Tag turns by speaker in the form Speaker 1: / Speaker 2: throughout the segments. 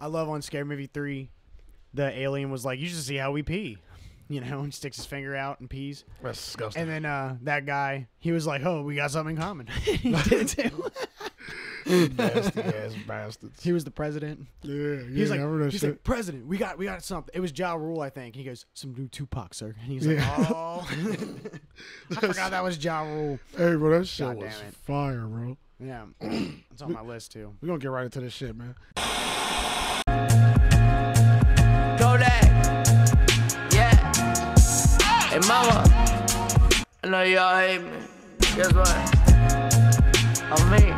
Speaker 1: I love on Scary Movie three, the alien was like, "You should see how we pee," you know, and sticks his finger out and pees.
Speaker 2: That's disgusting.
Speaker 1: And then uh, that guy, he was like, "Oh, we got something in common." he did it too.
Speaker 2: Nasty ass bastards.
Speaker 1: He was the president.
Speaker 2: Yeah, yeah.
Speaker 1: He's
Speaker 2: I remember
Speaker 1: like,
Speaker 2: that
Speaker 1: he's
Speaker 2: shit.
Speaker 1: like, President, we got, we got something. It was Ja Rule, I think. He goes, some new Tupac, sir. And he's like,
Speaker 2: Yeah.
Speaker 1: oh, I forgot that was Ja Rule.
Speaker 2: hey, bro, that shit
Speaker 1: God
Speaker 2: was
Speaker 1: damn it.
Speaker 2: fire, bro.
Speaker 1: Yeah, it's on my list too.
Speaker 2: We're gonna get right into this shit, man.
Speaker 3: Kodak. Yeah. Hey, mama. I know y'all hate me. Guess what? I'm me.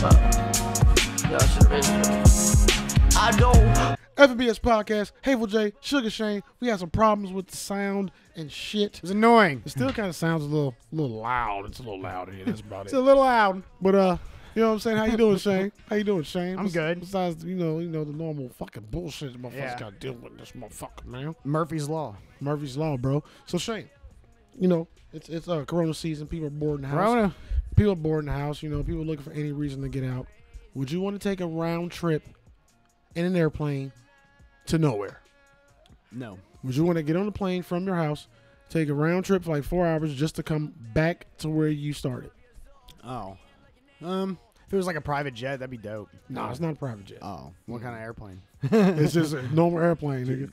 Speaker 3: Well, y'all should have been. I don't.
Speaker 2: FBS Podcast, Hateful J, Sugar Shane. We had some problems with the sound and shit.
Speaker 1: It was annoying.
Speaker 2: It still kind of sounds a little, little loud. It's a little loud here. That's about
Speaker 1: It's
Speaker 2: it.
Speaker 1: a little loud.
Speaker 2: But uh, you know what I'm saying? How you doing, Shane? How you doing, Shane?
Speaker 1: I'm
Speaker 2: Bes-
Speaker 1: good.
Speaker 2: Besides, you know, you know the normal fucking bullshit that motherfuckers
Speaker 1: Yeah.
Speaker 2: got to deal with. This motherfucker, man.
Speaker 1: Murphy's Law.
Speaker 2: Murphy's Law, bro. So Shane, you know, it's it's uh Corona season. People are bored in the house.
Speaker 1: Corona.
Speaker 2: People are bored in the house. You know, people are looking for any reason to get out. Would you want to take a round trip in an airplane to nowhere?
Speaker 1: No.
Speaker 2: Would you want to get on the plane from your house, take a round trip for like four hours just to come back to where you started?
Speaker 1: Oh. Um, if it was like a private jet, that'd be dope.
Speaker 2: No, it's not a private jet.
Speaker 1: Oh, what kind of airplane?
Speaker 2: It's just a normal airplane. Nigga.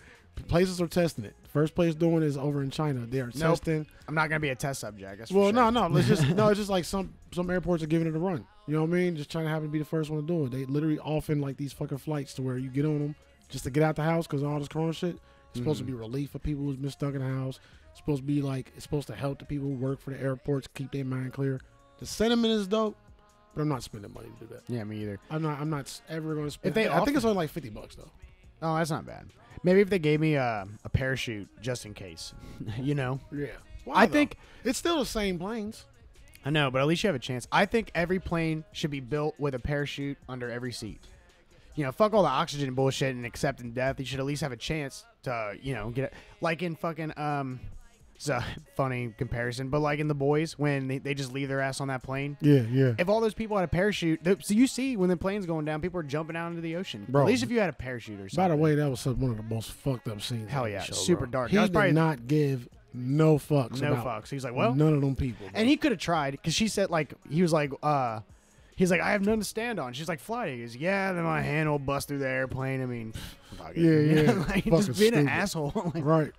Speaker 2: Places are testing it. First place doing is over in China. They are
Speaker 1: Nope.
Speaker 2: testing.
Speaker 1: I'm not gonna be a test subject. That's for
Speaker 2: Well,
Speaker 1: sure.
Speaker 2: no, no. Let's just no. It's just like some some airports are giving it a run. You know what I mean? Just China happened to be the first one to do it. They literally offering like these fucking flights to where you get on them just to get out the house because all this corona shit. It's supposed
Speaker 1: Mm-hmm.
Speaker 2: to be relief for people who's been stuck in the house. It's supposed to be like it's supposed to help the people who work for the airports keep their mind clear. The sentiment is dope, but I'm not spending money to do that.
Speaker 1: Yeah, me either.
Speaker 2: I'm not. I'm not ever going to spend.
Speaker 1: they
Speaker 2: I think
Speaker 1: offer-
Speaker 2: it's only like fifty bucks though.
Speaker 1: Oh, that's not bad. Maybe if they gave me a, a parachute just in case, you know.
Speaker 2: Yeah.
Speaker 1: I think-
Speaker 2: it's still the same planes.
Speaker 1: I know, but at least you have a chance. I think every plane should be built with a parachute under every seat. You know, fuck all the oxygen bullshit and accepting death. You should at least have a chance to, uh, you know, get it. Like in fucking, um, it's a funny comparison, but like in The Boys, when they, they just leave their ass on that plane.
Speaker 2: Yeah, yeah.
Speaker 1: If all those people had a parachute, th- so you see when the plane's going down, people are jumping out into the ocean.
Speaker 2: Bro.
Speaker 1: at least if you had a parachute or something.
Speaker 2: By the way, that was some- one of the most fucked up scenes.
Speaker 1: Hell
Speaker 2: in the
Speaker 1: yeah,
Speaker 2: show,
Speaker 1: super
Speaker 2: bro.
Speaker 1: dark.
Speaker 2: He
Speaker 1: That was
Speaker 2: did
Speaker 1: probably-
Speaker 2: not give no fucks.
Speaker 1: no
Speaker 2: about
Speaker 1: fucks. He's like, well,
Speaker 2: none of them people. bro.
Speaker 1: And he could have tried because she said like he was like uh he's like I have nothing to stand on. She's like fly. He goes yeah, then my hand will bust through the airplane. I mean, fuck it.
Speaker 2: Yeah, yeah.
Speaker 1: like,
Speaker 2: Fucking
Speaker 1: just being an
Speaker 2: stupid.
Speaker 1: asshole. Like,
Speaker 2: right.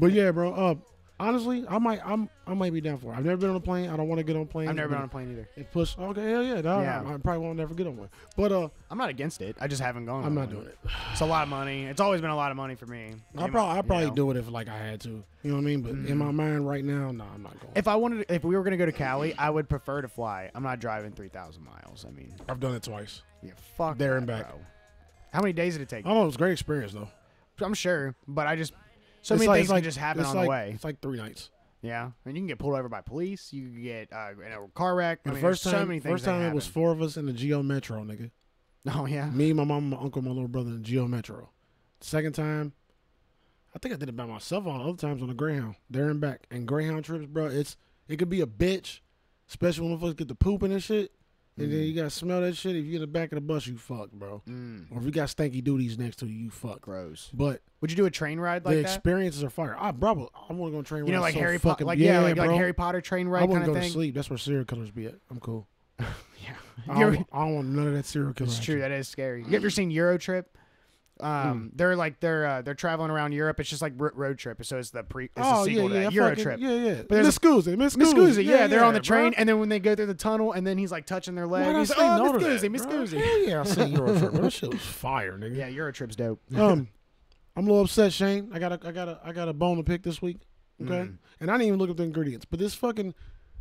Speaker 2: But yeah, bro. Uh, honestly, I might, I'm, I might be down for it. I've never been on a plane. I don't want to get on a plane.
Speaker 1: I've never been on a plane either.
Speaker 2: It push. Okay, hell yeah. Nah,
Speaker 1: Yeah.
Speaker 2: I probably won't never get on one. But uh,
Speaker 1: I'm not against it. I just haven't gone.
Speaker 2: I'm
Speaker 1: on
Speaker 2: not
Speaker 1: one.
Speaker 2: doing it.
Speaker 1: It's a lot of money. It's always been a lot of money for me.
Speaker 2: I
Speaker 1: In my-
Speaker 2: probably, I
Speaker 1: you
Speaker 2: probably
Speaker 1: know.
Speaker 2: do it if like I had to. You know what I mean? But in my mind right now, no, I'm not going.
Speaker 1: Mm. If I wanted, to, if we were gonna go to Cali, I would prefer to fly. I'm not driving three thousand miles. I mean,
Speaker 2: I've done it twice.
Speaker 1: yeah, fuck
Speaker 2: There
Speaker 1: that,
Speaker 2: and back.
Speaker 1: bro. How many days did it take?
Speaker 2: Oh, it was a great experience though.
Speaker 1: I'm sure, but I just so
Speaker 2: It's
Speaker 1: many
Speaker 2: like-
Speaker 1: things
Speaker 2: it's
Speaker 1: can
Speaker 2: like-
Speaker 1: just happen
Speaker 2: it's
Speaker 1: on
Speaker 2: like-
Speaker 1: the way.
Speaker 2: It's like three nights.
Speaker 1: Yeah, and you can get pulled over by police. You can get uh, in a car wreck. I
Speaker 2: The
Speaker 1: mean,
Speaker 2: first
Speaker 1: there's
Speaker 2: time,
Speaker 1: so many things.
Speaker 2: first
Speaker 1: that
Speaker 2: time it was
Speaker 1: happen.
Speaker 2: four of us in the Geo Metro, nigga.
Speaker 1: Oh yeah,
Speaker 2: Me, my mom, my uncle, my little brother in the Geo Metro. Second time, I think I did it by myself. All other times on the Greyhound, there and back. And Greyhound trips, bro, it's it could be a bitch, especially when folks get to pooping and shit. And
Speaker 1: Mm.
Speaker 2: then you gotta smell that shit. If you in the back of the bus, you fucked, bro. Or if you got stanky duties next to you, you fucked.
Speaker 1: gross.
Speaker 2: But
Speaker 1: Would you do a train ride like
Speaker 2: the
Speaker 1: that?
Speaker 2: experiences are fire. I, bro, I want to go on a train.
Speaker 1: You know,
Speaker 2: ride
Speaker 1: like
Speaker 2: so
Speaker 1: Harry Potter,
Speaker 2: fucking-
Speaker 1: like yeah, like,
Speaker 2: bro.
Speaker 1: like Harry Potter train
Speaker 2: I
Speaker 1: ride
Speaker 2: wouldn't
Speaker 1: kind
Speaker 2: go
Speaker 1: of
Speaker 2: to
Speaker 1: thing.
Speaker 2: sleep. That's where serial killers be at. I'm cool.
Speaker 1: Yeah,
Speaker 2: I
Speaker 1: You're-
Speaker 2: don't, I don't want none of that serial killer.
Speaker 1: it's
Speaker 2: action.
Speaker 1: true. That is scary. You ever seen Euro Trip?
Speaker 2: Hmm.
Speaker 1: Um, they're like they're uh, they're traveling around Europe. It's just like ro- road trip. So it's the pre. It's
Speaker 2: Oh
Speaker 1: a
Speaker 2: yeah,
Speaker 1: sequel to
Speaker 2: yeah,
Speaker 1: that. Euro
Speaker 2: fucking-
Speaker 1: Trip.
Speaker 2: Yeah, yeah. But
Speaker 1: there's-
Speaker 2: Miss Scoozy, Miss
Speaker 1: Miss
Speaker 2: Scoozy,
Speaker 1: Goosey, yeah, they're on the
Speaker 2: bro.
Speaker 1: train, and then when they go through the tunnel, and then he's like touching their leg.
Speaker 2: Why'd I
Speaker 1: he's like,
Speaker 2: say
Speaker 1: oh,
Speaker 2: no
Speaker 1: Miss
Speaker 2: to that,
Speaker 1: Goosey, Miss
Speaker 2: bro?
Speaker 1: Goosey.
Speaker 2: Hell yeah, I seen Euro Trip. bro. That shit was fire, nigga.
Speaker 1: Yeah, Euro Trip's dope.
Speaker 2: Um, I'm a little upset, Shane. I got a, I got a, I got a bone to pick this week. Okay,
Speaker 1: Mm.
Speaker 2: and I didn't even look up the ingredients. But this fucking,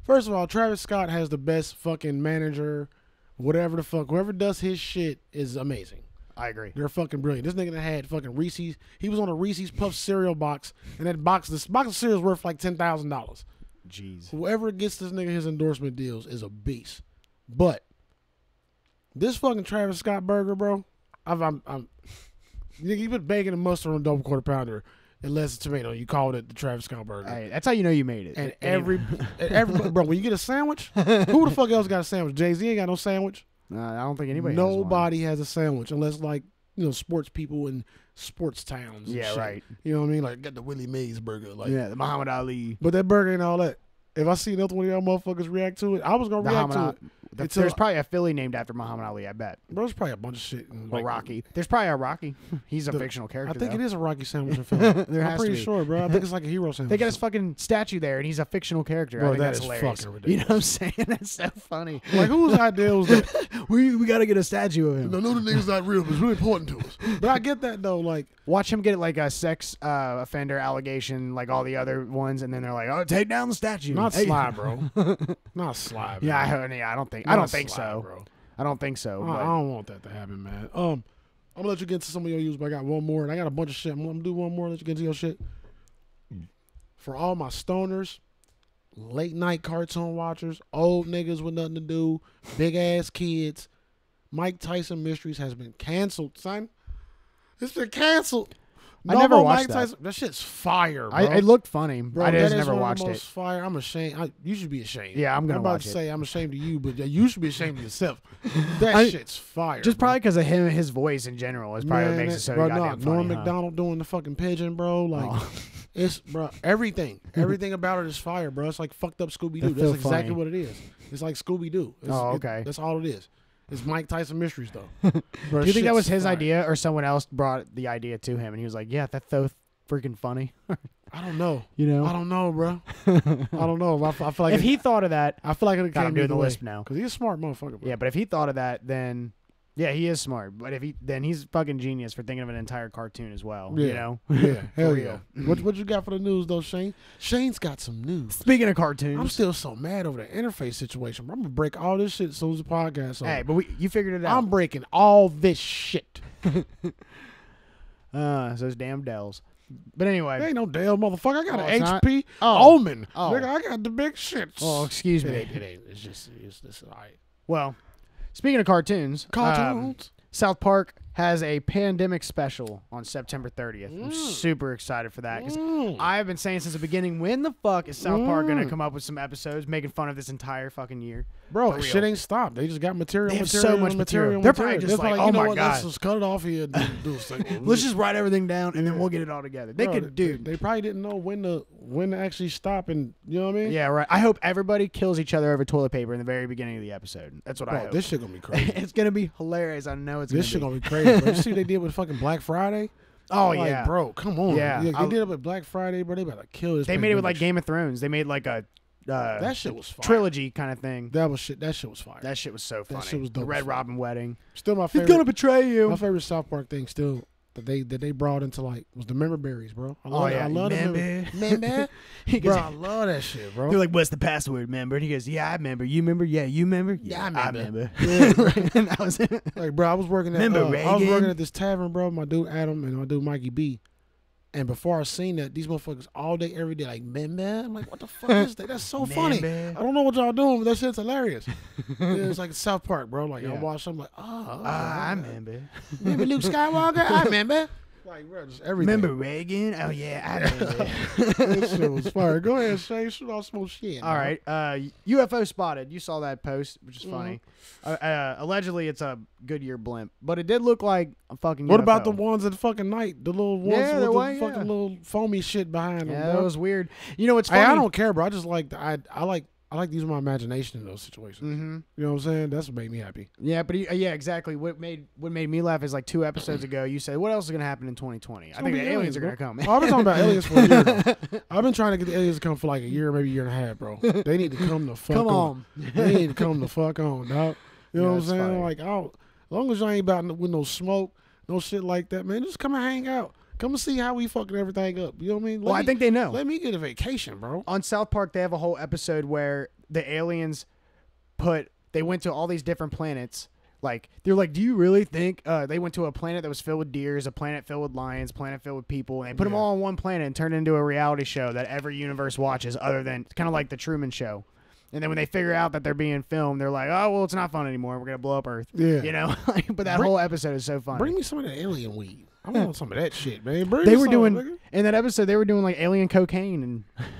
Speaker 2: first of all, Travis Scott has the best fucking manager, whatever the fuck, whoever does his shit is amazing.
Speaker 1: I agree.
Speaker 2: They're fucking brilliant. This nigga that had fucking Reese's, he was on a Reese's Puff cereal box, and that box, this box of cereal is worth like ten thousand dollars.
Speaker 1: Jeez.
Speaker 2: Whoever gets this nigga his endorsement deals is a beast. But this fucking Travis Scott burger, bro, I've, I'm, I'm, nigga, you put bacon and mustard on a double quarter pounder, unless it's tomato. You called it the Travis Scott burger.
Speaker 1: Hey, that's how you know you made it.
Speaker 2: And
Speaker 1: It ain't-
Speaker 2: every, and every, bro, when you get a sandwich, who the fuck else got a sandwich? Jay Z ain't got no sandwich.
Speaker 1: Nah, I don't think anybody. has one.
Speaker 2: Nobody has a sandwich unless like you know sports people in sports towns. and
Speaker 1: Yeah,
Speaker 2: shit.
Speaker 1: right.
Speaker 2: You know what I mean? Like got the Willie Mays burger. Like
Speaker 1: Yeah, the Muhammad Ali.
Speaker 2: But that burger ain't all that. If I see another one of y'all motherfuckers react to it, I was gonna
Speaker 1: The
Speaker 2: react
Speaker 1: Muhammad Ali.
Speaker 2: to it.
Speaker 1: the-
Speaker 2: It's
Speaker 1: there's
Speaker 2: a-
Speaker 1: probably a Philly named after Muhammad Ali. I bet.
Speaker 2: Bro, there's probably a bunch of shit. In,
Speaker 1: Or
Speaker 2: like, uh,
Speaker 1: Rocky. There's probably a Rocky. He's a
Speaker 2: The-
Speaker 1: fictional
Speaker 2: I
Speaker 1: character.
Speaker 2: think
Speaker 1: though.
Speaker 2: it is a Rocky sandwich in Philly.
Speaker 1: There
Speaker 2: I'm
Speaker 1: has to
Speaker 2: pretty
Speaker 1: be.
Speaker 2: sure, bro. I think it's like a hero sandwich.
Speaker 1: They got his fucking statue there, and he's a fictional character.
Speaker 2: Bro,
Speaker 1: I think
Speaker 2: that
Speaker 1: that's
Speaker 2: is
Speaker 1: hilarious.
Speaker 2: fucking
Speaker 1: You know what I'm saying? That's so funny.
Speaker 2: like whose idea was that?
Speaker 1: we we got to get a statue of him.
Speaker 2: no, the nigga's not real, but it's really important to us. But I get that though. Like
Speaker 1: Watch him get like a sex uh, offender allegation, like all the other ones, and then they're like, "Oh, take down the statue."
Speaker 2: not
Speaker 1: Hey.
Speaker 2: Sly, bro. not Sly. Man.
Speaker 1: Yeah, I, don't- yeah, I don't think. I
Speaker 2: Not
Speaker 1: don't think
Speaker 2: Sly,
Speaker 1: so.
Speaker 2: bro.
Speaker 1: I don't think so.
Speaker 2: I,
Speaker 1: but-
Speaker 2: I don't want that to happen, man. Um, I'm gonna let you get to some of your use, but I got one more, and I got a bunch of shit. I'm gonna do one more. Let you get to your shit. For all my stoners, late night cartoon watchers, old niggas with nothing to do, big ass kids, Mike Tyson Mysteries has been canceled, son. It's been canceled.
Speaker 1: I never
Speaker 2: more
Speaker 1: watched that.
Speaker 2: That shit's fire, bro.
Speaker 1: I, it looked funny.
Speaker 2: Bro,
Speaker 1: I
Speaker 2: that
Speaker 1: just
Speaker 2: is
Speaker 1: never
Speaker 2: one of the
Speaker 1: watched
Speaker 2: most
Speaker 1: it.
Speaker 2: Fire! I'm ashamed. I, you should be ashamed.
Speaker 1: Yeah, I'm gonna
Speaker 2: about
Speaker 1: watch
Speaker 2: to
Speaker 1: it.
Speaker 2: say I'm ashamed of you, but yeah, you should be ashamed of yourself. That
Speaker 1: I-
Speaker 2: shit's fire.
Speaker 1: Just
Speaker 2: bro.
Speaker 1: probably because of him, and his voice in general is probably
Speaker 2: Man,
Speaker 1: what makes it
Speaker 2: that-
Speaker 1: so
Speaker 2: bro,
Speaker 1: goddamn
Speaker 2: nah,
Speaker 1: funny.
Speaker 2: Norm
Speaker 1: huh?
Speaker 2: Macdonald doing the fucking pigeon, bro. Like,
Speaker 1: Oh.
Speaker 2: it's bro, everything, everything about it is fire, bro. It's like fucked up Scooby Doo.
Speaker 1: That's
Speaker 2: That's,
Speaker 1: so
Speaker 2: exactly
Speaker 1: funny.
Speaker 2: what it is. It's like Scooby Doo.
Speaker 1: Oh, okay.
Speaker 2: that's all it is. It's Mike Tyson mysteries, though. Bro,
Speaker 1: Do you think that
Speaker 2: shit's
Speaker 1: was his
Speaker 2: fire.
Speaker 1: idea, or someone else brought the idea to him, and he was like, "Yeah, that's so freaking funny."
Speaker 2: I don't know.
Speaker 1: You know,
Speaker 2: I don't know, bro. I don't know. I, f- I feel like
Speaker 1: if
Speaker 2: it-
Speaker 1: he thought of that,
Speaker 2: I feel like it
Speaker 1: God,
Speaker 2: came
Speaker 1: I'm doing
Speaker 2: either
Speaker 1: the
Speaker 2: way.
Speaker 1: lisp now.
Speaker 2: Cause he's a smart motherfucker. Bro.
Speaker 1: yeah, but if he thought of that, then yeah, he is smart. But if he then he's fucking genius for thinking of an entire cartoon as well. You
Speaker 2: Yeah.
Speaker 1: know.
Speaker 2: Yeah, hell yeah.
Speaker 1: real.
Speaker 2: What what you got for the news though, Shane? Shane's got some news.
Speaker 1: Speaking of
Speaker 2: I'm
Speaker 1: cartoons,
Speaker 2: still so mad over the interface situation. bro. I'm gonna break all this shit as soon as the podcast.
Speaker 1: hey,
Speaker 2: Over.
Speaker 1: but we, you figured it out.
Speaker 2: I'm breaking all this shit.
Speaker 1: uh, those damn Dells. But
Speaker 2: There
Speaker 1: anyway,
Speaker 2: ain't no Dell motherfucker. I got
Speaker 1: Oh,
Speaker 2: an
Speaker 1: it's not?
Speaker 2: HP
Speaker 1: Oh.
Speaker 2: Omen.
Speaker 1: Oh.
Speaker 2: Nigga, I got the big shit.
Speaker 1: oh, excuse
Speaker 2: it
Speaker 1: me.
Speaker 2: ain't, it ain't. It's just it's, it's all right.
Speaker 1: Well, speaking of cartoons, um,
Speaker 2: Cartoons.
Speaker 1: South Park has a pandemic special on September 30th. I'm super excited for that 'cause
Speaker 2: Mm.
Speaker 1: I've been saying since the beginning, when the fuck is South Park going
Speaker 2: Mm.
Speaker 1: to come up with some episodes making fun of this entire fucking year?
Speaker 2: Bro,
Speaker 1: For
Speaker 2: that
Speaker 1: real.
Speaker 2: shit ain't stopped. They just got material.
Speaker 1: They have
Speaker 2: material,
Speaker 1: so much material.
Speaker 2: material.
Speaker 1: They're probably just like,
Speaker 2: They're
Speaker 1: "Oh
Speaker 2: you know
Speaker 1: my
Speaker 2: what, let's
Speaker 1: God."
Speaker 2: just cut it off here. And do, do a second.
Speaker 1: Let's just write everything down and then we'll get it all together. They
Speaker 2: Bro,
Speaker 1: could, dude.
Speaker 2: They probably didn't know when to when to actually stop and you know what I mean.
Speaker 1: yeah, right. I hope everybody kills each other over toilet paper in the very beginning of the episode. That's what I
Speaker 2: Bro,
Speaker 1: hope.
Speaker 2: Oh, this shit gonna be crazy.
Speaker 1: it's gonna be hilarious. I know it's
Speaker 2: this shit
Speaker 1: gonna
Speaker 2: gonna be crazy. Bro. You see what they did with fucking Black Friday?
Speaker 1: Oh,
Speaker 2: Like,
Speaker 1: yeah.
Speaker 2: bro, come on.
Speaker 1: Yeah,
Speaker 2: they
Speaker 1: I-
Speaker 2: did it with Black Friday, bro. They about to kill this.
Speaker 1: They made it with like
Speaker 2: pandemic
Speaker 1: Game of Thrones. They made like a uh,
Speaker 2: shit. That shit was fire.
Speaker 1: trilogy kind of thing.
Speaker 2: That was shit. That shit was fire.
Speaker 1: That shit was so funny.
Speaker 2: shit was
Speaker 1: the
Speaker 2: dope as
Speaker 1: Red
Speaker 2: fuck.
Speaker 1: Robin wedding.
Speaker 2: Still my
Speaker 1: He's
Speaker 2: favorite.
Speaker 1: gonna betray
Speaker 2: my
Speaker 1: you.
Speaker 2: favorite South Park thing still that they that they brought into like was the member berries, bro. I love,
Speaker 1: Oh, yeah,
Speaker 2: I love the
Speaker 1: member.
Speaker 2: member. member.
Speaker 1: He
Speaker 2: bro,
Speaker 1: goes,
Speaker 2: I love that shit, bro.
Speaker 1: they're like, "What's the password, member?" And he goes, "Yeah, I remember. You remember? Yeah, you remember?
Speaker 2: Yeah, I remember."
Speaker 1: and that was it.
Speaker 2: Like, bro, I was working at
Speaker 1: Remember
Speaker 2: uh, I was
Speaker 1: Reagan?
Speaker 2: working at this tavern, bro. with My dude Adam and my dude Mikey B. And before I seen that, these motherfuckers all day, every day, like, man, man, I'm like, what the fuck is that? That's so funny. Oh,
Speaker 1: man.
Speaker 2: I don't know what y'all doing, but that shit's hilarious. Yeah, it's like South Park, bro. Like, I
Speaker 1: Yeah.
Speaker 2: watch, I'm like, oh,
Speaker 1: Ah, I remember.
Speaker 2: remember Luke Skywalker? I remember. Like, bro, just everything.
Speaker 1: Remember Reagan? Oh yeah, I remember.
Speaker 2: this shit was fire. Go ahead, Shane. Shoot off some more shit.
Speaker 1: All
Speaker 2: man.
Speaker 1: right, uh, UFO spotted. You saw that post, which is funny. Uh, uh, allegedly, it's a Goodyear blimp, but it did look like a fucking.
Speaker 2: What about the
Speaker 1: UFO.
Speaker 2: ones at fucking night? The little ones
Speaker 1: Yeah,
Speaker 2: with
Speaker 1: the
Speaker 2: the
Speaker 1: white-
Speaker 2: fucking
Speaker 1: yeah.
Speaker 2: little foamy shit behind
Speaker 1: Yeah,
Speaker 2: them,
Speaker 1: that
Speaker 2: bro.
Speaker 1: was weird. You know what's funny?
Speaker 2: Hey, I don't care, bro. I just like the, I I like I like to use my imagination in those situations.
Speaker 1: Mm-hmm.
Speaker 2: You know what I'm saying? That's what made me happy.
Speaker 1: Yeah, but he, uh, yeah, exactly. What made what made me laugh is like two episodes ago. You said, "What else is gonna happen in 2020?" I think
Speaker 2: gonna
Speaker 1: the
Speaker 2: be
Speaker 1: aliens
Speaker 2: aliens,
Speaker 1: are
Speaker 2: bro.
Speaker 1: gonna come.
Speaker 2: Oh, I've been talking about aliens for a year. Though. I've been trying to get the aliens to come for like a year, maybe a year and a half, bro. They need to come the fuck
Speaker 1: Come
Speaker 2: on. they need to come the fuck on, dog.
Speaker 1: Yeah,
Speaker 2: You know what I'm
Speaker 1: that's
Speaker 2: saying?
Speaker 1: funny.
Speaker 2: Like, I don't, as long as y'all ain't about with no smoke, no shit like that, man. Just come and hang out. Come and see how we fucking everything up. You know what I mean? Let
Speaker 1: Well, I
Speaker 2: me-
Speaker 1: think they know.
Speaker 2: Let me get a vacation, bro.
Speaker 1: on South Park, they have a whole episode where the aliens put they went to all these different planets. Like they're like, do you really think uh, they went to a planet that was filled with deers, a planet filled with lions, planet filled with people, and they put them
Speaker 2: Yeah.
Speaker 1: all on one planet and turned it into a reality show that every universe watches, other than kind of like the Truman Show. And then when they figure out that they're being filmed, they're like, oh well, it's not fun anymore. We're gonna blow up Earth.
Speaker 2: Yeah.
Speaker 1: you know. Like, but that
Speaker 2: Bring-
Speaker 1: whole episode is so funny.
Speaker 2: Bring me some of that alien weed. I want some of that shit, man. Bring
Speaker 1: They
Speaker 2: me
Speaker 1: were
Speaker 2: some,
Speaker 1: doing
Speaker 2: nigga. Oh
Speaker 1: in that episode. They were doing like alien cocaine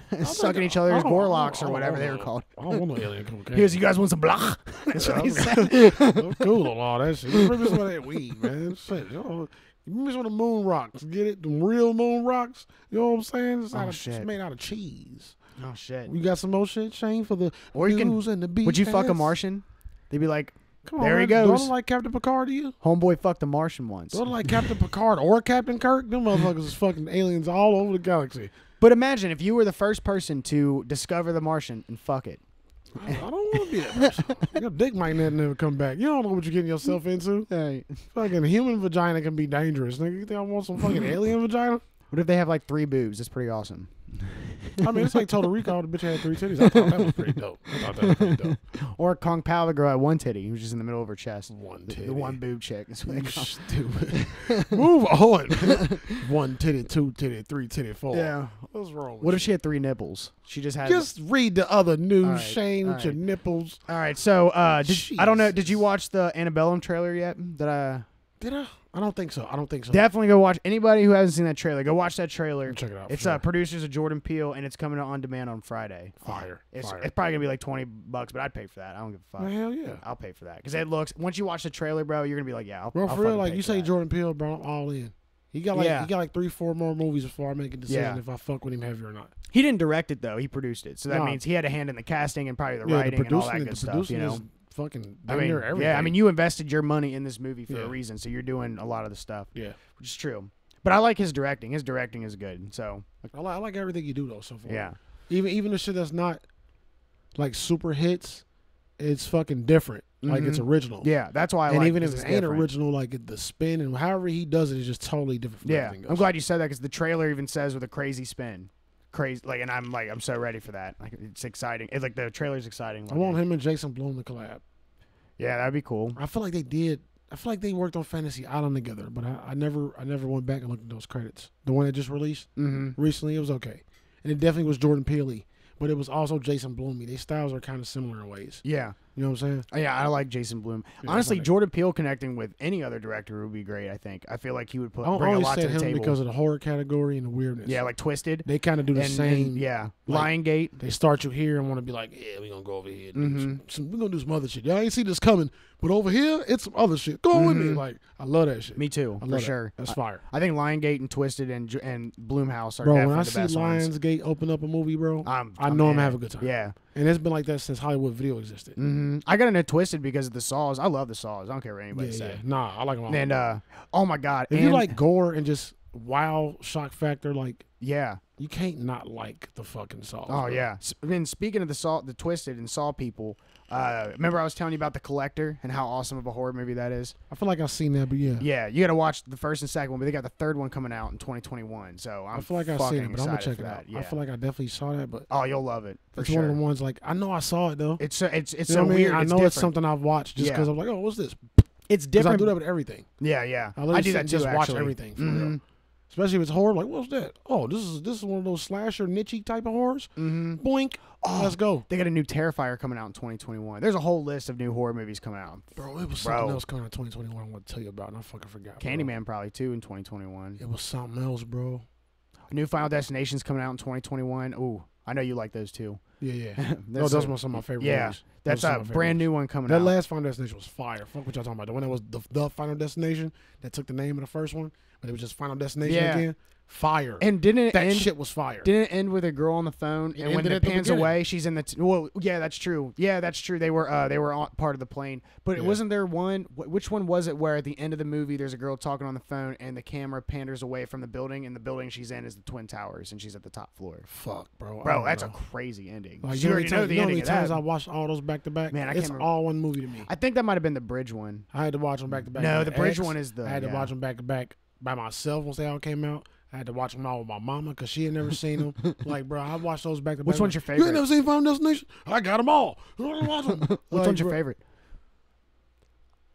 Speaker 1: and sucking each
Speaker 2: I
Speaker 1: other's
Speaker 2: don't- I don't-
Speaker 1: gorlocks or
Speaker 2: I don't
Speaker 1: whatever
Speaker 2: want
Speaker 1: they
Speaker 2: no-
Speaker 1: were called.
Speaker 2: I don't want no alien cocaine.
Speaker 1: Here's you guys want some blah. That's what he said.
Speaker 2: I'm cool on all that shit. Bring me some of that weed, man. Shit, you know, bring me some of the moon rocks. Get it, the real moon rocks. You know what I'm saying? It's,
Speaker 1: Oh,
Speaker 2: out of,
Speaker 1: shit.
Speaker 2: it's made out of cheese.
Speaker 1: Oh shit.
Speaker 2: You got some more shit, Shane, for the
Speaker 1: Or you can-
Speaker 2: dudes and the beach.
Speaker 1: Would you fuck a Martian? They'd be like,
Speaker 2: Come
Speaker 1: There
Speaker 2: on,
Speaker 1: he
Speaker 2: man. Do I
Speaker 1: goes.
Speaker 2: look like Captain Picard to you?
Speaker 1: homeboy fucked a Martian once.
Speaker 2: Do I look like Captain Picard or Captain Kirk? Them motherfuckers is fucking aliens all over the galaxy.
Speaker 1: But imagine if you were the first person to discover the Martian and fuck it.
Speaker 2: I don't want to be that person. Your dick might not never come back. You don't know what you're getting yourself into. Fucking human vagina can be dangerous, nigga. You think I want some fucking alien vagina?
Speaker 1: What if they have like three boobs? That's pretty awesome.
Speaker 2: I mean, it's like Total Recall. The bitch had three titties. I thought that was pretty dope. I thought that was pretty dope.
Speaker 1: Or Kong Pao, the girl had one titty, who was just in the middle of her chest.
Speaker 2: One
Speaker 1: The-
Speaker 2: titty.
Speaker 1: The one boob chick. That's what they
Speaker 2: You
Speaker 1: call it.
Speaker 2: Stupid. Move on. One titty, two titty, three titty, four.
Speaker 1: Yeah.
Speaker 2: What's wrong with
Speaker 1: What
Speaker 2: you?
Speaker 1: if she had three nipples? She just had.
Speaker 2: Just read the other news,
Speaker 1: All right,
Speaker 2: Shane,
Speaker 1: all
Speaker 2: with your
Speaker 1: right.
Speaker 2: nipples.
Speaker 1: All right. So uh, did, I don't know. Did you
Speaker 2: Jesus.
Speaker 1: watch the Antebellum trailer yet? Did I?
Speaker 2: Did I? I don't think so. I don't think so.
Speaker 1: Definitely go watch. Anybody who hasn't seen that trailer, go watch that trailer.
Speaker 2: Check it out, Oh, for
Speaker 1: It's
Speaker 2: sure.
Speaker 1: uh, producers of Jordan Peele, and it's coming out on demand on Friday.
Speaker 2: fire.
Speaker 1: It's,
Speaker 2: fire.
Speaker 1: it's probably gonna be like twenty bucks, but I'd pay for that. I don't give a fuck.
Speaker 2: Well, hell yeah.
Speaker 1: I'll pay for that because it looks. Once you watch the trailer, bro, you're gonna be like, yeah. I'll,
Speaker 2: Bro,
Speaker 1: I'll
Speaker 2: for real,
Speaker 1: fucking
Speaker 2: like
Speaker 1: pay
Speaker 2: you
Speaker 1: for
Speaker 2: say,
Speaker 1: that.
Speaker 2: Jordan Peele, bro, I'm all in. He got like
Speaker 1: Yeah.
Speaker 2: he got like three, four more movies before I make a decision
Speaker 1: Yeah.
Speaker 2: if I fuck with him heavy or not.
Speaker 1: He didn't direct it though; he produced it, so that
Speaker 2: No.
Speaker 1: means he had a hand in the casting and probably the
Speaker 2: Yeah,
Speaker 1: writing and all that
Speaker 2: the
Speaker 1: good stuff. You
Speaker 2: producing
Speaker 1: know,
Speaker 2: is fucking.
Speaker 1: I
Speaker 2: damn
Speaker 1: mean,
Speaker 2: near everything.
Speaker 1: yeah, I mean, you invested your money in this movie for
Speaker 2: Yeah.
Speaker 1: a reason, so you're doing a lot of the stuff,
Speaker 2: yeah.
Speaker 1: which is true. But I like his directing; his directing is good. So
Speaker 2: I like, I like everything you do though so far.
Speaker 1: yeah,
Speaker 2: even even the shit that's not like super hits, it's fucking different. Like it's
Speaker 1: Mhm.
Speaker 2: original.
Speaker 1: yeah, that's why I
Speaker 2: and
Speaker 1: like.
Speaker 2: even if
Speaker 1: 'cause
Speaker 2: it
Speaker 1: it's
Speaker 2: ain't
Speaker 1: different.
Speaker 2: original, like it- the spin and however he does it is just totally different. From
Speaker 1: Yeah,
Speaker 2: everything
Speaker 1: I'm
Speaker 2: else.
Speaker 1: glad you said that because the trailer even says with a crazy spin, crazy like, and I'm like, I'm so ready for that. Like, it's exciting. It's like the trailer's exciting.
Speaker 2: I want him and Jason Blum to collab.
Speaker 1: Yeah, that'd be cool.
Speaker 2: I feel like they did. I feel like they worked on Fantasy Island together, but I, I never I never went back and looked at those credits. The one that just released
Speaker 1: Mm-hmm.
Speaker 2: recently, it was okay, and it definitely was Jordan Peele, but it was also Jason Blumey. Their styles are kind of similar in ways.
Speaker 1: Yeah,
Speaker 2: You know what I'm saying?
Speaker 1: Oh, yeah, I like Jason Bloom.
Speaker 2: Yeah,
Speaker 1: Honestly,
Speaker 2: like-
Speaker 1: Jordan Peele connecting with any other director would be great. I think. I feel like he would put,
Speaker 2: I don't
Speaker 1: bring a
Speaker 2: always
Speaker 1: lot to
Speaker 2: said
Speaker 1: the
Speaker 2: him
Speaker 1: table.
Speaker 2: because of the horror category and the weirdness.
Speaker 1: yeah, like Twisted.
Speaker 2: they kind of do the
Speaker 1: and,
Speaker 2: same.
Speaker 1: and- yeah,
Speaker 2: like-
Speaker 1: Lion Gate.
Speaker 2: They start you here and want to be like, yeah, we're gonna go over here. And do
Speaker 1: Mhm.
Speaker 2: some, some, we're gonna do some other shit. Y'all ain't see this coming, but over here, it's some other shit. Go on with me.
Speaker 1: Mhm.
Speaker 2: Like, I love that shit.
Speaker 1: Me too, for
Speaker 2: I love that.
Speaker 1: sure.
Speaker 2: That's
Speaker 1: I,
Speaker 2: fire.
Speaker 1: I think Lion Gate and Twisted and J- and Bloomhouse are
Speaker 2: Bro, when
Speaker 1: definitely
Speaker 2: I
Speaker 1: the
Speaker 2: see
Speaker 1: best ones.
Speaker 2: Lionsgate open up a movie, bro,
Speaker 1: I'm,
Speaker 2: I know I'm
Speaker 1: in.
Speaker 2: having a good time.
Speaker 1: Yeah.
Speaker 2: And it's been like that since Hollywood Video existed.
Speaker 1: hmm I got into Twisted because of the saws. I love the saws. I don't care what
Speaker 2: Yeah,
Speaker 1: anybody
Speaker 2: yeah.
Speaker 1: says.
Speaker 2: Nah, I like them all.
Speaker 1: And uh, oh my god!
Speaker 2: if
Speaker 1: and,
Speaker 2: you like gore and just wow shock factor, like
Speaker 1: yeah,
Speaker 2: you can't not like the fucking song.
Speaker 1: oh yeah. S- I mean, speaking of the saw, the twisted and saw people. Uh, remember I was telling you about the collector and how awesome of a horror movie that is.
Speaker 2: I feel like I've seen that, but yeah,
Speaker 1: Yeah, you got to watch the first and second one, but they got the third one coming out in 2021. So I'm
Speaker 2: I feel like I've
Speaker 1: fucking
Speaker 2: seen it, but I'm gonna
Speaker 1: excited
Speaker 2: check
Speaker 1: for
Speaker 2: it
Speaker 1: that.
Speaker 2: out.
Speaker 1: Yeah.
Speaker 2: I feel like I definitely saw that, but
Speaker 1: oh, you'll love it for
Speaker 2: it's
Speaker 1: sure.
Speaker 2: one of the ones like I know I saw it though.
Speaker 1: it's so it's it's
Speaker 2: You
Speaker 1: so
Speaker 2: know what I mean?
Speaker 1: weird.
Speaker 2: I know
Speaker 1: different.
Speaker 2: it's something I've watched just
Speaker 1: Yeah.
Speaker 2: because I'm like, oh, what's this?
Speaker 1: It's
Speaker 2: Because I
Speaker 1: different.
Speaker 2: do that with everything.
Speaker 1: yeah, yeah.
Speaker 2: I
Speaker 1: I,
Speaker 2: literally
Speaker 1: do that too.
Speaker 2: just watch
Speaker 1: actually.
Speaker 2: everything for
Speaker 1: Mhm.
Speaker 2: real. Especially if it's horror, like what's that? Oh, this is this is one of those slasher niche type of horrors.
Speaker 1: Mhm.
Speaker 2: Boink.
Speaker 1: Oh.
Speaker 2: Let's go.
Speaker 1: They got a new Terrifier coming out in 2021. There's a whole list of new horror movies coming out.
Speaker 2: Bro, it was something
Speaker 1: Bro.
Speaker 2: else coming out in 2021 I want to tell you about, and I fucking forgot. bro.
Speaker 1: Candyman probably too in 2021.
Speaker 2: It was something else, bro.
Speaker 1: New Final Destination's coming out in 2021. Ooh, I know you like those too.
Speaker 2: Yeah, yeah.
Speaker 1: that's
Speaker 2: no, those
Speaker 1: a-
Speaker 2: were some of my favorite
Speaker 1: yeah,
Speaker 2: movies.
Speaker 1: that's
Speaker 2: Those are some
Speaker 1: a
Speaker 2: of my
Speaker 1: brand
Speaker 2: favorites.
Speaker 1: new one coming
Speaker 2: That
Speaker 1: out.
Speaker 2: last Final Destination was fire. Fuck what y'all talking about. The one that was the, the Final Destination that took the name of the first one, but it was just Final Destination
Speaker 1: Yeah.
Speaker 2: again. Fire.
Speaker 1: and didn't it
Speaker 2: that
Speaker 1: end?
Speaker 2: shit was fire.
Speaker 1: Didn't it end with a girl on the phone? and when
Speaker 2: ended
Speaker 1: it
Speaker 2: at the
Speaker 1: pans
Speaker 2: beginning.
Speaker 1: away, she's in the. T- well, yeah, that's true. Yeah, that's true. They were uh, they were on part of the plane, but it
Speaker 2: Yeah.
Speaker 1: wasn't there one. Wh- which one was it? Where at the end of the movie, there's a girl talking on the phone, and the camera panders away from the building, and the building she's in is the Twin Towers, and she's at the top floor.
Speaker 2: Fuck, bro. I
Speaker 1: Bro,
Speaker 2: don't
Speaker 1: that's a
Speaker 2: know.
Speaker 1: crazy ending.
Speaker 2: Oh, Like,
Speaker 1: you,
Speaker 2: know how
Speaker 1: already
Speaker 2: many
Speaker 1: know
Speaker 2: times-
Speaker 1: the
Speaker 2: you know how
Speaker 1: ending
Speaker 2: many
Speaker 1: of
Speaker 2: times
Speaker 1: that.
Speaker 2: I watched all those back to back.
Speaker 1: Man, I can't
Speaker 2: it's
Speaker 1: remember.
Speaker 2: all one movie to me.
Speaker 1: I think that might have been the bridge one.
Speaker 2: I had to watch them back to back.
Speaker 1: No,
Speaker 2: with
Speaker 1: the
Speaker 2: my
Speaker 1: bridge
Speaker 2: ex.
Speaker 1: one is the.
Speaker 2: I had to
Speaker 1: yeah.
Speaker 2: watch them back to back by myself once they all came out. I had to watch them all with my mama because she had never seen them. like, bro, I watched those back to back.
Speaker 1: Which one's your
Speaker 2: You ain't
Speaker 1: favorite?
Speaker 2: never seen Final Destination? I got them all. Watch 'em.
Speaker 1: Which
Speaker 2: Like,
Speaker 1: one's your
Speaker 2: bro,
Speaker 1: favorite?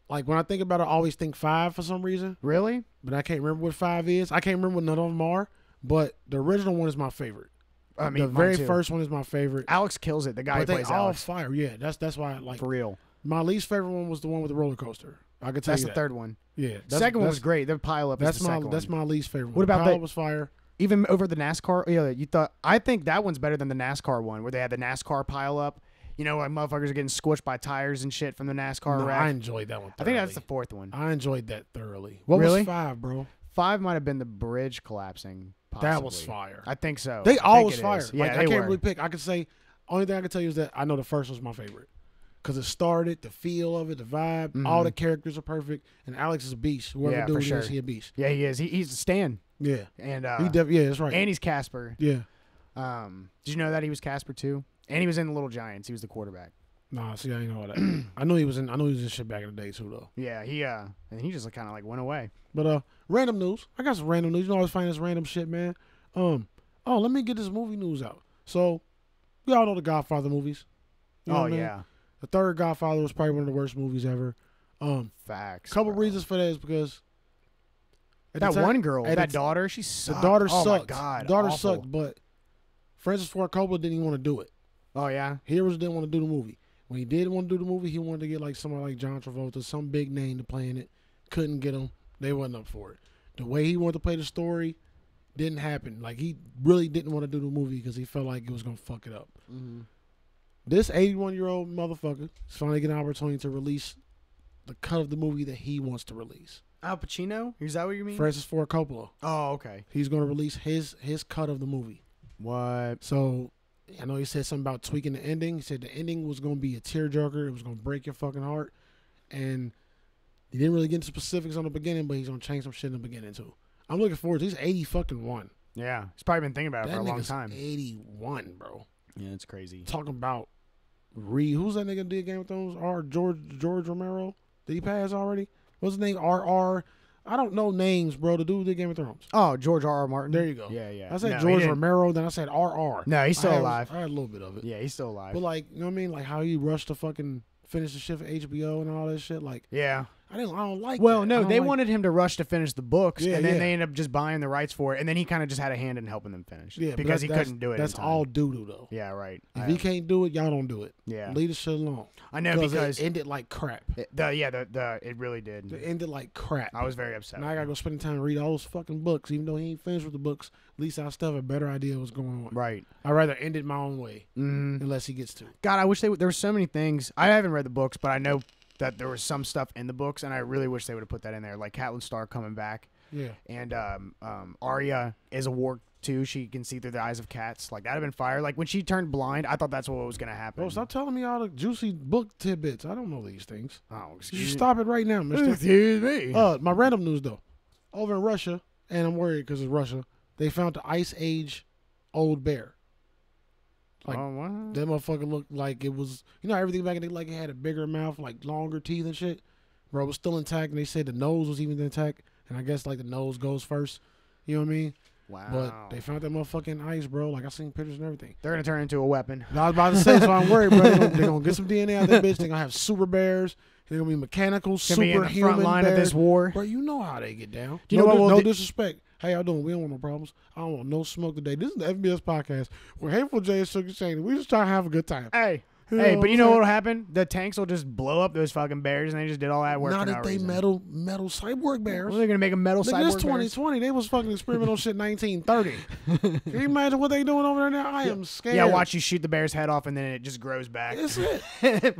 Speaker 2: Like when I think about it, I always think five for some reason,
Speaker 1: Really?
Speaker 2: but I can't remember what five is. I can't remember what none of them are. But the original one is my favorite.
Speaker 1: I mean,
Speaker 2: the
Speaker 1: mine
Speaker 2: very
Speaker 1: too.
Speaker 2: first one is my favorite.
Speaker 1: Alex kills it. The guy who
Speaker 2: but they
Speaker 1: plays
Speaker 2: all
Speaker 1: Alex
Speaker 2: fire. Yeah, that's that's why. Like
Speaker 1: for real.
Speaker 2: my least favorite one was the one with the roller coaster. I could tell
Speaker 1: That's
Speaker 2: you
Speaker 1: the
Speaker 2: that.
Speaker 1: third one.
Speaker 2: Yeah. that's-
Speaker 1: second one
Speaker 2: that's-
Speaker 1: was great. The pile up.
Speaker 2: That's
Speaker 1: is the
Speaker 2: my
Speaker 1: second
Speaker 2: that's
Speaker 1: one.
Speaker 2: my least favorite. One.
Speaker 1: What about
Speaker 2: Pile
Speaker 1: that-
Speaker 2: Up was fire?
Speaker 1: even over the NASCAR. Yeah, you thought I think that one's better than the NASCAR one where they had the NASCAR pile up. You know, where motherfuckers are getting squished by tires and shit from the NASCAR
Speaker 2: No,
Speaker 1: rack.
Speaker 2: I
Speaker 1: I,
Speaker 2: enjoyed that one.
Speaker 1: think that's the
Speaker 2: thoroughly.
Speaker 1: fourth one.
Speaker 2: I enjoyed that thoroughly. What
Speaker 1: Really?
Speaker 2: was five, bro?
Speaker 1: Five might have been the bridge collapsing. Possibly.
Speaker 2: That was fire.
Speaker 1: I think so. I
Speaker 2: They
Speaker 1: think
Speaker 2: all was
Speaker 1: Oh, it
Speaker 2: fire.
Speaker 1: is. Yeah,
Speaker 2: like,
Speaker 1: they
Speaker 2: I can't
Speaker 1: were.
Speaker 2: really pick. I could say only thing I can tell you is that I know the first was my favorite because it started, the feel of it, the vibe, all the characters are perfect, and Alex is a beast. Whoever
Speaker 1: Mm-hmm. Yeah,
Speaker 2: dude
Speaker 1: for
Speaker 2: it is,
Speaker 1: sure.
Speaker 2: he a beast.
Speaker 1: yeah, he is. He, he's Stan,
Speaker 2: Yeah,
Speaker 1: and uh,
Speaker 2: he def- yeah, that's right.
Speaker 1: and he's Casper.
Speaker 2: yeah,
Speaker 1: Um, did you know that he was Casper too? And he was in the Little Giants. He was the quarterback.
Speaker 2: nah. See, I ain't know all that. I knew he was in. I knew he was in shit back in the day too, though.
Speaker 1: Yeah, he uh, and he just kind of like went away.
Speaker 2: But uh, random news. I got some random news. You know, I was finding this random shit, man. Um, oh, let me get this movie news out. So, y'all know the Godfather movies. You know
Speaker 1: oh
Speaker 2: what I mean?
Speaker 1: yeah,
Speaker 2: The third Godfather was probably one of the worst movies ever. Um,
Speaker 1: facts.
Speaker 2: couple
Speaker 1: bro.
Speaker 2: reasons for that is because at the
Speaker 1: That
Speaker 2: ti-
Speaker 1: one girl,
Speaker 2: at
Speaker 1: that
Speaker 2: the,
Speaker 1: daughter, she
Speaker 2: the
Speaker 1: sucked.
Speaker 2: daughter
Speaker 1: oh
Speaker 2: sucked.
Speaker 1: My God,
Speaker 2: daughter
Speaker 1: awful.
Speaker 2: sucked, but Francis Ford Coppola didn't even want to do it.
Speaker 1: Oh yeah,
Speaker 2: Heroes didn't want to do the movie. When he did want to do the movie, he wanted to get like somebody like John Travolta, some big name to play in it. Couldn't get him. They wasn't up for it. The way he wanted to play the story didn't happen. Like he really didn't want to do the movie because he felt like it was gonna fuck it up.
Speaker 1: Mm-hmm.
Speaker 2: This 81 year old motherfucker is finally getting an opportunity to release the cut of the movie that he wants to release.
Speaker 1: Al Pacino. Is that what you mean?
Speaker 2: Francis Ford Coppola.
Speaker 1: oh okay.
Speaker 2: He's gonna release his his cut of the movie.
Speaker 1: What?
Speaker 2: So I know he said something about tweaking the ending. He said the ending was gonna be a tearjerker. It was gonna break your fucking heart, and he didn't really get into specifics on the beginning, but he's gonna change some shit in the beginning too. I'm looking forward. to He's 80 fucking one.
Speaker 1: Yeah, he's probably been thinking about it
Speaker 2: That
Speaker 1: for a long
Speaker 2: nigga's
Speaker 1: time.
Speaker 2: 81, bro.
Speaker 1: Yeah, it's crazy.
Speaker 2: Talking about re who's that nigga did Game of Thrones? R George George Romero? Did he pass already? What's his name? R R. I don't know names, bro. The dude who did Game of Thrones.
Speaker 1: Oh, George R. R. Martin.
Speaker 2: There you go.
Speaker 1: Yeah, yeah.
Speaker 2: I said
Speaker 1: No, he
Speaker 2: George
Speaker 1: didn't.
Speaker 2: Romero, then I said RR.
Speaker 1: No, he's still
Speaker 2: I had-
Speaker 1: alive.
Speaker 2: I had a little bit of it.
Speaker 1: Yeah, he's still alive.
Speaker 2: But like, you know what I mean? Like how he rushed to fucking finish the shit for HBO and all that shit. Like,
Speaker 1: yeah.
Speaker 2: I don't, I don't like.
Speaker 1: Well,
Speaker 2: that. I
Speaker 1: no,
Speaker 2: don't
Speaker 1: they
Speaker 2: like-
Speaker 1: wanted him to rush to finish the books,
Speaker 2: Yeah,
Speaker 1: and then
Speaker 2: yeah.
Speaker 1: they ended up just buying the rights for it, and then he kind of just had a hand in helping them finish.
Speaker 2: Yeah, but
Speaker 1: because he
Speaker 2: that's-
Speaker 1: couldn't do it. in
Speaker 2: That's
Speaker 1: time.
Speaker 2: all doo doo though.
Speaker 1: Yeah, right.
Speaker 2: If
Speaker 1: I,
Speaker 2: he can't do it, y'all don't do it.
Speaker 1: Yeah.
Speaker 2: leave the shit alone.
Speaker 1: I know because
Speaker 2: it ended like crap.
Speaker 1: it- the yeah the the it really did.
Speaker 2: It ended like crap.
Speaker 1: I was very upset.
Speaker 2: Now I gotta go spend time reading all those fucking books, even though he ain't finished with the books. At least I still have a better idea of what's going on.
Speaker 1: Right.
Speaker 2: I'd rather end it my own way,
Speaker 1: Mm.
Speaker 2: unless he gets to. it.
Speaker 1: God, I wish they would. There were so many things. I haven't read the books, but I know that there was some stuff in the books, and I really wish they would have put that in there, like Catelyn Starr coming back,
Speaker 2: Yeah,
Speaker 1: and um, um, Arya is a warg too. She can see through the eyes of cats. Like that'd have been fire. Like when she turned blind, I thought that's what was gonna happen.
Speaker 2: bro, stop telling me all the juicy book tidbits. I don't know these things.
Speaker 1: Oh, excuse
Speaker 2: You
Speaker 1: me.
Speaker 2: stop it right now, Mister.
Speaker 1: Excuse me.
Speaker 2: Uh, my random news though, over in Russia, and I'm worried because it's Russia. They found the Ice Age old bear. like,
Speaker 1: oh, what?
Speaker 2: That motherfucker looked like it was, you know, how everything back in the day, like it had a bigger mouth, like longer teeth and shit. Bro, it was still intact, and they said the nose was even intact. And I guess like the nose goes first, you know what I mean?
Speaker 1: Wow.
Speaker 2: But they found that motherfucking ice, bro. Like I seen pictures and everything.
Speaker 1: They're gonna turn into a weapon.
Speaker 2: And I was about to say, so I'm worried, bro. They're gonna, they gonna get some DNA out of that bitch. They're gonna have super bears. They're gonna be mechanical,
Speaker 1: Gonna be in the
Speaker 2: superhuman
Speaker 1: front line
Speaker 2: bears.
Speaker 1: of this war.
Speaker 2: Bro, you know how they get down.
Speaker 1: Do you know
Speaker 2: no,
Speaker 1: what
Speaker 2: dis-
Speaker 1: we'll
Speaker 2: no
Speaker 1: do-
Speaker 2: disrespect. How y'all doing? We don't want no problems. I don't want no smoke today. This is the FBS podcast where Hateful J and Sugar Shane. We just trying to have a good time.
Speaker 1: Hey.
Speaker 2: You
Speaker 1: Hey,
Speaker 2: know
Speaker 1: but you
Speaker 2: what
Speaker 1: know
Speaker 2: I'm
Speaker 1: what'll happen? The tanks will just blow up those fucking bears, and they just did all that work
Speaker 2: Not
Speaker 1: for
Speaker 2: if
Speaker 1: no
Speaker 2: they
Speaker 1: reason.
Speaker 2: metal metal cyborg bears.
Speaker 1: Well, they're gonna make a metal
Speaker 2: Nigga, this
Speaker 1: cyborg bears.
Speaker 2: 2020. They was fucking experimental shit 1930. Can you imagine what they doing over there now? I am scared.
Speaker 1: Yeah, watch you shoot the bear's head off and then it just grows back.
Speaker 2: That's it.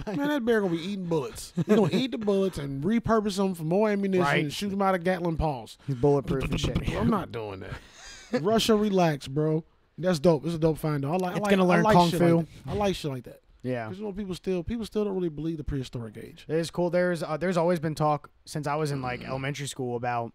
Speaker 2: Man, that bear gonna be eating bullets. He gonna eat the bullets and repurpose them for more ammunition
Speaker 1: Right.
Speaker 2: and shoot them out of Gatlin paws.
Speaker 1: He's bulletproof and shit.
Speaker 2: I'm not doing that. Russia, relax, bro. That's dope. It's a dope find. though. I like. I
Speaker 1: It's
Speaker 2: like,
Speaker 1: gonna learn
Speaker 2: I like
Speaker 1: kung
Speaker 2: shit
Speaker 1: fu.
Speaker 2: Like that. I like shit like that.
Speaker 1: Yeah.
Speaker 2: Because you know people still people still don't really believe the prehistoric age.
Speaker 1: It is cool. There's uh, there's always been talk since I was in like elementary school about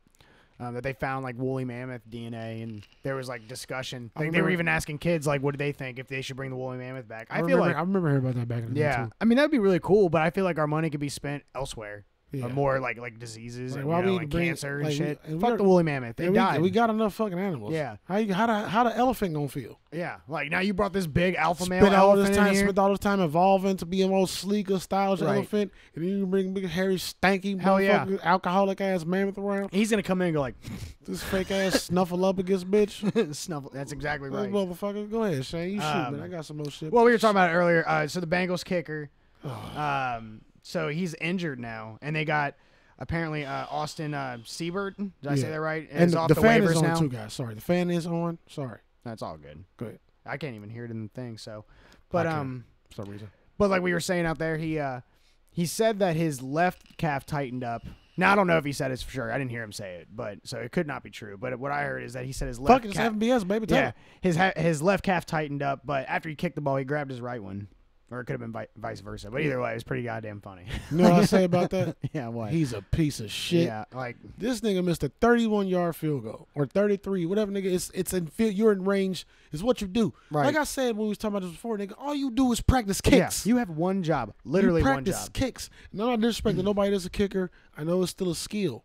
Speaker 1: um, that they found like woolly mammoth DNA and there was like discussion. Like, they were
Speaker 2: remember-
Speaker 1: even asking kids like what did they think if they should bring the woolly mammoth back. I, feel
Speaker 2: remember,
Speaker 1: like
Speaker 2: I remember hearing about that back in the day
Speaker 1: yeah.
Speaker 2: too.
Speaker 1: I mean that'd be really cool, but I feel like our money could be spent elsewhere.
Speaker 2: Yeah.
Speaker 1: Uh, more like like diseases
Speaker 2: Like,
Speaker 1: and
Speaker 2: why
Speaker 1: you know,
Speaker 2: we
Speaker 1: like
Speaker 2: bring-
Speaker 1: cancer and
Speaker 2: like, we-
Speaker 1: shit.
Speaker 2: and we
Speaker 1: Fuck
Speaker 2: are-
Speaker 1: the woolly mammoth. They
Speaker 2: And we,
Speaker 1: died.
Speaker 2: we got enough fucking animals.
Speaker 1: Yeah.
Speaker 2: How you how the how the elephant gonna feel?
Speaker 1: yeah. Like now you brought this big alpha male
Speaker 2: Spent all this
Speaker 1: elephant in
Speaker 2: time,
Speaker 1: here.
Speaker 2: spent all this time evolving to be a most sleeker, stylish
Speaker 1: Right.
Speaker 2: elephant, and then you bring big hairy, stanky,
Speaker 1: Hell yeah.
Speaker 2: motherfucking alcoholic ass mammoth around.
Speaker 1: He's gonna come in and go like
Speaker 2: This fake ass snuffle up against bitch.
Speaker 1: snuffle. That's exactly
Speaker 2: This
Speaker 1: right.
Speaker 2: motherfucker, go ahead, Shane. You shoot,
Speaker 1: Um,
Speaker 2: man. I got some more shit.
Speaker 1: Well, we were talking about it earlier. Uh, so the Bengals kicker, um, so he's injured now, and they got Apparently, uh, Austin uh, Seabird. Did I
Speaker 2: Yeah.
Speaker 1: say that right?
Speaker 2: And
Speaker 1: is
Speaker 2: the,
Speaker 1: off
Speaker 2: the fan
Speaker 1: waivers
Speaker 2: is on
Speaker 1: now.
Speaker 2: too, guys. Sorry, the fan is on. Sorry,
Speaker 1: That's all good.
Speaker 2: go ahead.
Speaker 1: I can't even hear it in the thing. So, but
Speaker 2: I can.
Speaker 1: um,
Speaker 2: For some reason,
Speaker 1: but like we were saying out there, he uh, he said that his left calf tightened up. Now I don't know if he said it's for sure. I didn't hear him say it, but so it could not be true. But what I heard is that he said his left
Speaker 2: fuck it's
Speaker 1: calf,
Speaker 2: FBS, baby. Tell
Speaker 1: yeah,
Speaker 2: it.
Speaker 1: his ha- his left calf tightened up. But after he kicked the ball, he grabbed his right one, or it could have been vi- vice versa. But either way, it was pretty goddamn funny.
Speaker 2: You know what I say about that?
Speaker 1: yeah, what?
Speaker 2: He's a piece of shit.
Speaker 1: yeah, like
Speaker 2: This nigga missed a 31 yard field goal or 33, whatever nigga. It's it's in field, you're in range. It's what you do.
Speaker 1: Right.
Speaker 2: Like I said when we was talking about this before, nigga. All you do is practice
Speaker 1: yeah,
Speaker 2: kicks.
Speaker 1: you have one job, literally
Speaker 2: you
Speaker 1: one
Speaker 2: practice
Speaker 1: job. Mm.
Speaker 2: kicks. No, no disrespect to nobody that's a kicker. I know it's still a skill,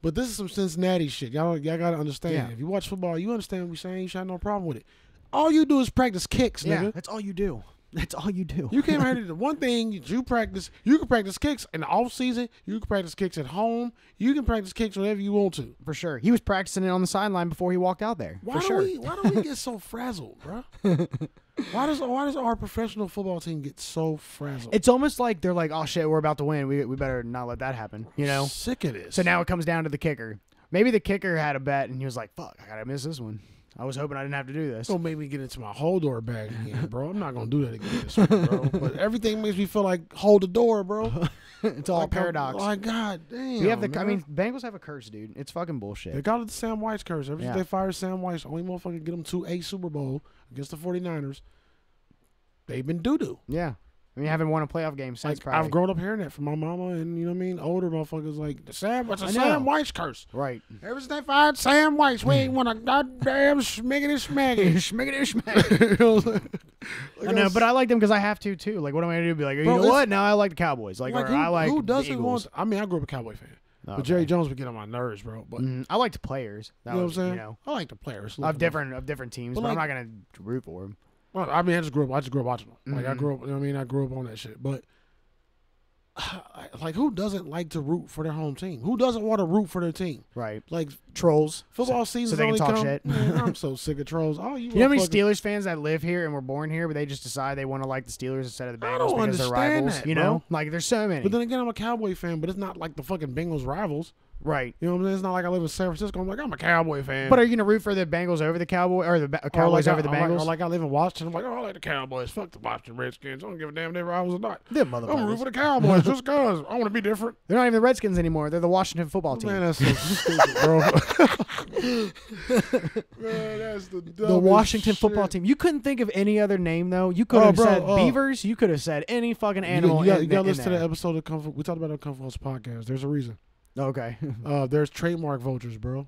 Speaker 2: but this is some Cincinnati shit. Y'all, y'all gotta understand.
Speaker 1: Yeah.
Speaker 2: If you watch football, you understand what we saying. You should have no problem with it. All you do is practice kicks,
Speaker 1: Yeah,
Speaker 2: nigga.
Speaker 1: that's all you do. That's all you do.
Speaker 2: You came here to the one thing that you practice. You can practice kicks in the off season. You can practice kicks at home. You can practice kicks whenever you want to.
Speaker 1: For sure. He was practicing it on the sideline before he walked out there.
Speaker 2: Why
Speaker 1: for
Speaker 2: do
Speaker 1: sure.
Speaker 2: we? Why do we get so frazzled, bro? why does why does our professional football team get so frazzled?
Speaker 1: It's almost like they're like, oh shit, we're about to win. We, we better not let that happen, you know?
Speaker 2: sick of this.
Speaker 1: So now it comes down to the kicker. Maybe the kicker had a bet and he was like, fuck, I gotta miss this one. I was hoping I didn't have to do this.
Speaker 2: Don't make me get into my hold door bag again, bro. I'm not gonna do that again, this week, bro. But everything makes me feel like hold the door, bro.
Speaker 1: it's all a paradox.
Speaker 2: Oh God, damn.
Speaker 1: we have the, I
Speaker 2: man.
Speaker 1: mean, Bengals have a curse, dude. It's fucking
Speaker 2: they
Speaker 1: bullshit.
Speaker 2: got it the Sam White's curse. Ever since
Speaker 1: Yeah.
Speaker 2: they fired Sam White's, only motherfucker get them to a Super Bowl against the 49ers. They've been doo doo.
Speaker 1: Yeah. I mean, I haven't won a playoff game since
Speaker 2: Like
Speaker 1: probably.
Speaker 2: I've grown up hearing that from my mama, and you know what I mean. Older motherfuckers like the Sam. What's
Speaker 1: I
Speaker 2: a
Speaker 1: know.
Speaker 2: Sam White's curse?
Speaker 1: right.
Speaker 2: Ever since they fired Sam White's, we ain't won a goddamn schmiggity schmaggy.
Speaker 1: Schmiggity schmag.
Speaker 2: You know what I'm saying? Like,
Speaker 1: I know, but I like them because I have to too. Like, what am I gonna do? Be like, you
Speaker 2: Bro,
Speaker 1: know
Speaker 2: it's-
Speaker 1: what? Now I like the Cowboys. Like, or
Speaker 2: who,
Speaker 1: I like
Speaker 2: who
Speaker 1: the
Speaker 2: doesn't
Speaker 1: Eagles. Oh,
Speaker 2: want? I mean, I grew up a Cowboy fan,
Speaker 1: Okay.
Speaker 2: but Jerry Jones would get on my nerves, bro. But
Speaker 1: Mm, I liked players. That
Speaker 2: you know
Speaker 1: was,
Speaker 2: what I'm saying?
Speaker 1: you know,
Speaker 2: I like the players. Look,
Speaker 1: of different of different teams,
Speaker 2: But
Speaker 1: but, I'm not gonna root for him.
Speaker 2: Well, I mean, I just grew up. I just grew up watching them. Like
Speaker 1: Mm-hmm.
Speaker 2: I grew up. You know what I mean, I grew up on that shit. But I- like, who doesn't like to root for their home team? Who doesn't want to root for their team?
Speaker 1: Right.
Speaker 2: Like
Speaker 1: Trolls.
Speaker 2: football season.
Speaker 1: they can
Speaker 2: only
Speaker 1: talk
Speaker 2: come-
Speaker 1: shit.
Speaker 2: Man, I'm so sick of trolls. Oh, you,
Speaker 1: You know how many
Speaker 2: motherfuckers-
Speaker 1: Steelers fans that live here and were born here, but they just decide they want to like the Steelers instead of the
Speaker 2: I
Speaker 1: Bengals
Speaker 2: don't
Speaker 1: because they're
Speaker 2: understand
Speaker 1: rivals.
Speaker 2: that,
Speaker 1: you know, like there's so many.
Speaker 2: But then again, I'm a Cowboy fan, but it's not like the fucking Bengals rivals.
Speaker 1: right.
Speaker 2: You know what I'm saying? It's not like I live in San Francisco. I'm like, I'm a Cowboy fan.
Speaker 1: But are you gonna root for the Bengals over the Cowboy or the Ba-
Speaker 2: Or
Speaker 1: Cowboys
Speaker 2: like
Speaker 1: over
Speaker 2: Oh, I,
Speaker 1: the
Speaker 2: or like-
Speaker 1: Bengals?
Speaker 2: Or like I live in Washington. I'm like, oh, I like the Cowboys. Fuck the Washington Redskins. I don't give a damn if they rivals or not.
Speaker 1: Them
Speaker 2: I'm gonna root
Speaker 1: motherfuckers.
Speaker 2: for the Cowboys just cause I want to be different.
Speaker 1: They're not even the Redskins anymore. They're the Washington football team.
Speaker 2: Man, that's so stupid, bro. Man, that's the
Speaker 1: the
Speaker 2: dumbest
Speaker 1: Washington
Speaker 2: shit.
Speaker 1: football team. You couldn't think of any other name though. You could
Speaker 2: Oh,
Speaker 1: have
Speaker 2: bro,
Speaker 1: said
Speaker 2: oh.
Speaker 1: beavers. You could have said any fucking
Speaker 2: You,
Speaker 1: animal.
Speaker 2: you gotta,
Speaker 1: in
Speaker 2: you gotta
Speaker 1: the- in
Speaker 2: listen to
Speaker 1: there.
Speaker 2: that episode of Comfort. We talked about it on Comfort House podcast. There's a reason.
Speaker 1: Okay.
Speaker 2: Uh, there's trademark vultures, bro,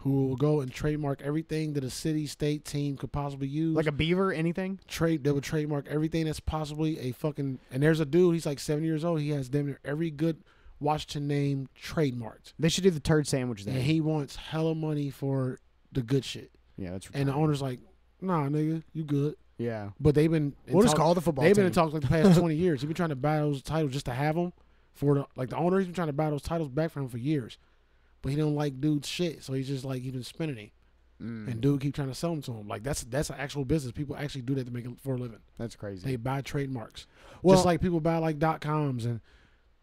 Speaker 2: who will go and trademark everything that a city, state, team could possibly use.
Speaker 1: like a beaver, anything?
Speaker 2: trade they would trademark everything that's possibly a fucking and there's a dude he's like 70 years old he has damn near every good Washington name trademarked
Speaker 1: They should do the turd sandwich
Speaker 2: and
Speaker 1: there.
Speaker 2: he wants hella money for the good shit
Speaker 1: Yeah, that's
Speaker 2: and uh, the owner's like nah nigga you good
Speaker 1: yeah.
Speaker 2: but they've been in
Speaker 1: We'll just
Speaker 2: talk-
Speaker 1: call it the football
Speaker 2: they've
Speaker 1: team.
Speaker 2: been in talks like the past 20 years he's been trying to buy those titles just to have them for the like the owner he's been trying to buy those titles back from him for years but he don't like dude's shit so he's just like he's been spinning him
Speaker 1: Mm.
Speaker 2: and dude keep trying to sell them to him like that's that's an actual business people actually do that to make it for a living
Speaker 1: That's crazy.
Speaker 2: They buy trademarks.
Speaker 1: Well-
Speaker 2: just like people buy like dot coms and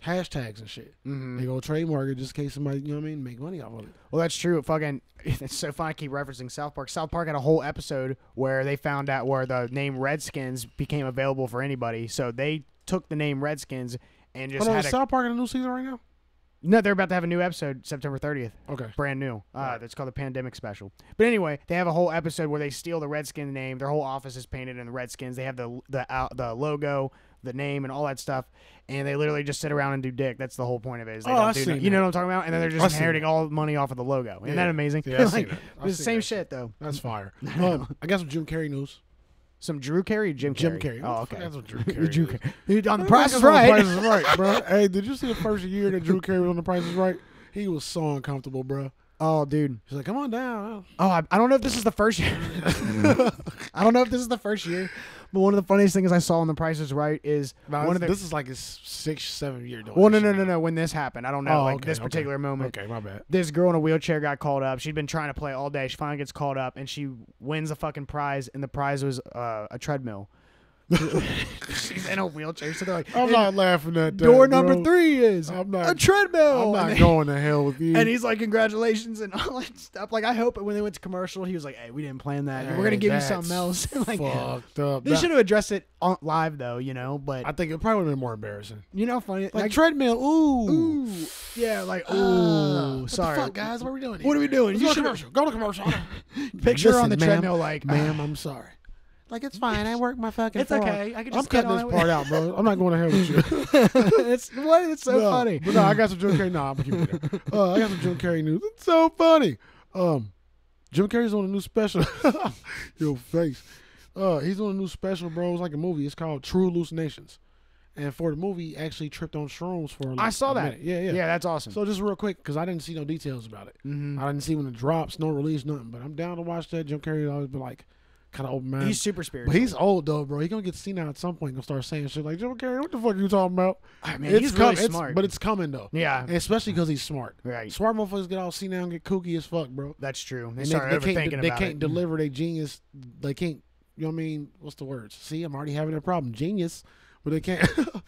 Speaker 2: hashtags and shit. They go trademark it just in case somebody, you know what I mean, make money off of it.
Speaker 1: Well, that's true. Fucking, it's so fun. I keep referencing South Park. South Park had a whole episode where they found out where the name Redskins became available for anybody. So they took the name Redskins and just
Speaker 2: Hold on,
Speaker 1: had
Speaker 2: is
Speaker 1: a.
Speaker 2: South Park in a new season right now?
Speaker 1: no, they're about to have a new episode September 30th.
Speaker 2: Okay.
Speaker 1: Brand new. Uh, that's called the Pandemic Special. But anyway, they have a whole episode where they steal the Redskin name. Their whole office is painted in the Redskins. They have the the out the logo, the name, and all that stuff. And they literally just sit around and do dick. That's the whole point of it. Is they
Speaker 2: Oh,
Speaker 1: don't
Speaker 2: I've
Speaker 1: do
Speaker 2: seen
Speaker 1: no- you know
Speaker 2: that.
Speaker 1: what I'm talking about? And then they're just
Speaker 2: I've seen
Speaker 1: inheriting all the money off of the logo. Isn't that
Speaker 2: Yeah.
Speaker 1: amazing?
Speaker 2: Yeah, I've seen
Speaker 1: Like,
Speaker 2: that. I've
Speaker 1: it's the
Speaker 2: seen
Speaker 1: same
Speaker 2: that
Speaker 1: shit though.
Speaker 2: That's fire. um, I got some Jim Carrey news.
Speaker 1: Some Drew Carey, Jim Carrey.
Speaker 2: Jim Carrey. What
Speaker 1: Oh,
Speaker 2: the
Speaker 1: okay.
Speaker 2: fuck? That's what Drew
Speaker 1: The
Speaker 2: Carrey.
Speaker 1: Drew
Speaker 2: is.
Speaker 1: Carey. Dude, on the
Speaker 2: That
Speaker 1: Price
Speaker 2: nigga's
Speaker 1: is
Speaker 2: on The
Speaker 1: Right.
Speaker 2: Price is right, bro. Hey, did you see the first year that Drew Carrey was on The Price is Right? He was so uncomfortable, bro.
Speaker 1: Oh, dude.
Speaker 2: He's like, come on down.
Speaker 1: Oh, I, I don't know if this is the first year. I don't know if this is the first year, but one of the funniest things I saw on The Price is Right is
Speaker 2: Nah,
Speaker 1: one of the
Speaker 2: Uh, this is like his six, seven year doing.
Speaker 1: Well, no,
Speaker 2: this
Speaker 1: no,
Speaker 2: shit.
Speaker 1: no, no. When this happened, I don't know.
Speaker 2: Oh,
Speaker 1: like
Speaker 2: okay,
Speaker 1: this
Speaker 2: okay.
Speaker 1: particular moment,
Speaker 2: Okay, my bad.
Speaker 1: this girl in a wheelchair got called up. She'd been trying to play all day. She finally gets called up, and she wins a fucking prize, and the prize was uh, a treadmill. She's in a wheelchair. So they're like,
Speaker 2: I'm
Speaker 1: "Hey,
Speaker 2: not laughing at that.
Speaker 1: door number
Speaker 2: bro.
Speaker 1: three is
Speaker 2: I'm not-
Speaker 1: a treadmill.
Speaker 2: I'm
Speaker 1: and,
Speaker 2: not
Speaker 1: they-
Speaker 2: going to hell with you.
Speaker 1: and he's like, congratulations and all that stuff. Like, I hope when they went to commercial, he was like, hey, we didn't plan that. We're going to
Speaker 2: Hey,
Speaker 1: give you
Speaker 2: that's
Speaker 1: something else. like,
Speaker 2: fucked up.
Speaker 1: they
Speaker 2: That-
Speaker 1: should have addressed it on live, though, you know, but
Speaker 2: I think it probably would have been more embarrassing.
Speaker 1: you know, how funny.
Speaker 2: Like, treadmill. Ooh.
Speaker 1: ooh. Yeah, like, ooh.
Speaker 2: Ah, what the
Speaker 1: sorry.
Speaker 2: fuck, guys? What are we doing?
Speaker 1: What are we doing?
Speaker 2: Let's
Speaker 1: You
Speaker 2: go to
Speaker 1: should-
Speaker 2: commercial. Go to commercial.
Speaker 1: Picture her on
Speaker 2: Listen,
Speaker 1: the
Speaker 2: ma'am,
Speaker 1: treadmill, like,
Speaker 2: Ma'am, I'm sorry. Like it's fine. uh, I work my fucking.
Speaker 1: It's
Speaker 2: four hours.
Speaker 1: okay. I can
Speaker 2: I'm
Speaker 1: just get
Speaker 2: cutting
Speaker 1: on
Speaker 2: this
Speaker 1: it.
Speaker 2: part out, bro. I'm not going to hell with you.
Speaker 1: it's, what? It's so
Speaker 2: no,
Speaker 1: funny.
Speaker 2: But no, I got some Jim Carrey. Nah, I'm keeping it there. Uh, I got some Jim Carrey news. It's so funny. Um, Jim Carrey's on a new special. Your face. Uh, he's on a new special, bro. It's like a movie. It's called True Hallucinations. And for the movie, he actually tripped on shrooms for. Like
Speaker 1: I saw
Speaker 2: a
Speaker 1: that.
Speaker 2: minute. Yeah, yeah.
Speaker 1: Yeah, that's awesome.
Speaker 2: So just real quick, because I didn't see no details about it.
Speaker 1: Mhm.
Speaker 2: I didn't see when it drops, no release, nothing. But I'm down to watch that. Jim Carrey always been like kind of open minded.
Speaker 1: He's super spiritual.
Speaker 2: But he's old though, bro. He gonna get seen out at some point. Gonna start saying shit like Jim Carrey. What the fuck are you talking about?
Speaker 1: I mean, he's really smart.
Speaker 2: but it's coming though.
Speaker 1: Yeah.
Speaker 2: and especially because he's smart.
Speaker 1: Right.
Speaker 2: Smart motherfuckers get all seen out and get kooky as fuck, bro.
Speaker 1: That's true. They
Speaker 2: And
Speaker 1: start
Speaker 2: they can't,
Speaker 1: overthinking
Speaker 2: they
Speaker 1: about
Speaker 2: can't
Speaker 1: it.
Speaker 2: deliver their genius. They can't. You know what I mean? What's the words? See, I'm already having a problem. Genius, but they can't.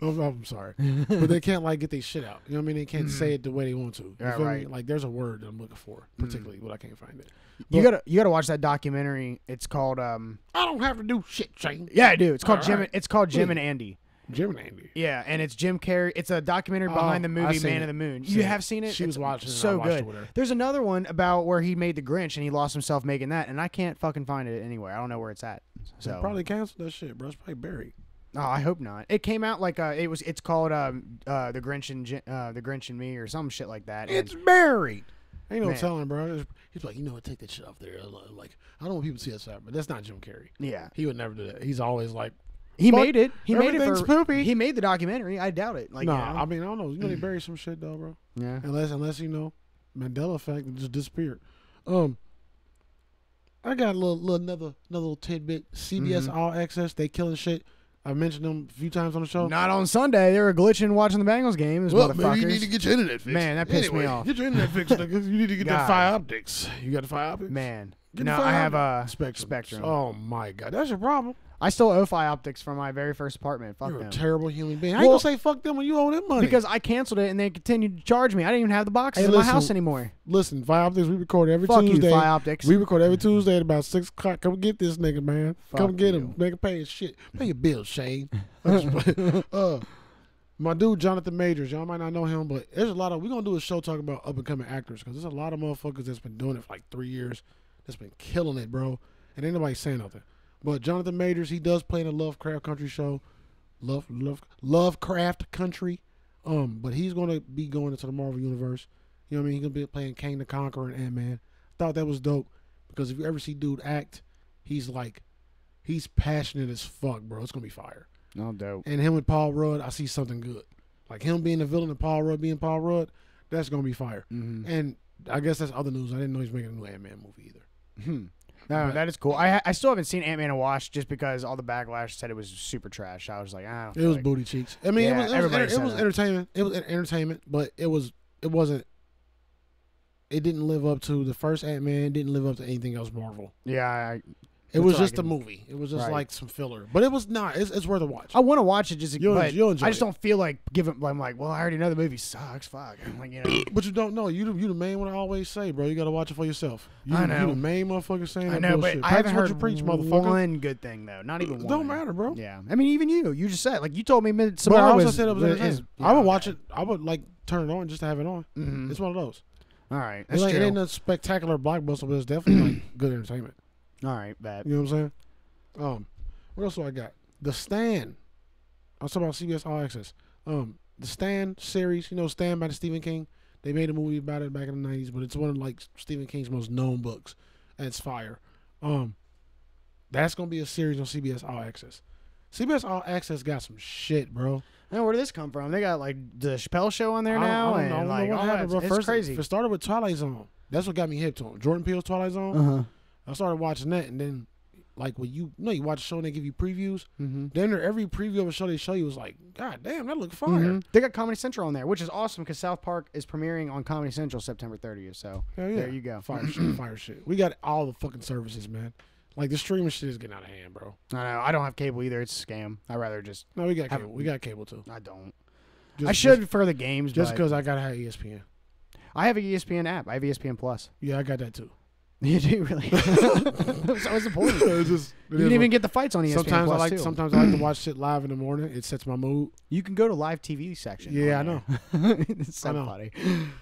Speaker 2: I'm, I'm sorry, but they can't like get their shit out. You know what I mean? They can't say it the way they want to. You
Speaker 1: Mm-hmm. Yeah,
Speaker 2: feel me?
Speaker 1: right. Mm.
Speaker 2: Like there's a word that I'm looking for, particularly, but I can't find it.
Speaker 1: You
Speaker 2: But-
Speaker 1: gotta you gotta watch that documentary. It's called um
Speaker 2: I don't have to do shit, Shane.
Speaker 1: yeah I do. It's called
Speaker 2: All
Speaker 1: Jim.
Speaker 2: right.
Speaker 1: It's called Jim
Speaker 2: Hmm.
Speaker 1: and Andy.
Speaker 2: Jim and Andy.
Speaker 1: Yeah, and it's Jim Carrey. It's a documentary behind the
Speaker 2: Oh,
Speaker 1: movie
Speaker 2: I've seen
Speaker 1: Man
Speaker 2: it.
Speaker 1: of the Moon.
Speaker 2: Seen
Speaker 1: you
Speaker 2: it.
Speaker 1: have seen it.
Speaker 2: She was
Speaker 1: It's
Speaker 2: watching it, I
Speaker 1: So
Speaker 2: watched
Speaker 1: good.
Speaker 2: it with her.
Speaker 1: There's another one about where he made the Grinch and he lost himself making that, and I can't fucking find it anywhere. I don't know where it's at. So
Speaker 2: Probably canceled that shit, bro. It's probably buried.
Speaker 1: Oh, I hope not. It came out like uh, it was. It's called um uh the Grinch and Jim, uh the Grinch and Me or some shit like that. and-
Speaker 2: buried. Ain't no
Speaker 1: Man.
Speaker 2: telling, bro. It's- He's like, you know what? Take that shit off there. I'm Like, I don't want people to see us out, but that's not Jim Carrey.
Speaker 1: yeah,
Speaker 2: He would never do that. He's always like,
Speaker 1: he
Speaker 2: Fuck,
Speaker 1: made it. He made it for
Speaker 2: everything's poopy.
Speaker 1: He made the documentary. I doubt it. Like
Speaker 2: nah.
Speaker 1: you know?
Speaker 2: I mean, I don't know. You know, they bury some shit though, bro.
Speaker 1: yeah.
Speaker 2: Unless, unless you know, Mandela effect it just disappeared. Um, I got a little, little another, another little tidbit. CBS
Speaker 1: Mm-hmm.
Speaker 2: All Access, they killing shit. I mentioned them a few times on the show.
Speaker 1: Not on Sunday. They were glitching watching the Bengals game. Those
Speaker 2: Well,
Speaker 1: motherfuckers.
Speaker 2: maybe you need to get your internet fixed.
Speaker 1: Man, that pissed me
Speaker 2: Anyway,
Speaker 1: off.
Speaker 2: Get your internet fixed. nigga. You need to get
Speaker 1: God.
Speaker 2: that fire optics. You got the fire optics?
Speaker 1: Man,
Speaker 2: Get the
Speaker 1: no,
Speaker 2: fire
Speaker 1: I have a
Speaker 2: optic-
Speaker 1: spectrum. spectrum.
Speaker 2: Oh my god, that's your problem.
Speaker 1: I still owe Fi Optics for my very first apartment. Fuck
Speaker 2: You're a
Speaker 1: them.
Speaker 2: terrible human being. I
Speaker 1: Well-
Speaker 2: ain't gonna say fuck them when you owe them money.
Speaker 1: because I canceled it and they continued to charge me. I didn't even have the boxes
Speaker 2: Hey,
Speaker 1: in my
Speaker 2: listen.
Speaker 1: house anymore.
Speaker 2: listen, fire optics, we record every
Speaker 1: Fuck you,
Speaker 2: Tuesday.
Speaker 1: Fi Optics.
Speaker 2: We record every Tuesday at about six o'clock. Come get this nigga, man.
Speaker 1: Fuck
Speaker 2: Come get
Speaker 1: you.
Speaker 2: him. Nigga, pay his shit. Pay your bills, Shane. uh, my dude Jonathan Majors, y'all might not know him, but there's a lot of we're gonna do a show talking about up and coming actors because there's a lot of motherfuckers that's been doing it for like three years, that's been killing it, bro. And ain't nobody saying nothing. But Jonathan Majors, he does play in a Lovecraft Country show, Love Love Lovecraft Country. Um, but he's gonna be going into the Marvel Universe. You know what I mean? He's gonna be playing Kang the Conqueror and Ant Man. Thought that was dope because if you ever see dude act, he's like, he's passionate as fuck, bro. It's gonna be fire
Speaker 1: No dope.
Speaker 2: and him with Paul Rudd, I see something good. Like him being the villain and Paul Rudd being Paul Rudd, that's gonna be fire.
Speaker 1: Mm-hmm.
Speaker 2: And I guess that's other news. I didn't know he's making a new Ant Man movie either.
Speaker 1: No, that is cool. I ha- I still haven't seen Ant Man and Watch just because all the backlash said it was super trash. I was like, I don't
Speaker 2: It was
Speaker 1: like,
Speaker 2: booty cheeks. I mean,
Speaker 1: Yeah,
Speaker 2: it was it was,
Speaker 1: everybody
Speaker 2: enter-
Speaker 1: said
Speaker 2: it was
Speaker 1: that.
Speaker 2: entertainment. It was en- entertainment, but it was it wasn't. It didn't live up to the first Ant Man. Didn't live up to anything else Marvel.
Speaker 1: yeah. I,
Speaker 2: It
Speaker 1: That's
Speaker 2: was
Speaker 1: all I
Speaker 2: just a
Speaker 1: can-
Speaker 2: movie. It was just
Speaker 1: Right.
Speaker 2: like some filler, but it was not. It's, it's worth a watch.
Speaker 1: I want to watch it just,
Speaker 2: You'll-
Speaker 1: but
Speaker 2: you'll enjoy
Speaker 1: I just
Speaker 2: it.
Speaker 1: don't feel like giving. I'm like, well, I already know the movie sucks. Fuck. I'm like, you know,
Speaker 2: But you don't know. You the- you the main one I always say, bro. You gotta watch it for yourself. You,
Speaker 1: I
Speaker 2: the-
Speaker 1: know.
Speaker 2: You the main motherfucker saying
Speaker 1: I
Speaker 2: that
Speaker 1: know, but
Speaker 2: bullshit.
Speaker 1: I haven't
Speaker 2: Practice what
Speaker 1: heard
Speaker 2: you preach, motherfucker.
Speaker 1: one good thing though. Not even
Speaker 2: It
Speaker 1: one.
Speaker 2: don't matter, bro.
Speaker 1: Yeah, I mean, even you, you just said like you told me mid
Speaker 2: But I
Speaker 1: Samara
Speaker 2: also
Speaker 1: was.
Speaker 2: said it was
Speaker 1: was-
Speaker 2: entertaining.
Speaker 1: is-
Speaker 2: I would
Speaker 1: yeah,
Speaker 2: watch it. I would like turn it on just to have it on.
Speaker 1: Mhm.
Speaker 2: It's one of those.
Speaker 1: All right,
Speaker 2: It's
Speaker 1: that's
Speaker 2: like, it
Speaker 1: true.
Speaker 2: ain't a spectacular blockbuster, but it's definitely like good entertainment.
Speaker 1: All right, bad.
Speaker 2: You know what I'm saying? Um, what else do I got? The Stand. I was talking about CBS All Access. Um, the Stand series. You know, Stand by the Stephen King. They made a movie about it back in the '90s, but it's one of like Stephen King's most known books, and it's fire. Um, that's gonna be a series on CBS All Access. CBS All Access got some shit, bro.
Speaker 1: Now, where did this come from? They got like the Chappelle show on there now,
Speaker 2: I don't, I don't
Speaker 1: and
Speaker 2: know
Speaker 1: like
Speaker 2: what
Speaker 1: all
Speaker 2: happened,
Speaker 1: that.
Speaker 2: bro.
Speaker 1: It's
Speaker 2: First,
Speaker 1: crazy.
Speaker 2: It started with Twilight Zone. That's what got me hip to him. Jordan Peele's Twilight Zone.
Speaker 1: Uh-huh.
Speaker 2: I started watching that, and then like when you, you know you watch a show and they give you previews.
Speaker 1: Mhm.
Speaker 2: Then there- every preview of a show they show you was like, God damn, that look fire.
Speaker 1: Mhm. They got Comedy Central on there, which is awesome because South Park is premiering on Comedy Central September 30th. So
Speaker 2: Hell yeah.
Speaker 1: there you go.
Speaker 2: Fire shit, fire shit. We got all the fucking services, man. Like the streaming shit is getting out of hand, bro.
Speaker 1: Mm-hmm. I know. I don't have cable either. It's a scam. I'd rather just.
Speaker 2: No, we got
Speaker 1: Have-
Speaker 2: cable. we got cable too.
Speaker 1: I don't.
Speaker 2: Just,
Speaker 1: I should for the games,
Speaker 2: just
Speaker 1: just because
Speaker 2: because I gotta have E ESPN.
Speaker 1: I have a E ESPN app. I have ESPN Plus.
Speaker 2: Yeah, I got that too.
Speaker 1: You do really. so what's the point? You
Speaker 2: It's just- it is
Speaker 1: didn't
Speaker 2: what-
Speaker 1: even get E the fights on ESPN
Speaker 2: sometimes I
Speaker 1: Plus,
Speaker 2: like
Speaker 1: too.
Speaker 2: sometimes I like to watch shit live in the morning. It sets my mood.
Speaker 1: You can go to live TV section.
Speaker 2: Yeah, I
Speaker 1: on
Speaker 2: know.
Speaker 1: there. it's so
Speaker 2: I know.
Speaker 1: funny.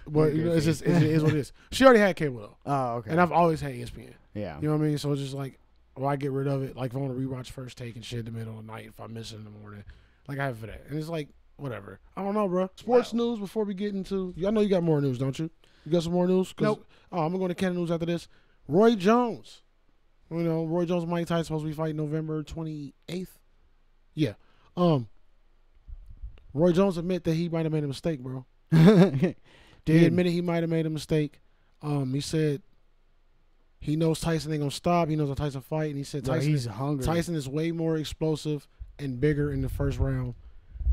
Speaker 2: But you know, it's just it is what it is. She already had cable though,
Speaker 1: Oh, okay.
Speaker 2: and I've always had E ESPN.
Speaker 1: yeah.
Speaker 2: You know what I mean? So it's just like, well, I get rid of it. Like if I want to rewatch First Take and shit in the middle of the night, if I miss it in the morning, like I have it for that. And it's like whatever. I don't know, bro. Sports news before we get into. I know you got more news, don't you? You got some more news? 'Cause-
Speaker 1: Nope.
Speaker 2: Oh, I'm going to Canada news after this. Roy Jones. You know, Roy Jones, Mike Tyson supposed to be fighting November 28th. Yeah. Um. Roy Jones admit that he might have made a mistake, bro. He
Speaker 1: Dude,
Speaker 2: admitted he might have made a mistake. Um, he said he knows Tyson ain't gonna stop. He knows how Tyson fight, and he said
Speaker 1: bro,
Speaker 2: Tyson
Speaker 1: he's
Speaker 2: is,
Speaker 1: hungry.
Speaker 2: Tyson is way more explosive and bigger in the first round.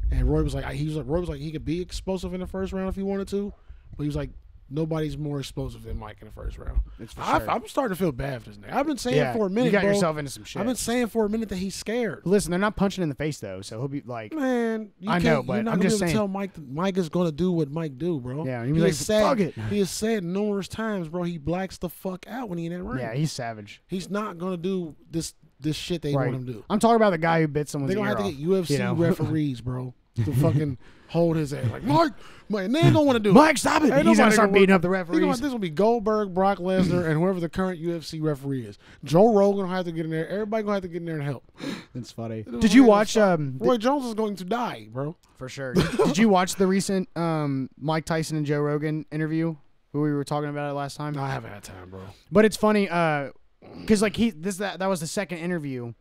Speaker 2: And Roy was like, he was like, Roy was like, he could be explosive in the first round if he wanted to, but he was like, nobody's more explosive than Mike in the first round.
Speaker 1: It's for
Speaker 2: I,
Speaker 1: sure.
Speaker 2: I'm starting to feel bad for this nigga. I've been saying
Speaker 1: yeah,
Speaker 2: for a minute,
Speaker 1: you got
Speaker 2: bro.
Speaker 1: yourself into some shit.
Speaker 2: I've been saying for a minute that he's scared.
Speaker 1: Listen, they're not punching in the face though, so he'll be like,
Speaker 2: Man, you
Speaker 1: I know,
Speaker 2: can't,
Speaker 1: but
Speaker 2: you're not
Speaker 1: I'm
Speaker 2: gonna
Speaker 1: just
Speaker 2: be able to
Speaker 1: saying-
Speaker 2: tell Mike. that Mike is gonna do what Mike do, bro.
Speaker 1: Yeah,
Speaker 2: he
Speaker 1: and he's like,
Speaker 2: is said,
Speaker 1: "Fuck it."
Speaker 2: He has said numerous times, bro. He blacks the fuck out when he in that ring.
Speaker 1: yeah, he's savage.
Speaker 2: he's not gonna do this this shit they
Speaker 1: Right.
Speaker 2: want him to do.
Speaker 1: I'm talking about the guy who bit someone's
Speaker 2: They're gonna
Speaker 1: ear
Speaker 2: have to
Speaker 1: off.
Speaker 2: get UFC
Speaker 1: you know?
Speaker 2: referees, bro, to fucking hold his ass. Like Mike, Mike, and they ain't gonna want to do
Speaker 1: Mike, stop it!
Speaker 2: it. Ain't
Speaker 1: he's gonna
Speaker 2: nobody
Speaker 1: start
Speaker 2: wanna-
Speaker 1: beating up the
Speaker 2: You know what?
Speaker 1: referees.
Speaker 2: This will be Goldberg, Brock Lesnar, and whoever the current UFC referee is. Joe Rogan will have to get in there. Everybody gonna have to get in there and help.
Speaker 1: That's funny.
Speaker 2: is
Speaker 1: Did you
Speaker 2: what I
Speaker 1: watch?
Speaker 2: saw.
Speaker 1: Um,
Speaker 2: Roy Jones is going to die, bro.
Speaker 1: for sure. Did you watch the recent um Mike Tyson and Joe Rogan interview? Who we were talking about it last time?
Speaker 2: No, I haven't had time, bro.
Speaker 1: But it's funny, uh, because like he this that that was the second interview,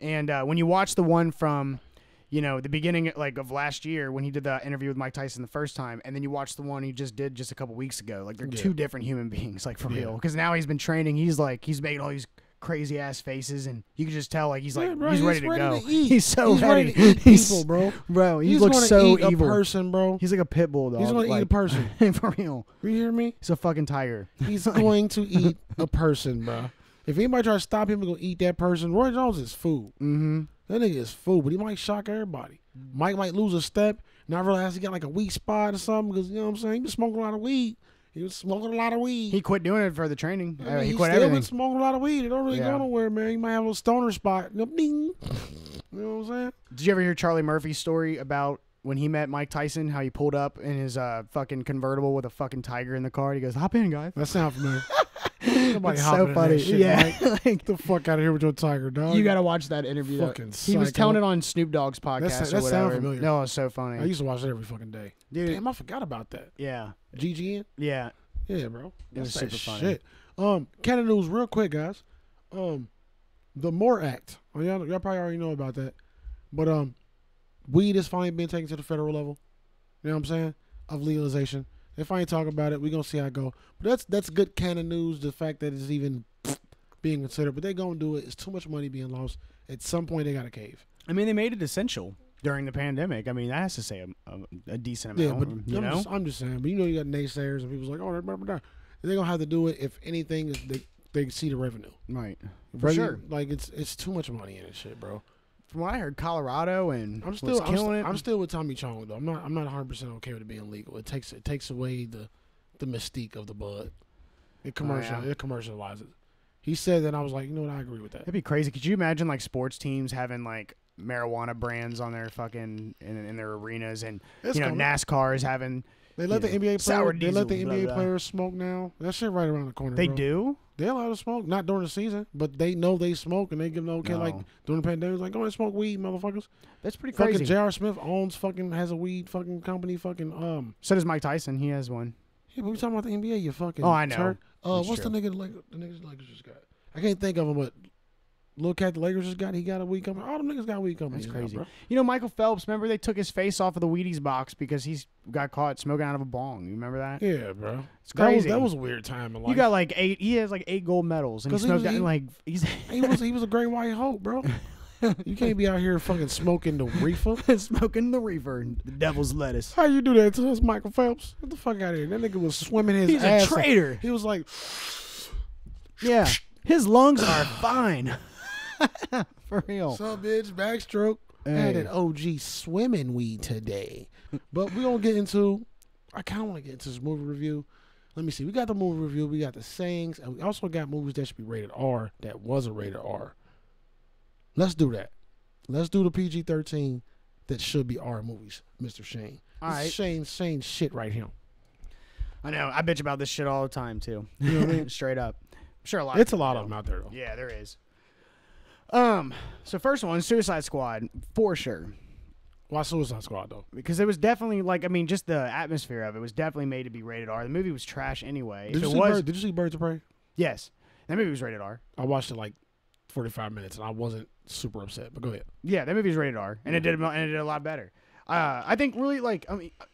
Speaker 1: and uh, when you watch the one from, you know, the beginning like of last year when he did the interview with Mike Tyson the first time, and then you watch the one he just did just a couple weeks ago, like they're
Speaker 2: Yeah.
Speaker 1: two different human beings, like for real. Because now he's been training, he's like he's making all these crazy ass faces, and you can just tell like he's like
Speaker 2: Yeah, bro,
Speaker 1: he's, ready to go.
Speaker 2: eat.
Speaker 1: he's so
Speaker 2: he's
Speaker 1: ready.
Speaker 2: ready to eat
Speaker 1: He's-
Speaker 2: people, bro.
Speaker 1: bro, he
Speaker 2: he's
Speaker 1: looks
Speaker 2: gonna
Speaker 1: so
Speaker 2: eat a
Speaker 1: evil.
Speaker 2: person, bro.
Speaker 1: He's like a pit bull dog.
Speaker 2: He's gonna eat a
Speaker 1: like,
Speaker 2: person.
Speaker 1: for real.
Speaker 2: You hear me?
Speaker 1: He's a fucking tiger.
Speaker 2: He's going to eat a person, bro. If anybody tries to stop him, he's gonna eat that person. Roy Jones is food.
Speaker 1: Mm-hmm.
Speaker 2: That nigga is food, but he might shock everybody. Mike might lose a step, not realize he got like a weak spot or something because you know what I'm saying. He been smoking a lot of weed. He was smoking a lot of weed.
Speaker 1: He quit doing it for the training.
Speaker 2: I
Speaker 1: Uh,
Speaker 2: mean,
Speaker 1: he
Speaker 2: he's
Speaker 1: quit
Speaker 2: still
Speaker 1: everything.
Speaker 2: been smoking a lot of weed. It don't really
Speaker 1: Yeah.
Speaker 2: go nowhere, man. He might have a little stoner spot. You know, ding. You know what I'm saying?
Speaker 1: Did you ever hear Charlie Murphy's story about when he met Mike Tyson? How he pulled up in his uh, fucking convertible with a fucking tiger in the car? And he goes, "Hop in, guys."
Speaker 2: That sound familiar. Somebody
Speaker 1: It's
Speaker 2: hopping
Speaker 1: so
Speaker 2: in
Speaker 1: funny.
Speaker 2: That shit,
Speaker 1: yeah,
Speaker 2: Mike.
Speaker 1: like
Speaker 2: Get the fuck out of here with your tiger, dog.
Speaker 1: you got to watch that interview. though.
Speaker 2: Fucking
Speaker 1: he was
Speaker 2: psycho.
Speaker 1: telling it on Snoop Dogg's podcast
Speaker 2: That sa-
Speaker 1: or
Speaker 2: that sound
Speaker 1: whatever.
Speaker 2: familiar.
Speaker 1: No, it's so
Speaker 2: I
Speaker 1: funny.
Speaker 2: used to watch that every fucking day.
Speaker 1: Dude.
Speaker 2: Damn, I forgot about that.
Speaker 1: yeah,
Speaker 2: GGN.
Speaker 1: yeah.
Speaker 2: Yeah, bro.
Speaker 1: It was
Speaker 2: That's that
Speaker 1: super funny.
Speaker 2: Shit. Um, Canada news, real quick, guys. Um, the Moore Act. Oh, y'all, y'all probably already know about that, but um, weed is finally being taken to the federal level. You know what I'm saying? Of legalization. If I ain't talking about it, we gonna see how it go. But that's that's good Canada news. The fact that it's even being considered, but they gonna do it. It's too much money being lost. At some point, they gotta cave.
Speaker 1: I mean, they made it essential during the pandemic. I mean, that has to say a, a, a decent
Speaker 2: Yeah,
Speaker 1: amount.
Speaker 2: but
Speaker 1: you
Speaker 2: I'm,
Speaker 1: know,
Speaker 2: Just, I'm just saying. But you know, you got naysayers and people's like, oh, blah, blah, blah. they're gonna have to do it if anything. is They they see the revenue.
Speaker 1: right? For
Speaker 2: Revenue-
Speaker 1: sure.
Speaker 2: Like it's it's too much money in this shit, bro.
Speaker 1: From what I heard, Colorado and
Speaker 2: I'm
Speaker 1: was
Speaker 2: still I'm,
Speaker 1: killing
Speaker 2: st-
Speaker 1: it.
Speaker 2: I'm still with Tommy Chong though. I'm not I'm not 100 percent okay with it being legal. It takes it takes away the the mystique of the bud. It commercial
Speaker 1: yeah.
Speaker 2: it commercializes. He said that I was like, you know what? I agree with that.
Speaker 1: That'd be crazy. Could you imagine like sports teams having like marijuana brands on their fucking in, in their arenas, and
Speaker 2: It's
Speaker 1: you know
Speaker 2: coming.
Speaker 1: NASCAR is having.
Speaker 2: They let
Speaker 1: Yeah.
Speaker 2: the NBA
Speaker 1: Sour
Speaker 2: player, they let the
Speaker 1: diesel, blah,
Speaker 2: NBA
Speaker 1: blah.
Speaker 2: players smoke now. That shit right around the corner.
Speaker 1: They
Speaker 2: bro.
Speaker 1: do.
Speaker 2: They allowed to smoke, not during the season, but they know they smoke and they give no okay. Like
Speaker 1: No.
Speaker 2: during the pandemic, like go ahead and smoke weed, motherfuckers.
Speaker 1: That's pretty
Speaker 2: Fucking
Speaker 1: crazy.
Speaker 2: J.R. Smith owns fucking has a weed fucking company. Fucking um,
Speaker 1: so does Mike Tyson. He has one.
Speaker 2: yeah, but we talking about the NBA. You fucking
Speaker 1: Oh, I know.
Speaker 2: turd. Uh,
Speaker 1: That's
Speaker 2: what's the nigga like the niggas the Lakers just got? I can't think of him, but Lil Cat the Lakers just got. He got a weed company. All them niggas got weed companies.
Speaker 1: That's
Speaker 2: now,
Speaker 1: crazy.
Speaker 2: bro.
Speaker 1: You know, Michael Phelps. Remember they took his face off of the Wheaties box because he's got caught smoking out of a bong. You remember that?
Speaker 2: Yeah, bro.
Speaker 1: It's
Speaker 2: That was
Speaker 1: crazy.
Speaker 2: that was a weird time in life.
Speaker 1: you got like eight. He has like eight gold medals, and he
Speaker 2: 'Cause he
Speaker 1: smoked
Speaker 2: was-
Speaker 1: out
Speaker 2: he-
Speaker 1: and like he's
Speaker 2: he was he was a great white hope, bro. you can't be out here fucking smoking the reefer.
Speaker 1: smoking the reefer, and the devil's lettuce.
Speaker 2: How you do that to us, Michael Phelps? Get the fuck out of here. That nigga was swimming his
Speaker 1: He's a
Speaker 2: ass.
Speaker 1: traitor.
Speaker 2: He was like,
Speaker 1: Yeah, His lungs are fine. For real.
Speaker 2: What's up, bitch? Backstroke.
Speaker 1: Oh.
Speaker 2: Had
Speaker 1: Hey.
Speaker 2: an OG swimming weed today. But we're going to get into, I kind of want to get into this movie review. Let me see. We got the movie review. We got the sayings. And we also got movies that should be rated R that wasn't rated R. Let's do that. Let's do the PG 13 that should be R movies, Mr. Shane.
Speaker 1: All
Speaker 2: This is
Speaker 1: right.
Speaker 2: Shane, Shane shit right here.
Speaker 1: I know. I bitch about this shit all the time too.
Speaker 2: You know what I mean?
Speaker 1: Straight up. I'm sure a lot.
Speaker 2: It's a lot of them out there, though.
Speaker 1: Yeah, there is. Um. So first one, Suicide Squad for sure,
Speaker 2: Why Suicide Squad, though?
Speaker 1: because it was definitely like I mean, just the atmosphere of it was definitely made to be rated R. The movie was trash anyway.
Speaker 2: Did
Speaker 1: if
Speaker 2: you,
Speaker 1: it
Speaker 2: see
Speaker 1: was
Speaker 2: Bird, did you see Birds of Prey?
Speaker 1: yes, that movie was rated R.
Speaker 2: I watched it like 45 minutes and I wasn't super upset, but go ahead.
Speaker 1: Yeah, that movie was rated R, and it did and it did a lot better. Uh, I think really like I mean, I-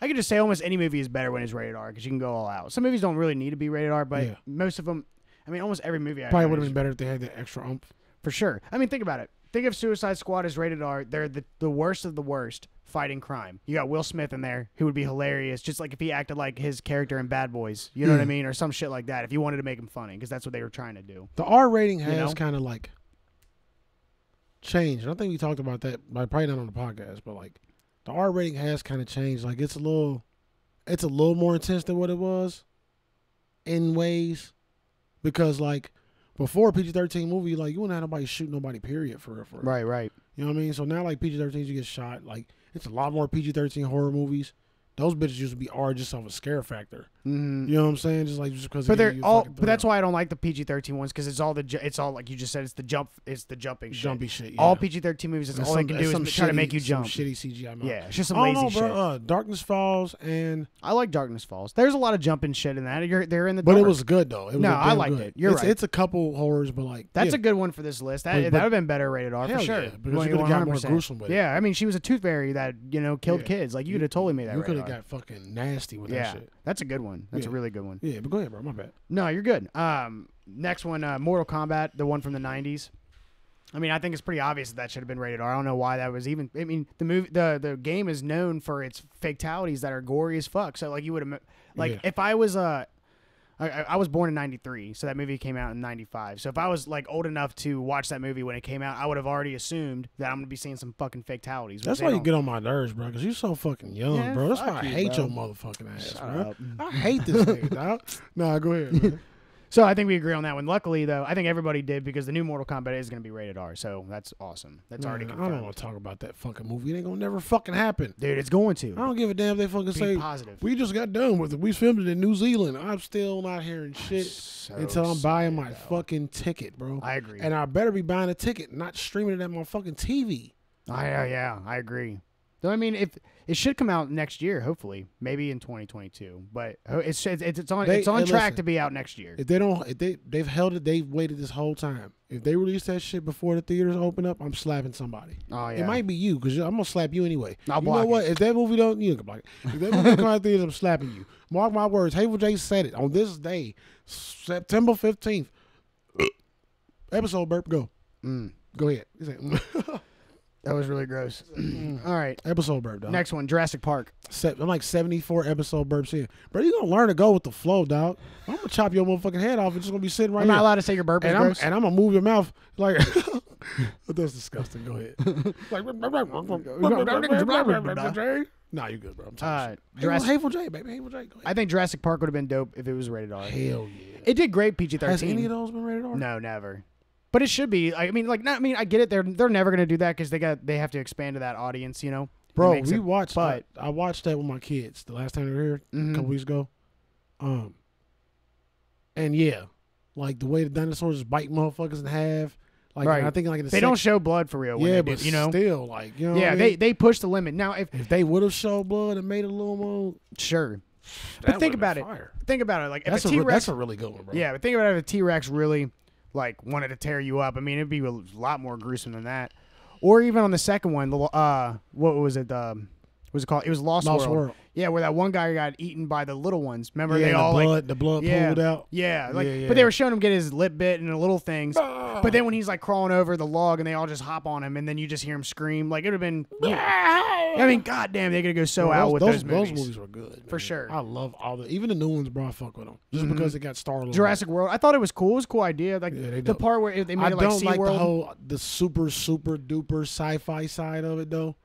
Speaker 1: I could just say almost any movie is better when it's rated R because you can go all out. Some movies don't really need to be rated R, but
Speaker 2: Yeah.
Speaker 1: most of them, I mean, almost every movie I
Speaker 2: Probably
Speaker 1: enjoy
Speaker 2: would
Speaker 1: is
Speaker 2: have been better if they had that extra umph.
Speaker 1: For sure. I mean, think about it. Think of Suicide Squad as rated R. They're the, the worst of the worst fighting crime. You got Will Smith in there, who would be hilarious, just like if he acted like his character in Bad Boys. You know what I
Speaker 2: Yeah.
Speaker 1: mean? Or some shit like that, if you wanted to make him funny, because that's what they were trying to do.
Speaker 2: The R rating has
Speaker 1: know?
Speaker 2: kind of like changed. And I think we talked about that, like, probably not on the podcast, but like the R rating has kind of changed. Like it's a little, it's a little more intense than what it was in ways because like before PG 13 movie, like you wouldn't have nobody shoot nobody, period, for real. For real.
Speaker 1: Right, right.
Speaker 2: You know what I mean? So now like PG thirteen, you get shot. Like it's a lot more PG thirteen horror movies. Those bitches used to be R just off a scare factor.
Speaker 1: Mm-hmm.
Speaker 2: You know what I'm saying? Just like just because.
Speaker 1: But they're all. But that's why I don't like the PG thirteen ones because it's all the. ju- It's all like you just said. It's the jump. It's the jumping. Shit.
Speaker 2: jumpy shit.
Speaker 1: All
Speaker 2: yeah.
Speaker 1: PG thirteen movies. That's
Speaker 2: And
Speaker 1: all
Speaker 2: some-
Speaker 1: they can
Speaker 2: and
Speaker 1: do is
Speaker 2: some
Speaker 1: try to make
Speaker 2: shitty-
Speaker 1: you jump.
Speaker 2: Some shitty CGI. Mount.
Speaker 1: Yeah, it's just some
Speaker 2: I don't
Speaker 1: lazy
Speaker 2: know,
Speaker 1: shit.
Speaker 2: bro. Uh, Darkness Falls and
Speaker 1: I like Darkness Falls. There's a lot of jumping shit in that. You're they're in the.
Speaker 2: but it
Speaker 1: dark.
Speaker 2: was good though. It was
Speaker 1: No,
Speaker 2: a
Speaker 1: I
Speaker 2: damn
Speaker 1: liked
Speaker 2: good.
Speaker 1: it. You're
Speaker 2: it's,
Speaker 1: right.
Speaker 2: It's a couple horrors, but like
Speaker 1: That's
Speaker 2: yeah.
Speaker 1: a good one for this list. That
Speaker 2: But-
Speaker 1: that
Speaker 2: but-
Speaker 1: would have been better rated R for
Speaker 2: Hell
Speaker 1: sure.
Speaker 2: yeah, because you could've got more
Speaker 1: 100%.
Speaker 2: gruesome with it.
Speaker 1: Yeah, I mean, she was a tooth fairy that you know killed
Speaker 2: Yeah.
Speaker 1: kids. Like you could have totally made that.
Speaker 2: You
Speaker 1: rated
Speaker 2: could have
Speaker 1: R.
Speaker 2: got fucking nasty with
Speaker 1: Yeah,
Speaker 2: that shit.
Speaker 1: that's a good one. That's a
Speaker 2: Yeah.
Speaker 1: really good one.
Speaker 2: Yeah, but go ahead, bro. My bad.
Speaker 1: No, you're good. Um, next one, uh, Mortal Kombat, the one from the '90s. I mean, I think it's pretty obvious that, that should have been rated R. I don't know why that was even. I mean, the movie, the the game is known for its fatalities that are gory as fuck. So like you would have, like
Speaker 2: Yeah.
Speaker 1: if I was uh, I, I- I was born in '93, so that movie came out in '95. So if I was like old enough to watch that movie when it came out, I would have already assumed that I'm gonna be seeing some fucking fatalities. which
Speaker 2: That's
Speaker 1: they
Speaker 2: why you
Speaker 1: don't.
Speaker 2: get on my nerves, bro. Because you're so fucking young,
Speaker 1: Yeah,
Speaker 2: bro. That's why
Speaker 1: fuck
Speaker 2: I
Speaker 1: you,
Speaker 2: hate
Speaker 1: bro.
Speaker 2: your motherfucking ass,
Speaker 1: Shut
Speaker 2: bro.
Speaker 1: up.
Speaker 2: I hate this nigga, dog. Nah, go ahead. man.
Speaker 1: So I think we agree on that one. Luckily, though, I think everybody did because the new Mortal Kombat is gonna be rated R. So that's awesome. That's already
Speaker 2: Man,
Speaker 1: confirmed.
Speaker 2: I don't want to talk about that fucking movie. It ain't gonna never fucking happen.
Speaker 1: Dude, it's going to.
Speaker 2: I don't give a damn if they
Speaker 1: Be
Speaker 2: fucking say
Speaker 1: positive.
Speaker 2: we just got done with it. We filmed it in New Zealand. I'm still not hearing shit
Speaker 1: so
Speaker 2: until I'm buying my fucking ticket, bro.
Speaker 1: I agree.
Speaker 2: And I better be buying a ticket, not streaming it at my fucking TV.
Speaker 1: I, uh, yeah, I agree. Though I mean, if it should come out next year, hopefully, maybe in 2022, but ho- it's it's, it's on
Speaker 2: They-
Speaker 1: it's on
Speaker 2: hey,
Speaker 1: track
Speaker 2: listen.
Speaker 1: to be out next year.
Speaker 2: If they don't, if they they've held it, they've waited this whole time. If they release that shit before the theaters open up, I'm slapping somebody.
Speaker 1: Oh, yeah.
Speaker 2: It might be you because I'm gonna slap you anyway.
Speaker 1: I'll
Speaker 2: you know
Speaker 1: block
Speaker 2: what?
Speaker 1: it.
Speaker 2: If that movie don't, you can block it. If that movie come out theaters, I'm slapping you. Mark my words. Hateful Jay said it on this day, September fifteenth. Episode burp. Go.
Speaker 1: Mm.
Speaker 2: Go ahead. He said, mm.
Speaker 1: That was really gross. All right,
Speaker 2: episode burp. Dog.
Speaker 1: next one, Jurassic Park.
Speaker 2: Se- I'm like 74 episode burps in. Bro, you gonna learn to go with the flow, dog. I'm gonna chop your motherfucking head off. It's just gonna be sitting right
Speaker 1: I'm
Speaker 2: here.
Speaker 1: not allowed to say your burp is
Speaker 2: Oh, and I'm
Speaker 1: gross.
Speaker 2: and I'm gonna move your mouth like that's disgusting. Go ahead. like nah, you good, bro. I'm
Speaker 1: Uh,
Speaker 2: tired. of shit.
Speaker 1: Jurassic-
Speaker 2: hateful J, baby, hateful J. Go ahead.
Speaker 1: I think Jurassic Park would have been dope if it was rated R.
Speaker 2: Hell yeah.
Speaker 1: It did great PG-13.
Speaker 2: Has any of those been rated R?
Speaker 1: No, never. But it should be. I mean, like, not, I mean, I get it. They're they're never gonna do that because they got they have to expand to that audience. You know, It
Speaker 2: bro.
Speaker 1: makes
Speaker 2: We
Speaker 1: it-
Speaker 2: watched.
Speaker 1: but-
Speaker 2: I, I watched that with my kids the last time they were here a
Speaker 1: Mhm.
Speaker 2: couple weeks ago. Um, and yeah, like the way the dinosaurs just bite motherfuckers in half. Like
Speaker 1: Right.
Speaker 2: I think like in the
Speaker 1: they don't
Speaker 2: sex-
Speaker 1: show blood for real. When
Speaker 2: yeah,
Speaker 1: they do,
Speaker 2: but
Speaker 1: you know,
Speaker 2: still like you know. what
Speaker 1: yeah,
Speaker 2: I
Speaker 1: they
Speaker 2: mean?
Speaker 1: they push the limit. Now, if
Speaker 2: if they would have showed blood and made it a little more.
Speaker 1: sure,
Speaker 2: that
Speaker 1: but think
Speaker 2: would've been
Speaker 1: about it.
Speaker 2: fire.
Speaker 1: Think about it. Like if
Speaker 2: That's
Speaker 1: a
Speaker 2: a, re-
Speaker 1: T Rex,
Speaker 2: that's a really good one, bro.
Speaker 1: yeah, but think about it. If a T Rex really like wanted to tear you up, I mean, it'd be a lot more gruesome than that. Or even on the second one, the l- uh, what was it? Um, What's it called? It was Lost,
Speaker 2: Lost
Speaker 1: World.
Speaker 2: World.
Speaker 1: Yeah, where that one guy got eaten by the little ones. Remember
Speaker 2: Yeah,
Speaker 1: they
Speaker 2: the
Speaker 1: all
Speaker 2: blood,
Speaker 1: like
Speaker 2: the blood
Speaker 1: yeah,
Speaker 2: pulled out.
Speaker 1: Yeah, like
Speaker 2: Yeah, yeah.
Speaker 1: but they were showing him get his lip bit and the little things. But then when he's like crawling over the log and they all just hop on him and then you just hear him scream like it would have been. I mean, goddamn, they could go so out with those, movies.
Speaker 2: were good
Speaker 1: For
Speaker 2: man.
Speaker 1: sure. Mm-hmm.
Speaker 2: I love all the even the new ones, bro. I fuck with them just because it got Star Lord.
Speaker 1: Jurassic World. I thought it was cool. It was a cool idea. Like
Speaker 2: Yeah, they
Speaker 1: the
Speaker 2: dope.
Speaker 1: part where they made
Speaker 2: I
Speaker 1: it
Speaker 2: don't
Speaker 1: like
Speaker 2: like,
Speaker 1: Sea
Speaker 2: the
Speaker 1: World.
Speaker 2: whole the super super duper sci-fi side of it though.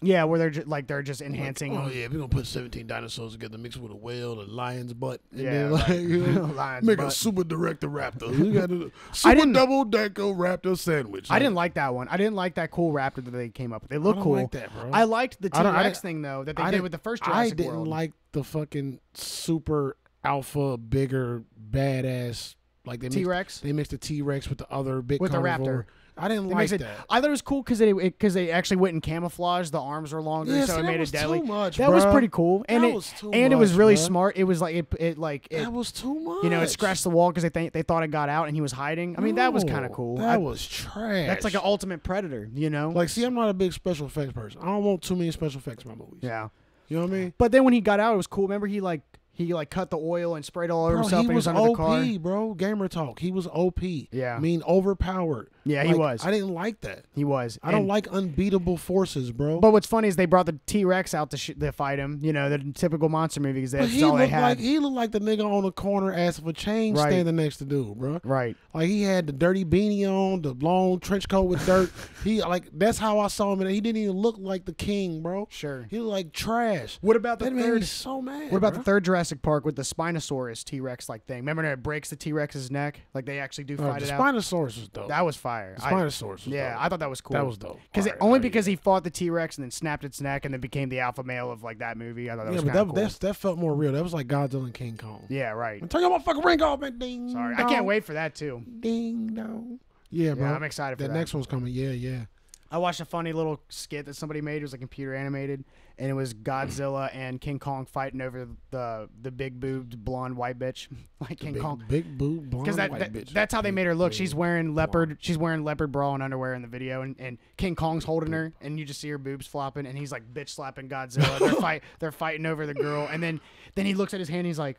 Speaker 1: yeah, where they're ju- like they're just enhancing.
Speaker 2: Oh yeah, we're gonna put seventeen dinosaurs together, mixed with a whale, a lion's butt, and
Speaker 1: Yeah,
Speaker 2: then
Speaker 1: like,
Speaker 2: like you know,
Speaker 1: lion's
Speaker 2: make a
Speaker 1: butt.
Speaker 2: super director raptor. We got a super
Speaker 1: didn't-
Speaker 2: double decker raptor sandwich.
Speaker 1: I didn't like that one. I didn't like that cool raptor that they came up with. They look
Speaker 2: don't
Speaker 1: cool.
Speaker 2: like that, bro.
Speaker 1: I liked the T
Speaker 2: I don't- I
Speaker 1: Rex
Speaker 2: didn't-
Speaker 1: thing though that they did
Speaker 2: didn't-
Speaker 1: with the first
Speaker 2: I
Speaker 1: Jurassic
Speaker 2: didn't
Speaker 1: World.
Speaker 2: like the fucking super alpha, bigger, badass. Like they mixed-
Speaker 1: T-Rex?
Speaker 2: They mixed the T Rex with the other big
Speaker 1: With the
Speaker 2: carnivore.
Speaker 1: raptor.
Speaker 2: I didn't
Speaker 1: It
Speaker 2: like
Speaker 1: makes it-
Speaker 2: that.
Speaker 1: I thought it was cool because they because they actually went in camouflage. The arms were longer,
Speaker 2: Yeah,
Speaker 1: so
Speaker 2: see,
Speaker 1: it
Speaker 2: that
Speaker 1: made
Speaker 2: was
Speaker 1: it deadly.
Speaker 2: too much,
Speaker 1: that was
Speaker 2: bruh.
Speaker 1: pretty cool, and
Speaker 2: That
Speaker 1: it
Speaker 2: was too
Speaker 1: and it was
Speaker 2: much,
Speaker 1: really
Speaker 2: bruh.
Speaker 1: smart. It was like it it like it,
Speaker 2: that was too much.
Speaker 1: you know it scratched the wall because they think they thought it got out and he was hiding. I mean that was
Speaker 2: No,
Speaker 1: kind of cool.
Speaker 2: That
Speaker 1: I-
Speaker 2: was trash.
Speaker 1: that's like an ultimate predator, you know.
Speaker 2: like. See, I'm not a big special effects person. I don't want too many special effects in my movies.
Speaker 1: yeah,
Speaker 2: You know what I mean?
Speaker 1: but then when he got out, it was cool. Remember he like he like cut the oil and sprayed all over
Speaker 2: Bro,
Speaker 1: himself
Speaker 2: he
Speaker 1: and he was
Speaker 2: was
Speaker 1: under the car.
Speaker 2: OP, bro. Gamer talk. He was OP.
Speaker 1: Yeah.
Speaker 2: I mean, overpowered.
Speaker 1: Yeah, he
Speaker 2: Like,
Speaker 1: was.
Speaker 2: I didn't like that.
Speaker 1: He was.
Speaker 2: I don't
Speaker 1: And-
Speaker 2: like unbeatable forces, bro.
Speaker 1: But what's funny is they brought the T Rex out to, sh- to fight him. You know the typical monster movie because
Speaker 2: But
Speaker 1: that's
Speaker 2: he
Speaker 1: all
Speaker 2: looked
Speaker 1: they had.
Speaker 2: like he looked like the nigga on the corner asking for change
Speaker 1: Right.
Speaker 2: standing next to dude, bro.
Speaker 1: right.
Speaker 2: Like he had the dirty beanie on, the long trench coat with dirt. he like that's how I saw him. And he didn't even look like the king, bro.
Speaker 1: Sure.
Speaker 2: he looked like trash.
Speaker 1: What about the
Speaker 2: that made me
Speaker 1: third-
Speaker 2: so mad.
Speaker 1: What about the
Speaker 2: third?
Speaker 1: third Jurassic Park with the Spinosaurus T Rex like thing? Remember that it breaks the T Rex's neck? Like they actually do fight
Speaker 2: Oh, the
Speaker 1: it out.
Speaker 2: Spinosaurus was dope.
Speaker 1: That was fire.
Speaker 2: the
Speaker 1: I-
Speaker 2: Spinosaurus. was
Speaker 1: yeah,
Speaker 2: dope.
Speaker 1: I thought that was cool.
Speaker 2: That was dope.
Speaker 1: Because
Speaker 2: Alright,
Speaker 1: only
Speaker 2: alright,
Speaker 1: because
Speaker 2: yeah.
Speaker 1: he fought the T Rex and then snapped its neck and then became the alpha male of like that movie. I thought that
Speaker 2: yeah,
Speaker 1: was
Speaker 2: but
Speaker 1: kind
Speaker 2: that
Speaker 1: of cool.
Speaker 2: that's, that felt more real. That was like Godzilla and King Kong.
Speaker 1: yeah, right.
Speaker 2: Turn your motherfucking ring off, man. Ding.
Speaker 1: Sorry, I can't
Speaker 2: dong,
Speaker 1: wait for that too.
Speaker 2: Ding dong. Yeah, bro.
Speaker 1: I'm excited for
Speaker 2: that
Speaker 1: that.
Speaker 2: next one's coming. Yeah, yeah.
Speaker 1: I watched a funny little skit that somebody made. It was like computer animated, and it was Godzilla and King Kong fighting over the the big boobed blonde white bitch, like King
Speaker 2: big,
Speaker 1: Kong.
Speaker 2: big boob, blonde
Speaker 1: Because that,
Speaker 2: white
Speaker 1: that-
Speaker 2: bitch.
Speaker 1: that's how they made her look. She's wearing leopard.
Speaker 2: blonde.
Speaker 1: She's wearing leopard bra and underwear in the video, and, and King Kong's holding her, and you just see her boobs flopping, and he's like bitch slapping Godzilla. they're fight. They're fighting over the girl, and then then he looks at his hand. And he's like,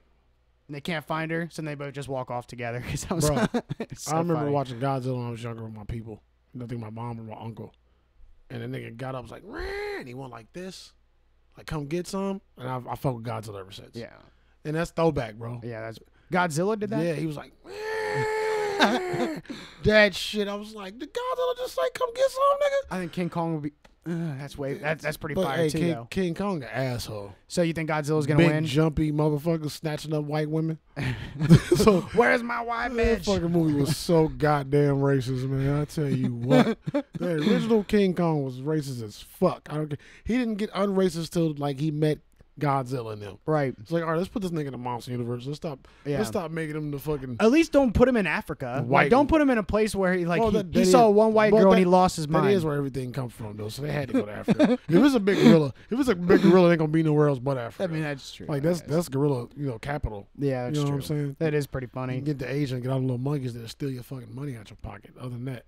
Speaker 1: and they can't find her, so they both just walk off together. 'Cause that was-
Speaker 2: Bro,
Speaker 1: it's so
Speaker 2: I remember
Speaker 1: funny.
Speaker 2: watching Godzilla when I was younger with my people. And I think my mom and my uncle. And the nigga got up was like, "Ran!" He went like this, like come get some. And I, I fuck with Godzilla ever since.
Speaker 1: Yeah,
Speaker 2: And that's throwback, bro.
Speaker 1: yeah. That's Godzilla did that.
Speaker 2: Yeah, he was like, "Rah!" that shit. I was like, the Godzilla just like come get some, nigga.
Speaker 1: I think King Kong would be. Uh, that's way. That, that's pretty
Speaker 2: But
Speaker 1: fire
Speaker 2: hey,
Speaker 1: too,
Speaker 2: King,
Speaker 1: though.
Speaker 2: King Kong, an asshole.
Speaker 1: So you think Godzilla's gonna
Speaker 2: Big
Speaker 1: win?
Speaker 2: jumpy motherfucker snatching up white women. so
Speaker 1: Where's my white
Speaker 2: That
Speaker 1: bitch?
Speaker 2: fucking movie was so goddamn racist, man. I tell you what, the original King Kong was racist as fuck. I don't care. He didn't get unracist till like he met Godzilla and them.
Speaker 1: Right.
Speaker 2: It's like, all right, let's put this nigga in the monster universe. Let's stop.
Speaker 1: Yeah.
Speaker 2: Let's stop making him the fucking.
Speaker 1: At least don't put him in Africa. Like,
Speaker 2: White-
Speaker 1: don't put him in a place where he like
Speaker 2: Well,
Speaker 1: he,
Speaker 2: that-
Speaker 1: he
Speaker 2: that
Speaker 1: saw
Speaker 2: is-
Speaker 1: one white
Speaker 2: well,
Speaker 1: girl and
Speaker 2: that-
Speaker 1: he lost his
Speaker 2: That
Speaker 1: mind.
Speaker 2: is where everything comes from, though. So they had to go to Africa. if it's a big gorilla, if it's a big gorilla, it ain't gonna be nowhere else but Africa.
Speaker 1: I mean, that's true.
Speaker 2: like
Speaker 1: I
Speaker 2: that's
Speaker 1: guess.
Speaker 2: that's gorilla, you know, capital.
Speaker 1: yeah, that's
Speaker 2: you know
Speaker 1: true.
Speaker 2: what I'm saying?
Speaker 1: That is pretty
Speaker 2: You
Speaker 1: funny.
Speaker 2: can get the Asian, get all the little monkeys that steal your fucking money out your pocket. Other than that,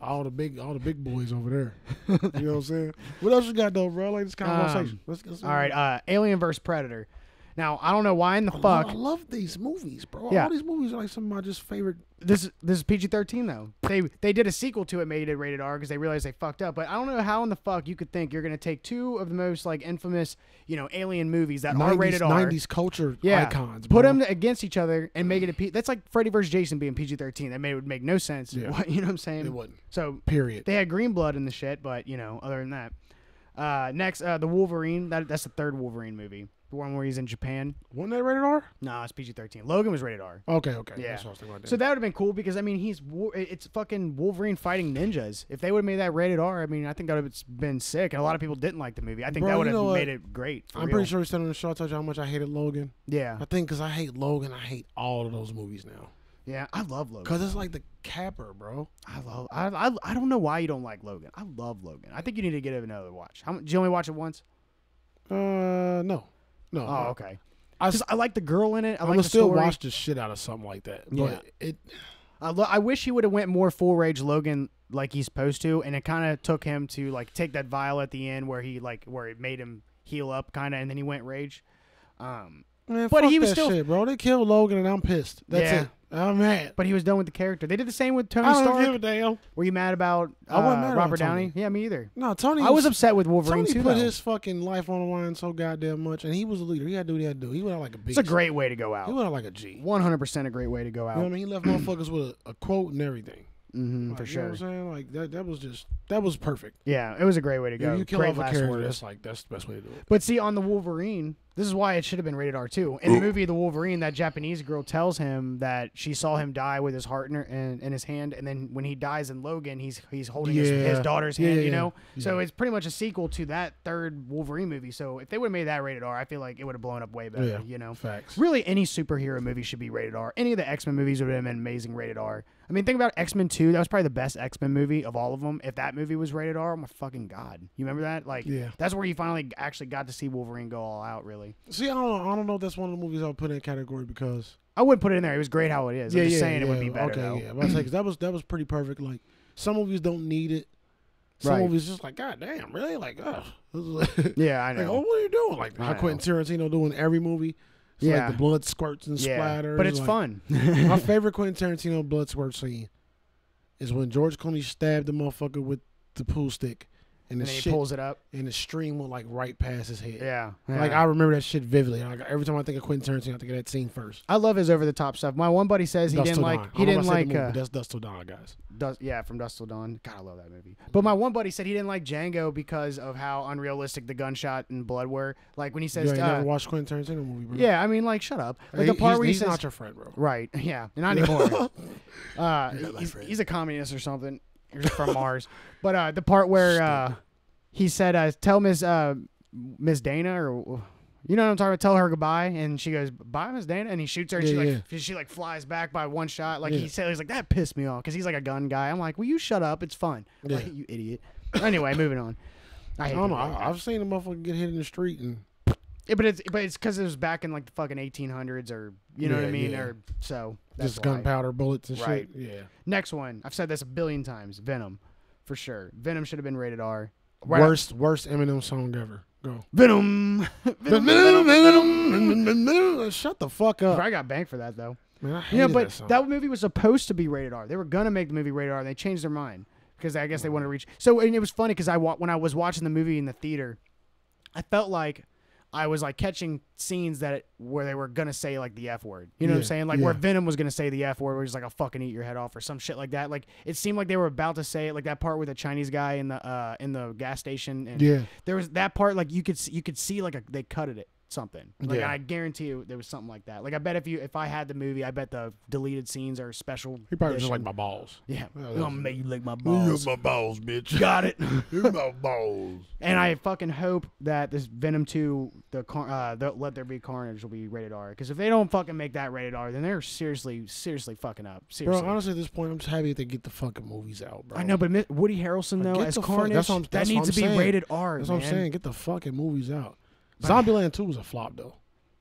Speaker 2: all the big, all the big boys over there. you know what I'm saying? What else you got though, bro? Like this conversation.
Speaker 1: Um,
Speaker 2: let's, let's
Speaker 1: All right, uh, Alien vs Predator. Now I don't know why in the
Speaker 2: I
Speaker 1: fuck
Speaker 2: love, I love these movies, bro.
Speaker 1: Yeah.
Speaker 2: All these movies are like some of my just favorite.
Speaker 1: this this is PG thirteen though. They they did a sequel to it, made it rated R because they realized they fucked up. But I don't know how in the fuck you could think you're gonna take two of the most like infamous you know alien movies that are
Speaker 2: 90s,
Speaker 1: rated R.
Speaker 2: 90s culture
Speaker 1: yeah.
Speaker 2: icons.
Speaker 1: Put
Speaker 2: bro.
Speaker 1: them against each other and make it a P. That's like Freddy versus Jason being PG thirteen. That made, would make no sense.
Speaker 2: Yeah.
Speaker 1: What, you know what I'm saying?
Speaker 2: It wouldn't.
Speaker 1: So
Speaker 2: Period.
Speaker 1: they had green blood in the shit, but you know, other than that, uh, next uh, the Wolverine. That, that's the third Wolverine movie, the one where he's in Japan.
Speaker 2: Wasn't that rated R?
Speaker 1: Nah, it's PG thirteen. Logan was rated R.
Speaker 2: Okay, okay.
Speaker 1: Yeah.
Speaker 2: That's what I was thinking about.
Speaker 1: So that would have been cool because I mean he's wo- it's fucking Wolverine fighting ninjas. If they would have made that rated R, I mean I think that would have been sick. And a lot of people didn't like the movie. I think
Speaker 2: Bro,
Speaker 1: that
Speaker 2: you
Speaker 1: would have
Speaker 2: know what?
Speaker 1: made it great. for
Speaker 2: I'm
Speaker 1: real.
Speaker 2: pretty sure he said on the show. I told you how much I hated Logan.
Speaker 1: Yeah,
Speaker 2: I think because I hate Logan, I hate all of those movies now.
Speaker 1: yeah. I love Logan.
Speaker 2: Cause it's like the capper, bro.
Speaker 1: I love. I, I I don't know why you don't like Logan. I love Logan. I think you need to get it another watch. How mu- did you only watch it once?
Speaker 2: Uh, no, no.
Speaker 1: Oh, okay.
Speaker 2: I
Speaker 1: Just I like the girl in it. I
Speaker 2: I
Speaker 1: like
Speaker 2: would
Speaker 1: the
Speaker 2: still
Speaker 1: story.
Speaker 2: watch the shit out of something like that. But
Speaker 1: Yeah.
Speaker 2: it
Speaker 1: I, lo- I wish he would have went more full rage Logan like he's supposed to, and it kind of took him to like take that vial at the end where he like where it made him heal up kind of, and then he went rage. Um,
Speaker 2: Man,
Speaker 1: But
Speaker 2: fuck
Speaker 1: he was
Speaker 2: that
Speaker 1: still-
Speaker 2: shit, bro. They killed Logan, and I'm pissed. That's
Speaker 1: Yeah.
Speaker 2: it. I'm mad.
Speaker 1: but he was done with the character. They did the same with Tony
Speaker 2: I don't
Speaker 1: Stark.
Speaker 2: give a damn.
Speaker 1: Were you mad about uh,
Speaker 2: I wasn't mad about
Speaker 1: Robert
Speaker 2: Tony.
Speaker 1: Downey? Yeah, me either.
Speaker 2: No, Tony.
Speaker 1: I was upset with Wolverine
Speaker 2: Tony
Speaker 1: too.
Speaker 2: put
Speaker 1: though.
Speaker 2: his fucking life on the line so goddamn much, and he was a leader. He had to do what he had to do. He went out like a
Speaker 1: it's
Speaker 2: beast.
Speaker 1: a great way to go
Speaker 2: He
Speaker 1: out.
Speaker 2: went out like a G. You know
Speaker 1: One hundred percent a great way to go out.
Speaker 2: what I mean? He left motherfuckers with a, a quote and everything.
Speaker 1: hmm
Speaker 2: Like,
Speaker 1: for
Speaker 2: you
Speaker 1: sure.
Speaker 2: know what I'm saying? Like that. That was just. That was perfect.
Speaker 1: Yeah, it was a great way to
Speaker 2: If
Speaker 1: go.
Speaker 2: you kill
Speaker 1: great
Speaker 2: off a
Speaker 1: last
Speaker 2: character,
Speaker 1: word.
Speaker 2: that's like that's the best way to do it.
Speaker 1: But see, on the Wolverine, this is why it should have been rated R two. In the movie The Wolverine, that Japanese girl tells him that she saw him die with his heart in, her, in, in his hand, and then when he dies in Logan, he's he's holding his, his
Speaker 2: Yeah.
Speaker 1: daughter's
Speaker 2: Yeah,
Speaker 1: hand.
Speaker 2: yeah,
Speaker 1: you know,
Speaker 2: yeah.
Speaker 1: so
Speaker 2: Yeah.
Speaker 1: it's pretty much a sequel to that third Wolverine movie. So if they would have made that rated R, I feel like it would have blown up way better.
Speaker 2: Yeah.
Speaker 1: You know,
Speaker 2: Facts.
Speaker 1: really any superhero movie should be rated R. Any of the X Men movies would have been amazing rated R. I mean, think about X Men Two. That was probably the best X Men movie of all of them. If that movie was rated R, oh my fucking god, you remember that? Like,
Speaker 2: Yeah.
Speaker 1: that's where you finally actually got to see Wolverine go all out. Really,
Speaker 2: See, I don't. I don't know. If that's one of the movies I would put in that category because.
Speaker 1: I would put it in there. It was great how it is. I'm just saying it would be better.
Speaker 2: Okay,
Speaker 1: though.
Speaker 2: yeah. But I say 'cause that was that was pretty perfect. Like some movies don't need it. Some
Speaker 1: Right.
Speaker 2: movies just like God damn, really? Like, oh,
Speaker 1: Yeah, I
Speaker 2: like,
Speaker 1: know.
Speaker 2: oh, what are you doing? Like
Speaker 1: I
Speaker 2: how
Speaker 1: know.
Speaker 2: Quentin Tarantino doing every movie. It's
Speaker 1: Yeah.
Speaker 2: like the blood squirts and
Speaker 1: yeah,
Speaker 2: splatters.
Speaker 1: but it's
Speaker 2: like-
Speaker 1: fun.
Speaker 2: My favorite Quentin Tarantino blood squirt scene is when George Clooney stabbed the motherfucker with the pool stick, and
Speaker 1: and
Speaker 2: the
Speaker 1: then he
Speaker 2: shit
Speaker 1: pulls it up.
Speaker 2: and the stream went like right past his head.
Speaker 1: Yeah,
Speaker 2: Like
Speaker 1: yeah.
Speaker 2: I remember that shit vividly. Like every time I think of Quentin Tarantino, I think of that scene first.
Speaker 1: I love his over the top stuff. My one buddy says he
Speaker 2: Dust
Speaker 1: didn't
Speaker 2: Till
Speaker 1: like
Speaker 2: Dawn. I
Speaker 1: he
Speaker 2: don't know
Speaker 1: didn't
Speaker 2: if I said the
Speaker 1: like
Speaker 2: movie,
Speaker 1: uh,
Speaker 2: but that's Dust Till Dawn, guys.
Speaker 1: Does yeah, from Dust Till Dawn. God, I love that movie. But my one buddy said he didn't like Django because of how unrealistic the gunshot and blood were. Like when he
Speaker 2: You
Speaker 1: says,
Speaker 2: ain't
Speaker 1: uh,
Speaker 2: never watched Quentin Tarantino movie, bro.
Speaker 1: "Yeah, I mean, like, shut up." Like
Speaker 2: Like
Speaker 1: the part
Speaker 2: he's,
Speaker 1: where he
Speaker 2: he's
Speaker 1: says,
Speaker 2: not your friend, bro.
Speaker 1: "Right, yeah, not anymore." uh,
Speaker 2: You're not my
Speaker 1: he's,
Speaker 2: friend.
Speaker 1: he's a communist or something. He's from Mars. But uh, the part where uh, he said, uh, "Tell Miss uh, Miss Dana," or you know what I'm talking about, tell her goodbye, and she goes, "Bye, Miss Dana," and he shoots her, and
Speaker 2: Yeah,
Speaker 1: she
Speaker 2: yeah.
Speaker 1: like she like flies back by one shot. Like
Speaker 2: Yeah.
Speaker 1: he said, he's like that pissed me off because he's like a gun guy. I'm like, "Will you shut up? It's fun,
Speaker 2: Yeah.
Speaker 1: like, you idiot." anyway, moving on. I
Speaker 2: I
Speaker 1: hate
Speaker 2: don't know.
Speaker 1: people like that.
Speaker 2: I, I've seen a motherfucker get hit in the street and
Speaker 1: Yeah, but it's but it's because it was back in like the fucking 1800s or you know what I
Speaker 2: Yeah,
Speaker 1: mean
Speaker 2: yeah.
Speaker 1: or so. That's
Speaker 2: just
Speaker 1: why.
Speaker 2: gunpowder bullets and
Speaker 1: Right.
Speaker 2: shit. Yeah.
Speaker 1: Next one. I've said this a billion times. Venom, for sure. Venom should have been rated R. Right-
Speaker 2: Worst worst Eminem song ever. Go.
Speaker 1: Venom. Venom. Venom.
Speaker 2: Shut the fuck up.
Speaker 1: I got banged for that though.
Speaker 2: Man, I
Speaker 1: Yeah,
Speaker 2: hated
Speaker 1: but
Speaker 2: that, song.
Speaker 1: that, movie was supposed to be rated R. They were gonna make the movie rated R, and they changed their mind because I guess they wanted to reach. So and it was funny because I wa- when I was watching the movie in the theater, I felt like I was like catching scenes that it, where they were gonna say like the f word. You know what I'm
Speaker 2: Yeah,
Speaker 1: saying? Like where
Speaker 2: yeah.
Speaker 1: Venom was gonna say the f word, where he's like, "I'll fucking eat your head off" or some shit like that. Like it seemed like they were about to say it, like that part with the Chinese guy in the uh in the gas station. And
Speaker 2: Yeah.
Speaker 1: there was that part like you could see, you could see like a, they cutted it something. Like
Speaker 2: Yeah.
Speaker 1: I guarantee you there was something like that. Like I bet if you if I had the movie, I bet the deleted scenes are special.
Speaker 2: he probably was just like
Speaker 1: edition.
Speaker 2: my balls.
Speaker 1: yeah,
Speaker 2: that
Speaker 1: I'm gonna
Speaker 2: was-
Speaker 1: make you lick my
Speaker 2: Balls.
Speaker 1: balls.
Speaker 2: Oh, my balls, bitch.
Speaker 1: Got it.
Speaker 2: You're my balls.
Speaker 1: and I fucking hope that this Venom two the car uh the Let There Be Carnage will be rated R because if they don't fucking make that rated R, then they're seriously seriously fucking up. Seriously.
Speaker 2: Bro, honestly, at this point, I'm just happy that they get the fucking movies out, bro.
Speaker 1: I know, but Mi- Woody Harrelson
Speaker 2: Like,
Speaker 1: though
Speaker 2: get
Speaker 1: as
Speaker 2: the fuck-
Speaker 1: Carnage,
Speaker 2: that's what I'm-
Speaker 1: that
Speaker 2: that's
Speaker 1: needs to
Speaker 2: what I'm
Speaker 1: be
Speaker 2: saying.
Speaker 1: rated R.
Speaker 2: That's what
Speaker 1: man.
Speaker 2: I'm saying. Get the fucking movies out. Zombieland 2 was a flop, though.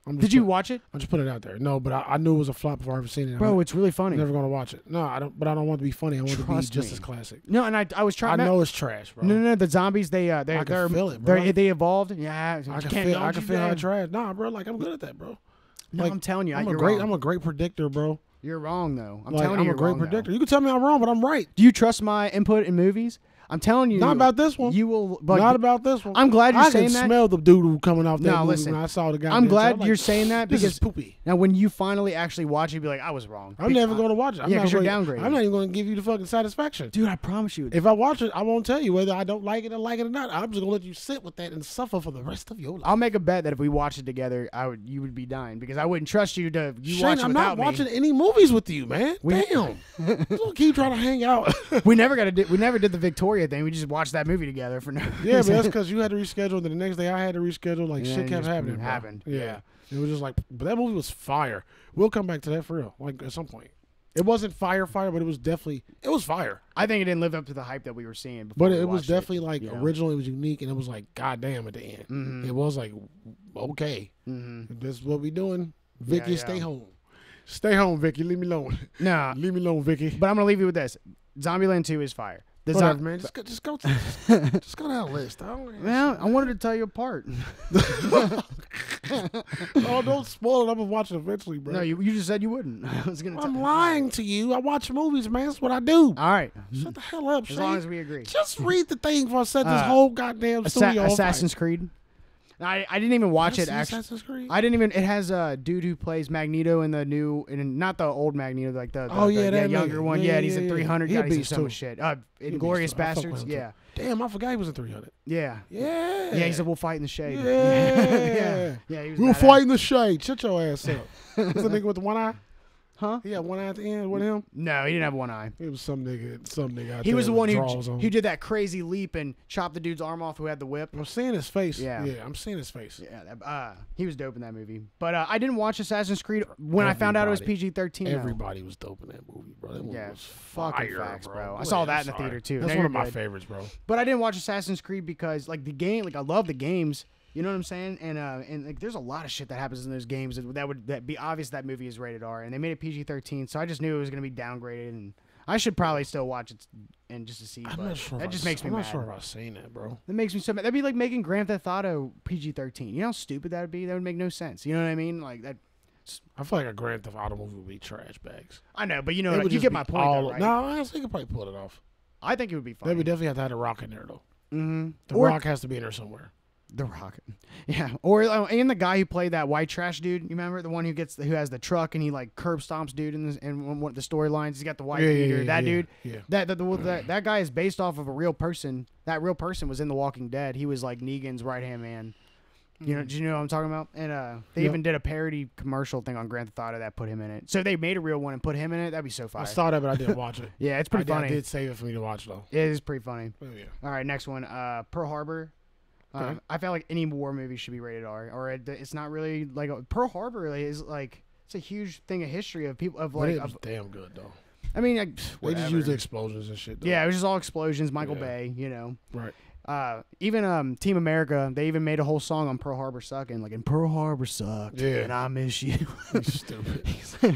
Speaker 2: I'm just
Speaker 1: Did you
Speaker 2: put-
Speaker 1: watch it,
Speaker 2: I'm just putting it out there. No, but I, I knew it was a flop before I ever seen it. I'm
Speaker 1: bro? It's really funny.
Speaker 2: never gonna watch it. No, I don't. But I don't want it to be funny. I want it to
Speaker 1: Trust
Speaker 2: be just
Speaker 1: me.
Speaker 2: as classic.
Speaker 1: no, and I I was
Speaker 2: I
Speaker 1: trying.
Speaker 2: know it's trash, bro.
Speaker 1: No, no, no. The zombies, they uh, they
Speaker 2: I can
Speaker 1: they're
Speaker 2: feel it,
Speaker 1: they're-
Speaker 2: bro.
Speaker 1: they evolved. Yeah,
Speaker 2: I can
Speaker 1: can't
Speaker 2: feel. I
Speaker 1: knock
Speaker 2: can
Speaker 1: you
Speaker 2: feel how
Speaker 1: down.
Speaker 2: trash. Nah, bro. Like I'm good at that, bro.
Speaker 1: No,
Speaker 2: like,
Speaker 1: I'm telling you,
Speaker 2: I'm
Speaker 1: you're
Speaker 2: a great.
Speaker 1: wrong.
Speaker 2: I'm a great predictor, bro.
Speaker 1: you're wrong though. I'm
Speaker 2: like
Speaker 1: telling
Speaker 2: I'm
Speaker 1: you,
Speaker 2: a
Speaker 1: you're
Speaker 2: great
Speaker 1: wrong, though.
Speaker 2: predictor. You can tell me I'm wrong, but I'm right.
Speaker 1: Do you trust my input in movies? I'm telling you,
Speaker 2: Not about this one.
Speaker 1: You will. But
Speaker 2: Not about this one.
Speaker 1: I'm glad you're
Speaker 2: I
Speaker 1: saying
Speaker 2: can
Speaker 1: that.
Speaker 2: smell the doodle coming off that
Speaker 1: No,
Speaker 2: movie
Speaker 1: listen.
Speaker 2: when I saw the guy.
Speaker 1: I'm glad you're saying that
Speaker 2: this
Speaker 1: because
Speaker 2: is poopy.
Speaker 1: now when you finally actually watch it, you'll be like, I was wrong.
Speaker 2: I'm
Speaker 1: Be-
Speaker 2: never
Speaker 1: I-
Speaker 2: going to watch it. I'm
Speaker 1: yeah,
Speaker 2: not
Speaker 1: 'cause you're
Speaker 2: gonna-
Speaker 1: downgrading.
Speaker 2: I'm not even going to give you the fucking satisfaction.
Speaker 1: dude. I promise you.
Speaker 2: If I watch it, I won't tell you whether I don't like it or like it or not. I'm just gonna let you sit with that and suffer for the rest of your life.
Speaker 1: I'll make a bet that if we watch it together, I would you would be dying because I wouldn't trust you to you
Speaker 2: Shane,
Speaker 1: watch it
Speaker 2: I'm
Speaker 1: without
Speaker 2: not watching
Speaker 1: me.
Speaker 2: any movies with you, man.
Speaker 1: We-
Speaker 2: Damn, don't keep trying to hang out. yeah,
Speaker 1: We never got to. Do, we never did the Victoria thing. We just watched that movie together for no.
Speaker 2: but
Speaker 1: reason.
Speaker 2: that's because you had to reschedule. And the next day, I had to reschedule. Like
Speaker 1: Yeah,
Speaker 2: shit
Speaker 1: it
Speaker 2: kept
Speaker 1: just
Speaker 2: happening. bro.
Speaker 1: happened.
Speaker 2: Yeah. it was just like, but that movie was fire. We'll come back to that for real. Like at some point, it wasn't fire, fire, but it was definitely it was fire.
Speaker 1: I think it didn't live up to the hype that we were seeing. Before
Speaker 2: But
Speaker 1: we
Speaker 2: it was
Speaker 1: watched
Speaker 2: definitely like
Speaker 1: you know?
Speaker 2: original. It was unique, and it was like goddamn at the end.
Speaker 1: Mm-hmm.
Speaker 2: It was like okay, this is what we doing. Vicky,
Speaker 1: yeah.
Speaker 2: stay home. Stay home, Vicky. Leave me alone.
Speaker 1: No,
Speaker 2: Leave me alone, Vicky.
Speaker 1: but I'm gonna leave you with this. Zombieland 2 is fire. Does
Speaker 2: Whatever,
Speaker 1: that-
Speaker 2: man. Just go, just go, to, just, just go to that list. I don't,
Speaker 1: Well, I wanted to tell you apart.
Speaker 2: oh, don't spoil it. I'm gonna watch it eventually, bro.
Speaker 1: No, you, you just said you wouldn't. I was gonna.
Speaker 2: I'm
Speaker 1: tell-
Speaker 2: lying to you. I watch movies, man. That's what I do.
Speaker 1: All right.
Speaker 2: Shut the hell up,
Speaker 1: As long
Speaker 2: Shane.
Speaker 1: as we agree.
Speaker 2: Just read the thing before I set this
Speaker 1: Uh,
Speaker 2: whole goddamn
Speaker 1: Assa-
Speaker 2: studio on fire.
Speaker 1: Assassin's Creed. I, I didn't even watch
Speaker 2: I
Speaker 1: it
Speaker 2: see
Speaker 1: actually.
Speaker 2: Assassin's Creed.
Speaker 1: I didn't even. It has a uh, dude who plays Magneto in the new, in not the old Magneto, like the, the-
Speaker 2: Oh, yeah,
Speaker 1: the-
Speaker 2: that
Speaker 1: younger
Speaker 2: nigga.
Speaker 1: one.
Speaker 2: Yeah,
Speaker 1: Yeah,
Speaker 2: yeah,
Speaker 1: and he's
Speaker 2: yeah,
Speaker 1: in
Speaker 2: yeah.
Speaker 1: 300.
Speaker 2: He a
Speaker 1: God, he's in
Speaker 2: beast,
Speaker 1: so
Speaker 2: too.
Speaker 1: much shit. Uh,
Speaker 2: He beats
Speaker 1: Inglorious
Speaker 2: though. I fuck with
Speaker 1: Bastards.
Speaker 2: him, too.
Speaker 1: Yeah,
Speaker 2: Damn, I forgot he was in 300.
Speaker 1: yeah,
Speaker 2: Yeah.
Speaker 1: yeah. He said we'll fight in the shade.
Speaker 2: Yeah.
Speaker 1: yeah, yeah. He was
Speaker 2: We'll
Speaker 1: badass.
Speaker 2: fight in the shade. Shut your ass up. That's the nigga with the one eye.
Speaker 1: Huh?
Speaker 2: He had one eye at the end with him.
Speaker 1: No, he didn't have one eye.
Speaker 2: It was some nigga. Some nigga. Out
Speaker 1: He
Speaker 2: there
Speaker 1: was the
Speaker 2: with
Speaker 1: one
Speaker 2: draws
Speaker 1: who
Speaker 2: on.
Speaker 1: who did that crazy leap and chopped the dude's arm off who had the whip.
Speaker 2: I'm seeing his face.
Speaker 1: Yeah.
Speaker 2: Yeah. I'm seeing his face.
Speaker 1: Yeah, that- uh, he was dope in that movie. But uh, I didn't watch Assassin's Creed when I found out it was
Speaker 2: Everybody-
Speaker 1: PG thirteen.
Speaker 2: Everybody was dope in that movie, bro. That movie
Speaker 1: Yeah,
Speaker 2: was
Speaker 1: fucking
Speaker 2: fire,
Speaker 1: facts,
Speaker 2: bro.
Speaker 1: bro. I
Speaker 2: Wait,
Speaker 1: saw
Speaker 2: I'm
Speaker 1: that in the
Speaker 2: sorry.
Speaker 1: theater, too.
Speaker 2: That's
Speaker 1: No,
Speaker 2: one
Speaker 1: you're
Speaker 2: of my
Speaker 1: good.
Speaker 2: favorites, bro.
Speaker 1: But I didn't watch Assassin's Creed because like the game, like I love the games. You know what I'm saying? And uh, and like there's a lot of shit that happens in those games that that would that be obvious that movie is rated R, and they made it PG-13, so I just knew it was gonna be downgraded, and I should probably still watch it and just to see.
Speaker 2: I'm
Speaker 1: but
Speaker 2: not sure. if
Speaker 1: that
Speaker 2: I-
Speaker 1: just makes me
Speaker 2: I'm
Speaker 1: mad.
Speaker 2: not sure if I've seen that, bro.
Speaker 1: That makes me so mad. That'd be like making Grand Theft Auto PG-13. You know how stupid that would be? That would make no sense. You know what I mean? Like that.
Speaker 2: I feel like a Grand Theft Auto movie would be trash bags.
Speaker 1: I know, but you know,
Speaker 2: It
Speaker 1: what I-
Speaker 2: would
Speaker 1: you
Speaker 2: just
Speaker 1: get
Speaker 2: be
Speaker 1: my point.
Speaker 2: all-
Speaker 1: though, right?
Speaker 2: No, I honestly could probably pull it off.
Speaker 1: I think it would be
Speaker 2: They
Speaker 1: fun.
Speaker 2: would definitely have to have the Rock in there though.
Speaker 1: mm-hmm.
Speaker 2: The
Speaker 1: or
Speaker 2: Rock has to be in there somewhere.
Speaker 1: The Rock. Yeah. Or oh, and the guy who played that white trash dude. You remember the one who gets who has the truck and he like curb stomps dude in, this, in one, one of the storylines. He's got the white
Speaker 2: Yeah, yeah,
Speaker 1: beater.
Speaker 2: yeah,
Speaker 1: that
Speaker 2: yeah,
Speaker 1: dude.
Speaker 2: yeah.
Speaker 1: That that, the, well, that that guy is based off of a real person. That real person was in The Walking Dead. He was like Negan's right hand man. You know, do you know what I'm talking about? And uh, they
Speaker 2: Mm. Yep.
Speaker 1: even did a parody commercial thing on Grand Theft Auto that put him in it. So if they made a real one and put him in it. That'd be so
Speaker 2: I
Speaker 1: fire.
Speaker 2: saw that, but I didn't watch it.
Speaker 1: yeah, it's
Speaker 2: I,
Speaker 1: pretty
Speaker 2: did, I
Speaker 1: funny.
Speaker 2: did save it for me to watch though.
Speaker 1: It is pretty funny.
Speaker 2: Oh yeah.
Speaker 1: All right, next one. Uh, Pearl Harbor. Um,
Speaker 2: Okay.
Speaker 1: I felt like any war movie should be rated R, or it, it's not really like Pearl Harbor really is like it's a huge thing of history of people of
Speaker 2: But
Speaker 1: like
Speaker 2: it was
Speaker 1: of,
Speaker 2: damn good though.
Speaker 1: I mean like,
Speaker 2: They just
Speaker 1: whatever.
Speaker 2: used the explosions and shit. Though.
Speaker 1: yeah it was just all explosions Michael
Speaker 2: Yeah.
Speaker 1: Bay you know
Speaker 2: Right.
Speaker 1: uh, even um Team America they even made a whole song on Pearl Harbor sucking like and Pearl Harbor sucked
Speaker 2: Yeah.
Speaker 1: and I miss you
Speaker 2: You stupid.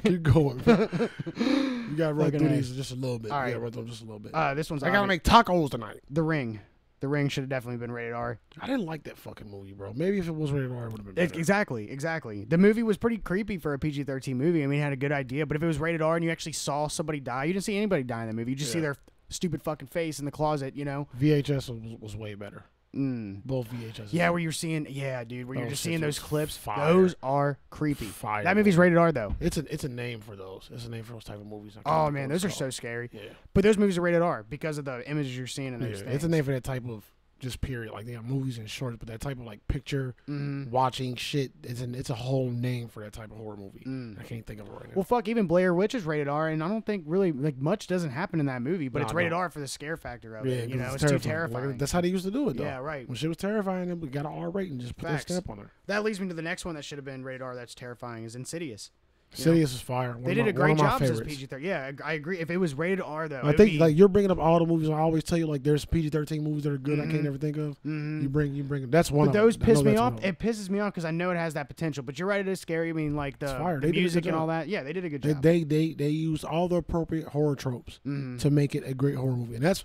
Speaker 2: Keep going. bro. you gotta run
Speaker 1: Fucking
Speaker 2: through
Speaker 1: A.
Speaker 2: these just a little bit.
Speaker 1: All right.
Speaker 2: Yeah, run through them just a little bit.
Speaker 1: uh, this one's
Speaker 2: I gotta
Speaker 1: obvi-
Speaker 2: make tacos tonight.
Speaker 1: The Ring The Ring should have definitely been rated R
Speaker 2: I didn't like that fucking movie, bro. Maybe if it was rated R, it would have been
Speaker 1: Ex-
Speaker 2: better.
Speaker 1: Exactly, exactly. The movie was pretty creepy for a PG thirteen movie. I mean, it had a good idea, but if it was rated R and you actually saw somebody die, you didn't see anybody die in the movie. You just see
Speaker 2: Yeah.
Speaker 1: their stupid fucking face in the closet, you know?
Speaker 2: VHS was, was way better.
Speaker 1: Mm.
Speaker 2: Both VHS.
Speaker 1: Yeah, where you're seeing, yeah, dude, where you're
Speaker 2: Oh,
Speaker 1: just
Speaker 2: shit,
Speaker 1: seeing those
Speaker 2: that's
Speaker 1: clips.
Speaker 2: fire.
Speaker 1: Those are creepy.
Speaker 2: Fire,
Speaker 1: That movie's
Speaker 2: bro.
Speaker 1: rated R though.
Speaker 2: It's a it's a name for those. It's a name for those type of movies. I can't
Speaker 1: Oh
Speaker 2: remember
Speaker 1: man,
Speaker 2: what it's
Speaker 1: those are so
Speaker 2: called.
Speaker 1: scary.
Speaker 2: Yeah,
Speaker 1: But those movies are rated R because of the images you're seeing in
Speaker 2: yeah.
Speaker 1: those things.
Speaker 2: It's a name for that type of just period. Like they got movies and shorts, but that type of like picture
Speaker 1: Mhm.
Speaker 2: watching shit. It's an it's a whole name for that type of horror movie.
Speaker 1: Mm.
Speaker 2: I can't think of it right now.
Speaker 1: Well, fuck, even Blair Witch is rated R, and I don't think really like much doesn't happen in that movie, but
Speaker 2: No,
Speaker 1: it's
Speaker 2: I
Speaker 1: rated
Speaker 2: don't.
Speaker 1: R for the scare factor of
Speaker 2: yeah,
Speaker 1: it. You
Speaker 2: 'cause
Speaker 1: know, it's, too terrifying.
Speaker 2: Like, that's how they used to do it. though.
Speaker 1: Yeah, right.
Speaker 2: When shit was terrifying, then we got an R rating, just put
Speaker 1: Facts.
Speaker 2: that stamp on her.
Speaker 1: That leads me to the next one that should have been radar. That's terrifying. Is Insidious. Yeah.
Speaker 2: Insidious is fire. One
Speaker 1: They
Speaker 2: of
Speaker 1: did
Speaker 2: my-
Speaker 1: a great
Speaker 2: one of my
Speaker 1: job as
Speaker 2: favorites.
Speaker 1: PG thirteen. Yeah, I I agree. If it was rated R though,
Speaker 2: I think like you're bringing up all the movies. I always tell you like there's PG thirteen movies that are good. I can't ever think of. You bring you bring that's one
Speaker 1: Mm-hmm. but
Speaker 2: of
Speaker 1: those
Speaker 2: them. I know
Speaker 1: piss me
Speaker 2: that's one
Speaker 1: off.
Speaker 2: of them.
Speaker 1: It pisses me off because I know it has that potential. But you're right. It is scary. I mean, like the,
Speaker 2: fire.
Speaker 1: the
Speaker 2: They did a good
Speaker 1: music and
Speaker 2: job.
Speaker 1: all that. Yeah, Mm-hmm. they did a good
Speaker 2: They,
Speaker 1: job.
Speaker 2: they they they used all the appropriate horror tropes to make it a great horror movie, and that's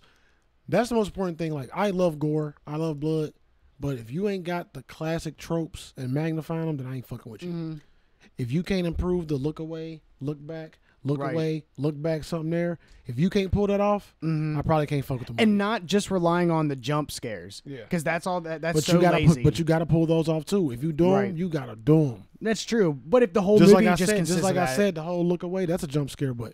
Speaker 2: that's the most important thing. Like I love gore, I love blood, but if you ain't got the classic tropes and magnifying them, then I ain't fucking with you.
Speaker 1: Mm-hmm.
Speaker 2: If you can't improve the look away, look back, look
Speaker 1: Right.
Speaker 2: away, look back, something there. If you can't pull that off,
Speaker 1: Mm-hmm.
Speaker 2: I probably can't fuck with the movie.
Speaker 1: and not just relying on the jump scares.
Speaker 2: Yeah.
Speaker 1: because that's all that. That's
Speaker 2: but
Speaker 1: so
Speaker 2: you gotta
Speaker 1: lazy.
Speaker 2: put, but you gotta pull those off too. If you do 'em,
Speaker 1: Right.
Speaker 2: you gotta do them.
Speaker 1: that's true. But if the whole
Speaker 2: just
Speaker 1: movie
Speaker 2: like I
Speaker 1: just
Speaker 2: said,
Speaker 1: consists
Speaker 2: just like
Speaker 1: of
Speaker 2: I
Speaker 1: that- Mm-hmm.
Speaker 2: said, the whole look away. That's a jump scare, but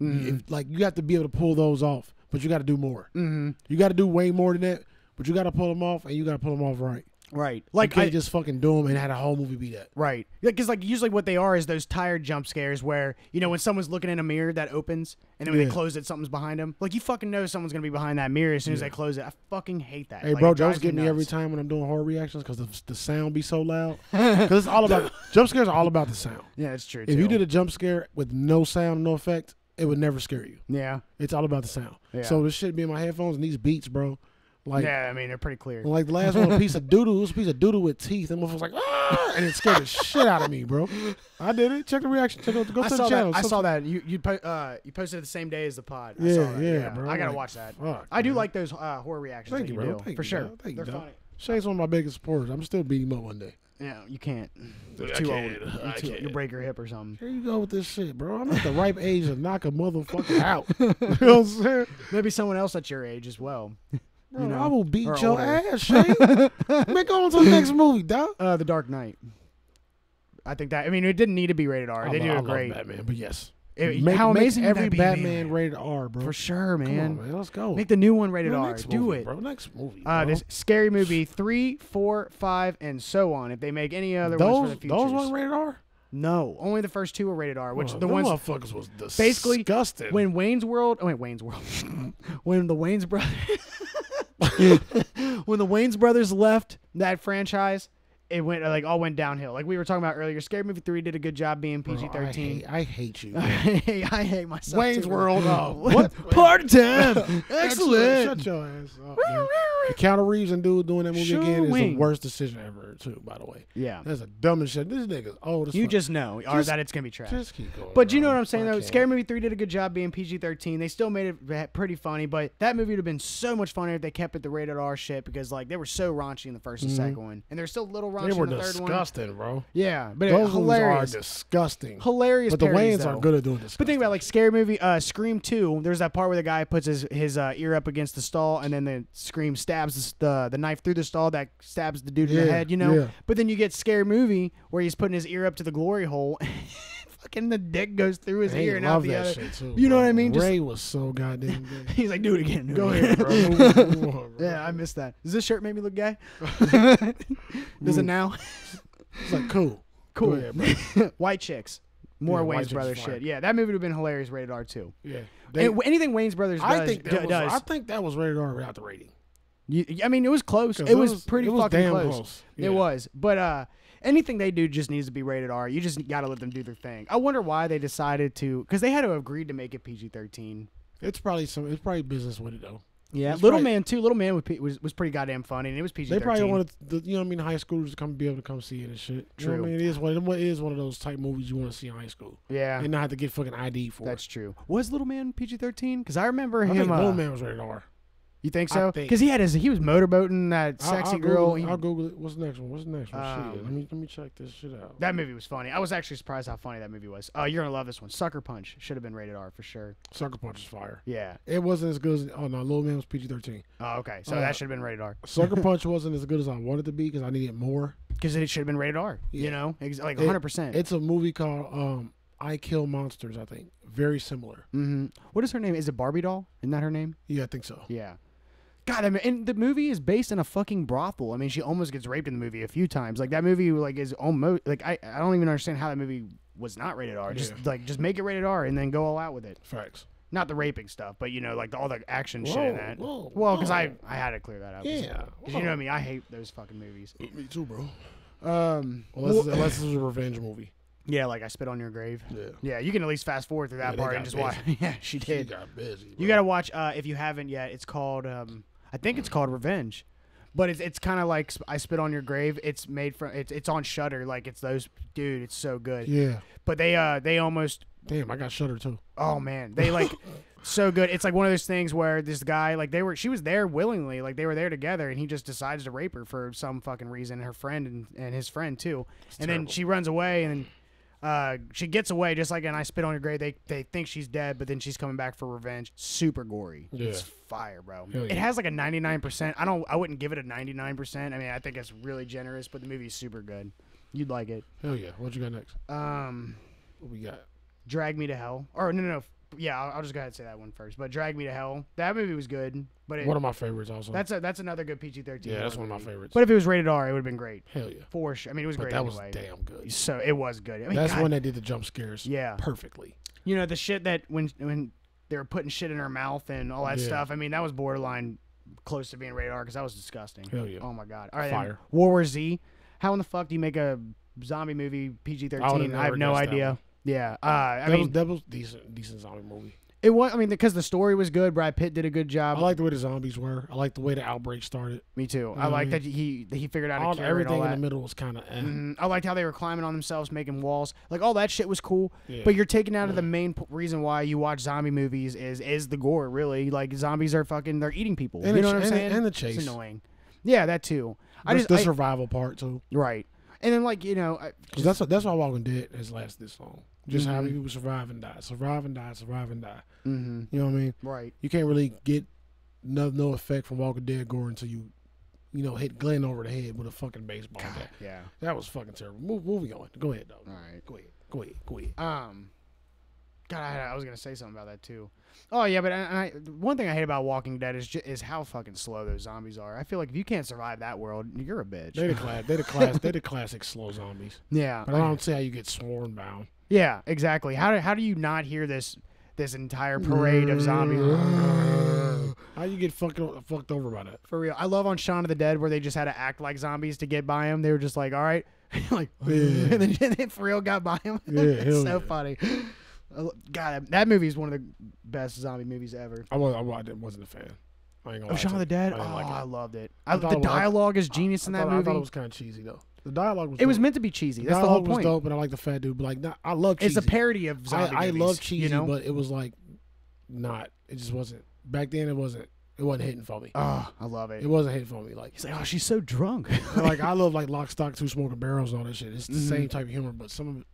Speaker 2: if, like you have to be able to pull those off. But you got to do more. Mm-hmm. You got to do way more than that. But you got to pull them off, and you got to pull them off right.
Speaker 1: right?
Speaker 2: You
Speaker 1: Like
Speaker 2: can't
Speaker 1: I,
Speaker 2: just fucking do them and had a whole movie be that.
Speaker 1: Right. Because, like, usually what they are is those tired jump scares where, you know, when someone's looking in a mirror that opens and then when they
Speaker 2: Yeah.
Speaker 1: close it, something's behind them. Like, you fucking know someone's going to be behind that mirror as soon as they close it. I fucking hate that.
Speaker 2: Hey,
Speaker 1: Like,
Speaker 2: bro,
Speaker 1: it
Speaker 2: those
Speaker 1: drives
Speaker 2: get me every
Speaker 1: nuts.
Speaker 2: time when I'm doing horror reactions because the, the sound be so loud. Because it's all about jump scares are all about the sound.
Speaker 1: Yeah, that's true.
Speaker 2: If you
Speaker 1: too.
Speaker 2: did a jump scare with no sound, no effect, it would never scare you.
Speaker 1: Yeah.
Speaker 2: It's all about the sound.
Speaker 1: Yeah.
Speaker 2: So this shit be in my headphones and these beats, bro. Like,
Speaker 1: yeah, I mean they're pretty clear.
Speaker 2: like the last one, a piece of doodle. It was a piece of doodle with teeth, and motherfucker was like, ah, and it scared the shit out of me, bro. I did it. Check the reaction. Check out. Go
Speaker 1: I saw
Speaker 2: to the
Speaker 1: that.
Speaker 2: channel.
Speaker 1: I
Speaker 2: Some-
Speaker 1: saw that. You you po- uh, you posted it the same day as the pod. I
Speaker 2: Yeah,
Speaker 1: saw that.
Speaker 2: yeah, bro.
Speaker 1: I gotta
Speaker 2: Like,
Speaker 1: watch that.
Speaker 2: fuck,
Speaker 1: I do
Speaker 2: man.
Speaker 1: like those uh, horror reactions.
Speaker 2: Thank
Speaker 1: that
Speaker 2: you, bro.
Speaker 1: do,
Speaker 2: Thank
Speaker 1: for
Speaker 2: you,
Speaker 1: sure.
Speaker 2: dog. Thank
Speaker 1: They're
Speaker 2: you, dog.
Speaker 1: funny.
Speaker 2: Shane's one of my biggest supporters. I'm still beating him up one day.
Speaker 1: Yeah, you can't. You're
Speaker 2: I
Speaker 1: too old.
Speaker 2: can't.
Speaker 1: You're
Speaker 2: I
Speaker 1: too- You'll
Speaker 2: can't.
Speaker 1: break your hip or something.
Speaker 2: Here you go with this shit, bro. I'm at the ripe age to knock a motherfucker out. you know what I'm saying?
Speaker 1: Maybe someone else at your age as well.
Speaker 2: Bro,
Speaker 1: You know,
Speaker 2: I will beat
Speaker 1: or
Speaker 2: your
Speaker 1: older.
Speaker 2: ass, Shane. Man, go on to the next movie, dog.
Speaker 1: Uh, the Dark Knight. I think that. I mean, it didn't need to be rated R.
Speaker 2: I
Speaker 1: They
Speaker 2: love,
Speaker 1: do
Speaker 2: I
Speaker 1: a
Speaker 2: love
Speaker 1: great.
Speaker 2: Batman, but yes.
Speaker 1: It-
Speaker 2: Make-
Speaker 1: how
Speaker 2: make
Speaker 1: amazing would
Speaker 2: every
Speaker 1: that be,
Speaker 2: Batman
Speaker 1: man?
Speaker 2: rated R, bro.
Speaker 1: for sure,
Speaker 2: Come
Speaker 1: man.
Speaker 2: on, man. Let's go.
Speaker 1: Make the new one rated
Speaker 2: Bro,
Speaker 1: R.
Speaker 2: next
Speaker 1: Do
Speaker 2: movie,
Speaker 1: it.
Speaker 2: bro. Next movie.
Speaker 1: Uh,
Speaker 2: bro.
Speaker 1: this scary movie three, four, five, and so on. If they make any other ones
Speaker 2: those
Speaker 1: for the future,
Speaker 2: those ones rated R.
Speaker 1: no, only the first two are rated R. Which
Speaker 2: Bro,
Speaker 1: the
Speaker 2: them
Speaker 1: ones
Speaker 2: motherfuckers was disgusting.
Speaker 1: basically
Speaker 2: disgusting.
Speaker 1: when Wayne's World, oh wait, Wayne's World, when the Wayne's brothers, when the Wayne's brothers left that franchise, it went like all went downhill. Like we were talking about earlier, Scary Movie three did a good job being
Speaker 2: Bro,
Speaker 1: PG
Speaker 2: I
Speaker 1: thirteen.
Speaker 2: hate, I hate you.
Speaker 1: Hey, I hate myself.
Speaker 2: Wayne's
Speaker 1: too, bro.
Speaker 2: World. Oh,
Speaker 1: What?
Speaker 2: what?
Speaker 1: Part time.
Speaker 2: Shut
Speaker 1: Excellent.
Speaker 2: your ass up. dude. The Keanu Reeves and dude doing that movie
Speaker 1: Sure
Speaker 2: again is the
Speaker 1: wing.
Speaker 2: worst decision ever, too. By the way,
Speaker 1: Yeah.
Speaker 2: that's the dumbest shit. This nigga's old. As
Speaker 1: You
Speaker 2: fuck.
Speaker 1: just know, or
Speaker 2: Just-
Speaker 1: that it's gonna be trash.
Speaker 2: just keep going.
Speaker 1: But you know
Speaker 2: bro.
Speaker 1: what I'm saying
Speaker 2: I
Speaker 1: though.
Speaker 2: can't.
Speaker 1: Scary Movie three did a good job being PG-13. They still made it ve- pretty funny, but that movie would have been so much funnier if they kept it the rated R shit because like they were so raunchy in the 1st and second one, and they're still a little raunchy
Speaker 2: Mm-hmm. They were
Speaker 1: in the third one.
Speaker 2: disgusting, bro.
Speaker 1: Yeah, but it,
Speaker 2: Those hilarious.
Speaker 1: hilarious,
Speaker 2: are disgusting.
Speaker 1: hilarious.
Speaker 2: But the
Speaker 1: parodies,
Speaker 2: Wayans
Speaker 1: though.
Speaker 2: are good at doing this.
Speaker 1: But think about like Scary Movie, uh, Scream Two. There's that part where the guy puts his his uh, ear up against the stall, and then the scream stabs the, s- the the knife through the stall that stabs the dude in the
Speaker 2: Yeah,
Speaker 1: head. You know.
Speaker 2: yeah.
Speaker 1: But then you get Scary Movie where he's putting his ear up to the glory hole, fucking the dick goes through his ear and out
Speaker 2: love
Speaker 1: the
Speaker 2: that
Speaker 1: other.
Speaker 2: shit too.
Speaker 1: you know
Speaker 2: bro.
Speaker 1: what I mean? Just-
Speaker 2: Ray was so goddamn good.
Speaker 1: He's like, do it again. do it
Speaker 2: Go
Speaker 1: again."
Speaker 2: ahead, bro. Move on, move on, bro.
Speaker 1: Yeah, I missed that. Does this shirt make me look gay? Does it now?
Speaker 2: It's like cool.
Speaker 1: Cool.
Speaker 2: ahead,
Speaker 1: White chicks. More
Speaker 2: Yeah, White
Speaker 1: Wayne's
Speaker 2: Chicks
Speaker 1: Brothers
Speaker 2: is
Speaker 1: shit.
Speaker 2: fire.
Speaker 1: Yeah, that movie would have been hilarious rated R too.
Speaker 2: Yeah.
Speaker 1: And w- anything Wayne's Brothers does,
Speaker 2: I think
Speaker 1: d-
Speaker 2: that was.
Speaker 1: does.
Speaker 2: I think that was rated R without the rating.
Speaker 1: You, I mean, it was close.
Speaker 2: 'Cause
Speaker 1: It was,
Speaker 2: those-
Speaker 1: pretty
Speaker 2: it was
Speaker 1: fucking
Speaker 2: damn
Speaker 1: close.
Speaker 2: close.
Speaker 1: It
Speaker 2: Yeah.
Speaker 1: was, but uh, anything they do just needs to be rated R. You just gotta let them do their thing. I wonder why they decided to, because they had to have agreed to make it PG thirteen.
Speaker 2: It's probably some. It's probably business with it though.
Speaker 1: Yeah,
Speaker 2: That's
Speaker 1: Little
Speaker 2: right.
Speaker 1: Man too. Little Man was, P- was was pretty goddamn funny, and it was PG
Speaker 2: They
Speaker 1: thirteen.
Speaker 2: probably wanted, the, you know, what I mean, high schoolers to come be able to come see it and shit. You know what
Speaker 1: True.
Speaker 2: I mean, it is one. Of, them- it is one of those type movies you want to see in high school
Speaker 1: Yeah,
Speaker 2: and not have to get fucking ID for.
Speaker 1: that's
Speaker 2: it.
Speaker 1: true. Was Little Man PG thirteen? Because I remember
Speaker 2: I
Speaker 1: him.
Speaker 2: think
Speaker 1: uh,
Speaker 2: Little Man was rated R.
Speaker 1: You think
Speaker 2: I
Speaker 1: so?
Speaker 2: think-
Speaker 1: Because he had his he was motorboating that
Speaker 2: I'll-
Speaker 1: sexy
Speaker 2: I'll
Speaker 1: girl.
Speaker 2: Google,
Speaker 1: He-
Speaker 2: I'll Google it. What's the next one? What's the next one?
Speaker 1: Um,
Speaker 2: shit, let me let me check this shit out.
Speaker 1: that movie was funny. I was actually surprised how funny that movie was. Oh, you're gonna love this one. Sucker Punch should have been rated R for sure.
Speaker 2: Sucker Punch is fire.
Speaker 1: Yeah.
Speaker 2: It wasn't as good as. Oh no, Little Man was PG thirteen.
Speaker 1: Oh, okay. So
Speaker 2: Uh,
Speaker 1: that should have been rated R.
Speaker 2: Sucker Punch wasn't as good as I wanted to be because I needed more.
Speaker 1: because it should have been rated R. You
Speaker 2: Yeah.
Speaker 1: know, Ex- like
Speaker 2: It-
Speaker 1: 100. percent
Speaker 2: It's a movie called um, I Kill Monsters. I think very similar.
Speaker 1: Mm-hmm. What is her name? Is it Barbie doll? Isn't that her name?
Speaker 2: Yeah, I think so.
Speaker 1: Yeah. God, I mean, and the movie is based in a fucking brothel. I mean, she almost gets raped in the movie a few times. Like that movie, like is almost like I, I don't even understand how that movie was not rated R. Just
Speaker 2: Yeah.
Speaker 1: like just make it rated R and then go all out with it.
Speaker 2: Facts.
Speaker 1: Not the raping stuff, but you know, like all the action shit in
Speaker 2: Whoa,
Speaker 1: that.
Speaker 2: whoa,
Speaker 1: well, because I
Speaker 2: whoa.
Speaker 1: I had to clear that up. 'cause-
Speaker 2: Yeah,
Speaker 1: 'cause you know
Speaker 2: whoa.
Speaker 1: me, I hate those fucking movies.
Speaker 2: Me too, bro.
Speaker 1: Um,
Speaker 2: Unless,
Speaker 1: well-
Speaker 2: it's, unless this was a revenge movie.
Speaker 1: yeah, like I spit on your grave.
Speaker 2: Yeah.
Speaker 1: Yeah, you can at least fast forward through that
Speaker 2: Yeah, they
Speaker 1: part and
Speaker 2: got
Speaker 1: just watch. yeah, she
Speaker 2: She
Speaker 1: did.
Speaker 2: got busy.
Speaker 1: You gotta watch uh, if you haven't yet. It's called um, I think it's called Revenge, but it's it's kind of like Sp- I Spit on Your Grave. It's made from it's it's on Shutter. Like it's those dude. It's so good.
Speaker 2: Yeah.
Speaker 1: But they uh they almost
Speaker 2: Damn, I got shudder too.
Speaker 1: oh man they like so good. It's like one of those things where this guy like they were she was there willingly like they were there together and he just decides to rape her for some fucking reason. Her friend and, and his friend too. and then
Speaker 2: terrible.
Speaker 1: she runs away and. Uh, she gets away just like and I spit on your grave. They they think she's dead, but then she's coming back for revenge. Super gory.
Speaker 2: Yeah.
Speaker 1: It's fire, bro.
Speaker 2: Hell
Speaker 1: It
Speaker 2: yeah.
Speaker 1: has like a 99%. I don't I wouldn't give it a 99%. I mean, I think it's really generous, but the movie's super good. You'd like it.
Speaker 2: Hell yeah. What you got next?
Speaker 1: Um
Speaker 2: What we got?
Speaker 1: Drag Me to Hell. Or no, no, no. Yeah, I'll, I'll just go ahead and say that one first. But Drag Me to Hell. That movie was good, but it,
Speaker 2: One of my favorites also.
Speaker 1: that's a, that's another good PG-13.
Speaker 2: yeah, that's
Speaker 1: horror
Speaker 2: one of my
Speaker 1: movie.
Speaker 2: favorites.
Speaker 1: But if it was rated R, it would have been great.
Speaker 2: Hell yeah.
Speaker 1: For sure. I mean, it was
Speaker 2: But
Speaker 1: great
Speaker 2: that was
Speaker 1: anyway.
Speaker 2: damn good.
Speaker 1: So it was good. I mean,
Speaker 2: That's
Speaker 1: God,
Speaker 2: when they did the jump scares.
Speaker 1: Yeah.
Speaker 2: Perfectly.
Speaker 1: you know the shit that when when they were putting shit in her mouth and all that
Speaker 2: Yeah.
Speaker 1: stuff. I mean, that was borderline close to being radar because that was disgusting.
Speaker 2: Hell yeah.
Speaker 1: Oh my god. All right. then,
Speaker 2: Fire.
Speaker 1: World War Z. How in the fuck do you make a zombie movie PG
Speaker 2: I would've
Speaker 1: thirteen? I
Speaker 2: never
Speaker 1: have no
Speaker 2: guessed that
Speaker 1: idea.
Speaker 2: one.
Speaker 1: Yeah. Uh, I
Speaker 2: that was
Speaker 1: mean,
Speaker 2: that was decent decent zombie movie.
Speaker 1: It was. I mean, because the story was good. Brad Pitt did a good job.
Speaker 2: I like the way the zombies were. I like the way the outbreak started.
Speaker 1: Me too.
Speaker 2: what
Speaker 1: I
Speaker 2: I
Speaker 1: like
Speaker 2: mean?
Speaker 1: that he that he figured out
Speaker 2: Mhm. All,
Speaker 1: a cure
Speaker 2: everything
Speaker 1: and all
Speaker 2: in
Speaker 1: that.
Speaker 2: the middle was kind of. Eh.
Speaker 1: Mhm. I liked how they were climbing on themselves, making walls. Like all that shit was cool.
Speaker 2: Yeah.
Speaker 1: But you're taking out of the main p- reason why you watch zombie movies is is the gore. Really, like zombies are fucking they're eating people.
Speaker 2: And
Speaker 1: you
Speaker 2: the
Speaker 1: know
Speaker 2: ch-
Speaker 1: what I'm
Speaker 2: and the-
Speaker 1: saying?
Speaker 2: and the
Speaker 1: It's
Speaker 2: chase.
Speaker 1: annoying. Yeah, that too. I
Speaker 2: The-
Speaker 1: just
Speaker 2: the
Speaker 1: I-
Speaker 2: survival part too,
Speaker 1: right. And then like you know, I,
Speaker 2: because that's that's why Walking Dead has lasted this long. Just how
Speaker 1: Mm-hmm.
Speaker 2: many people survive and die, survive and die, survive and die.
Speaker 1: mhm.
Speaker 2: You know what I mean?
Speaker 1: right.
Speaker 2: You can't really get no no effect from Walking Dead gore until you, you know, hit Glenn over the head with a fucking baseball bat.
Speaker 1: Yeah.
Speaker 2: That was fucking terrible. Move, moving on. Go ahead though.
Speaker 1: All right.
Speaker 2: Go ahead. Go ahead. Go ahead.
Speaker 1: Um, God, I, I was gonna say something about that too. Oh yeah, but and I, one thing I hate about Walking Dead is ju- is how fucking slow those zombies are. I feel like if you can't survive that world, you're a bitch.
Speaker 2: They the class. They the class. They the classic slow zombies.
Speaker 1: yeah,
Speaker 2: But I don't see how you get sworn bound.
Speaker 1: yeah, exactly. How do how do you not hear this this entire parade of zombies?
Speaker 2: How you get fucking fucked over by that?
Speaker 1: For real, I love on Shaun of the Dead where they just had to act like zombies to get by him. They were just like, all right, like,
Speaker 2: Oh,
Speaker 1: and then, and then for real got by him.
Speaker 2: Yeah,
Speaker 1: it's
Speaker 2: hell
Speaker 1: so
Speaker 2: yeah.
Speaker 1: funny. I lo- God, that movie is one of the best zombie movies ever.
Speaker 2: I was. I wa- I didn't- wasn't a fan. I ain't gonna.
Speaker 1: Oh,
Speaker 2: lie
Speaker 1: Shaun of
Speaker 2: to
Speaker 1: the
Speaker 2: you.
Speaker 1: Dead.
Speaker 2: I
Speaker 1: Oh,
Speaker 2: didn't like it.
Speaker 1: I loved it. I,
Speaker 2: thought it
Speaker 1: the
Speaker 2: was-
Speaker 1: dialogue is genius in
Speaker 2: I
Speaker 1: that
Speaker 2: thought- I
Speaker 1: movie.
Speaker 2: thought
Speaker 1: it was,
Speaker 2: it was kind of cheesy though. The dialogue was. dope.
Speaker 1: meant to be cheesy.
Speaker 2: The
Speaker 1: That's the whole
Speaker 2: dialogue was
Speaker 1: point.
Speaker 2: dope, and I like the fat dude. But like, not, I love.
Speaker 1: It's
Speaker 2: cheesy.
Speaker 1: a parody of zombie
Speaker 2: I, I
Speaker 1: movies,
Speaker 2: love cheesy,
Speaker 1: you know?
Speaker 2: but it was like not. It just wasn't back then. It wasn't. It wasn't hitting for me.
Speaker 1: oh, I love it.
Speaker 2: It wasn't hitting for me. Like,
Speaker 1: He's like, oh, she's so drunk.
Speaker 2: like I love like Lock, Stock, Two Smoking Barrels and all that shit. It's the
Speaker 1: Mm-hmm.
Speaker 2: same type of humor, but some of it.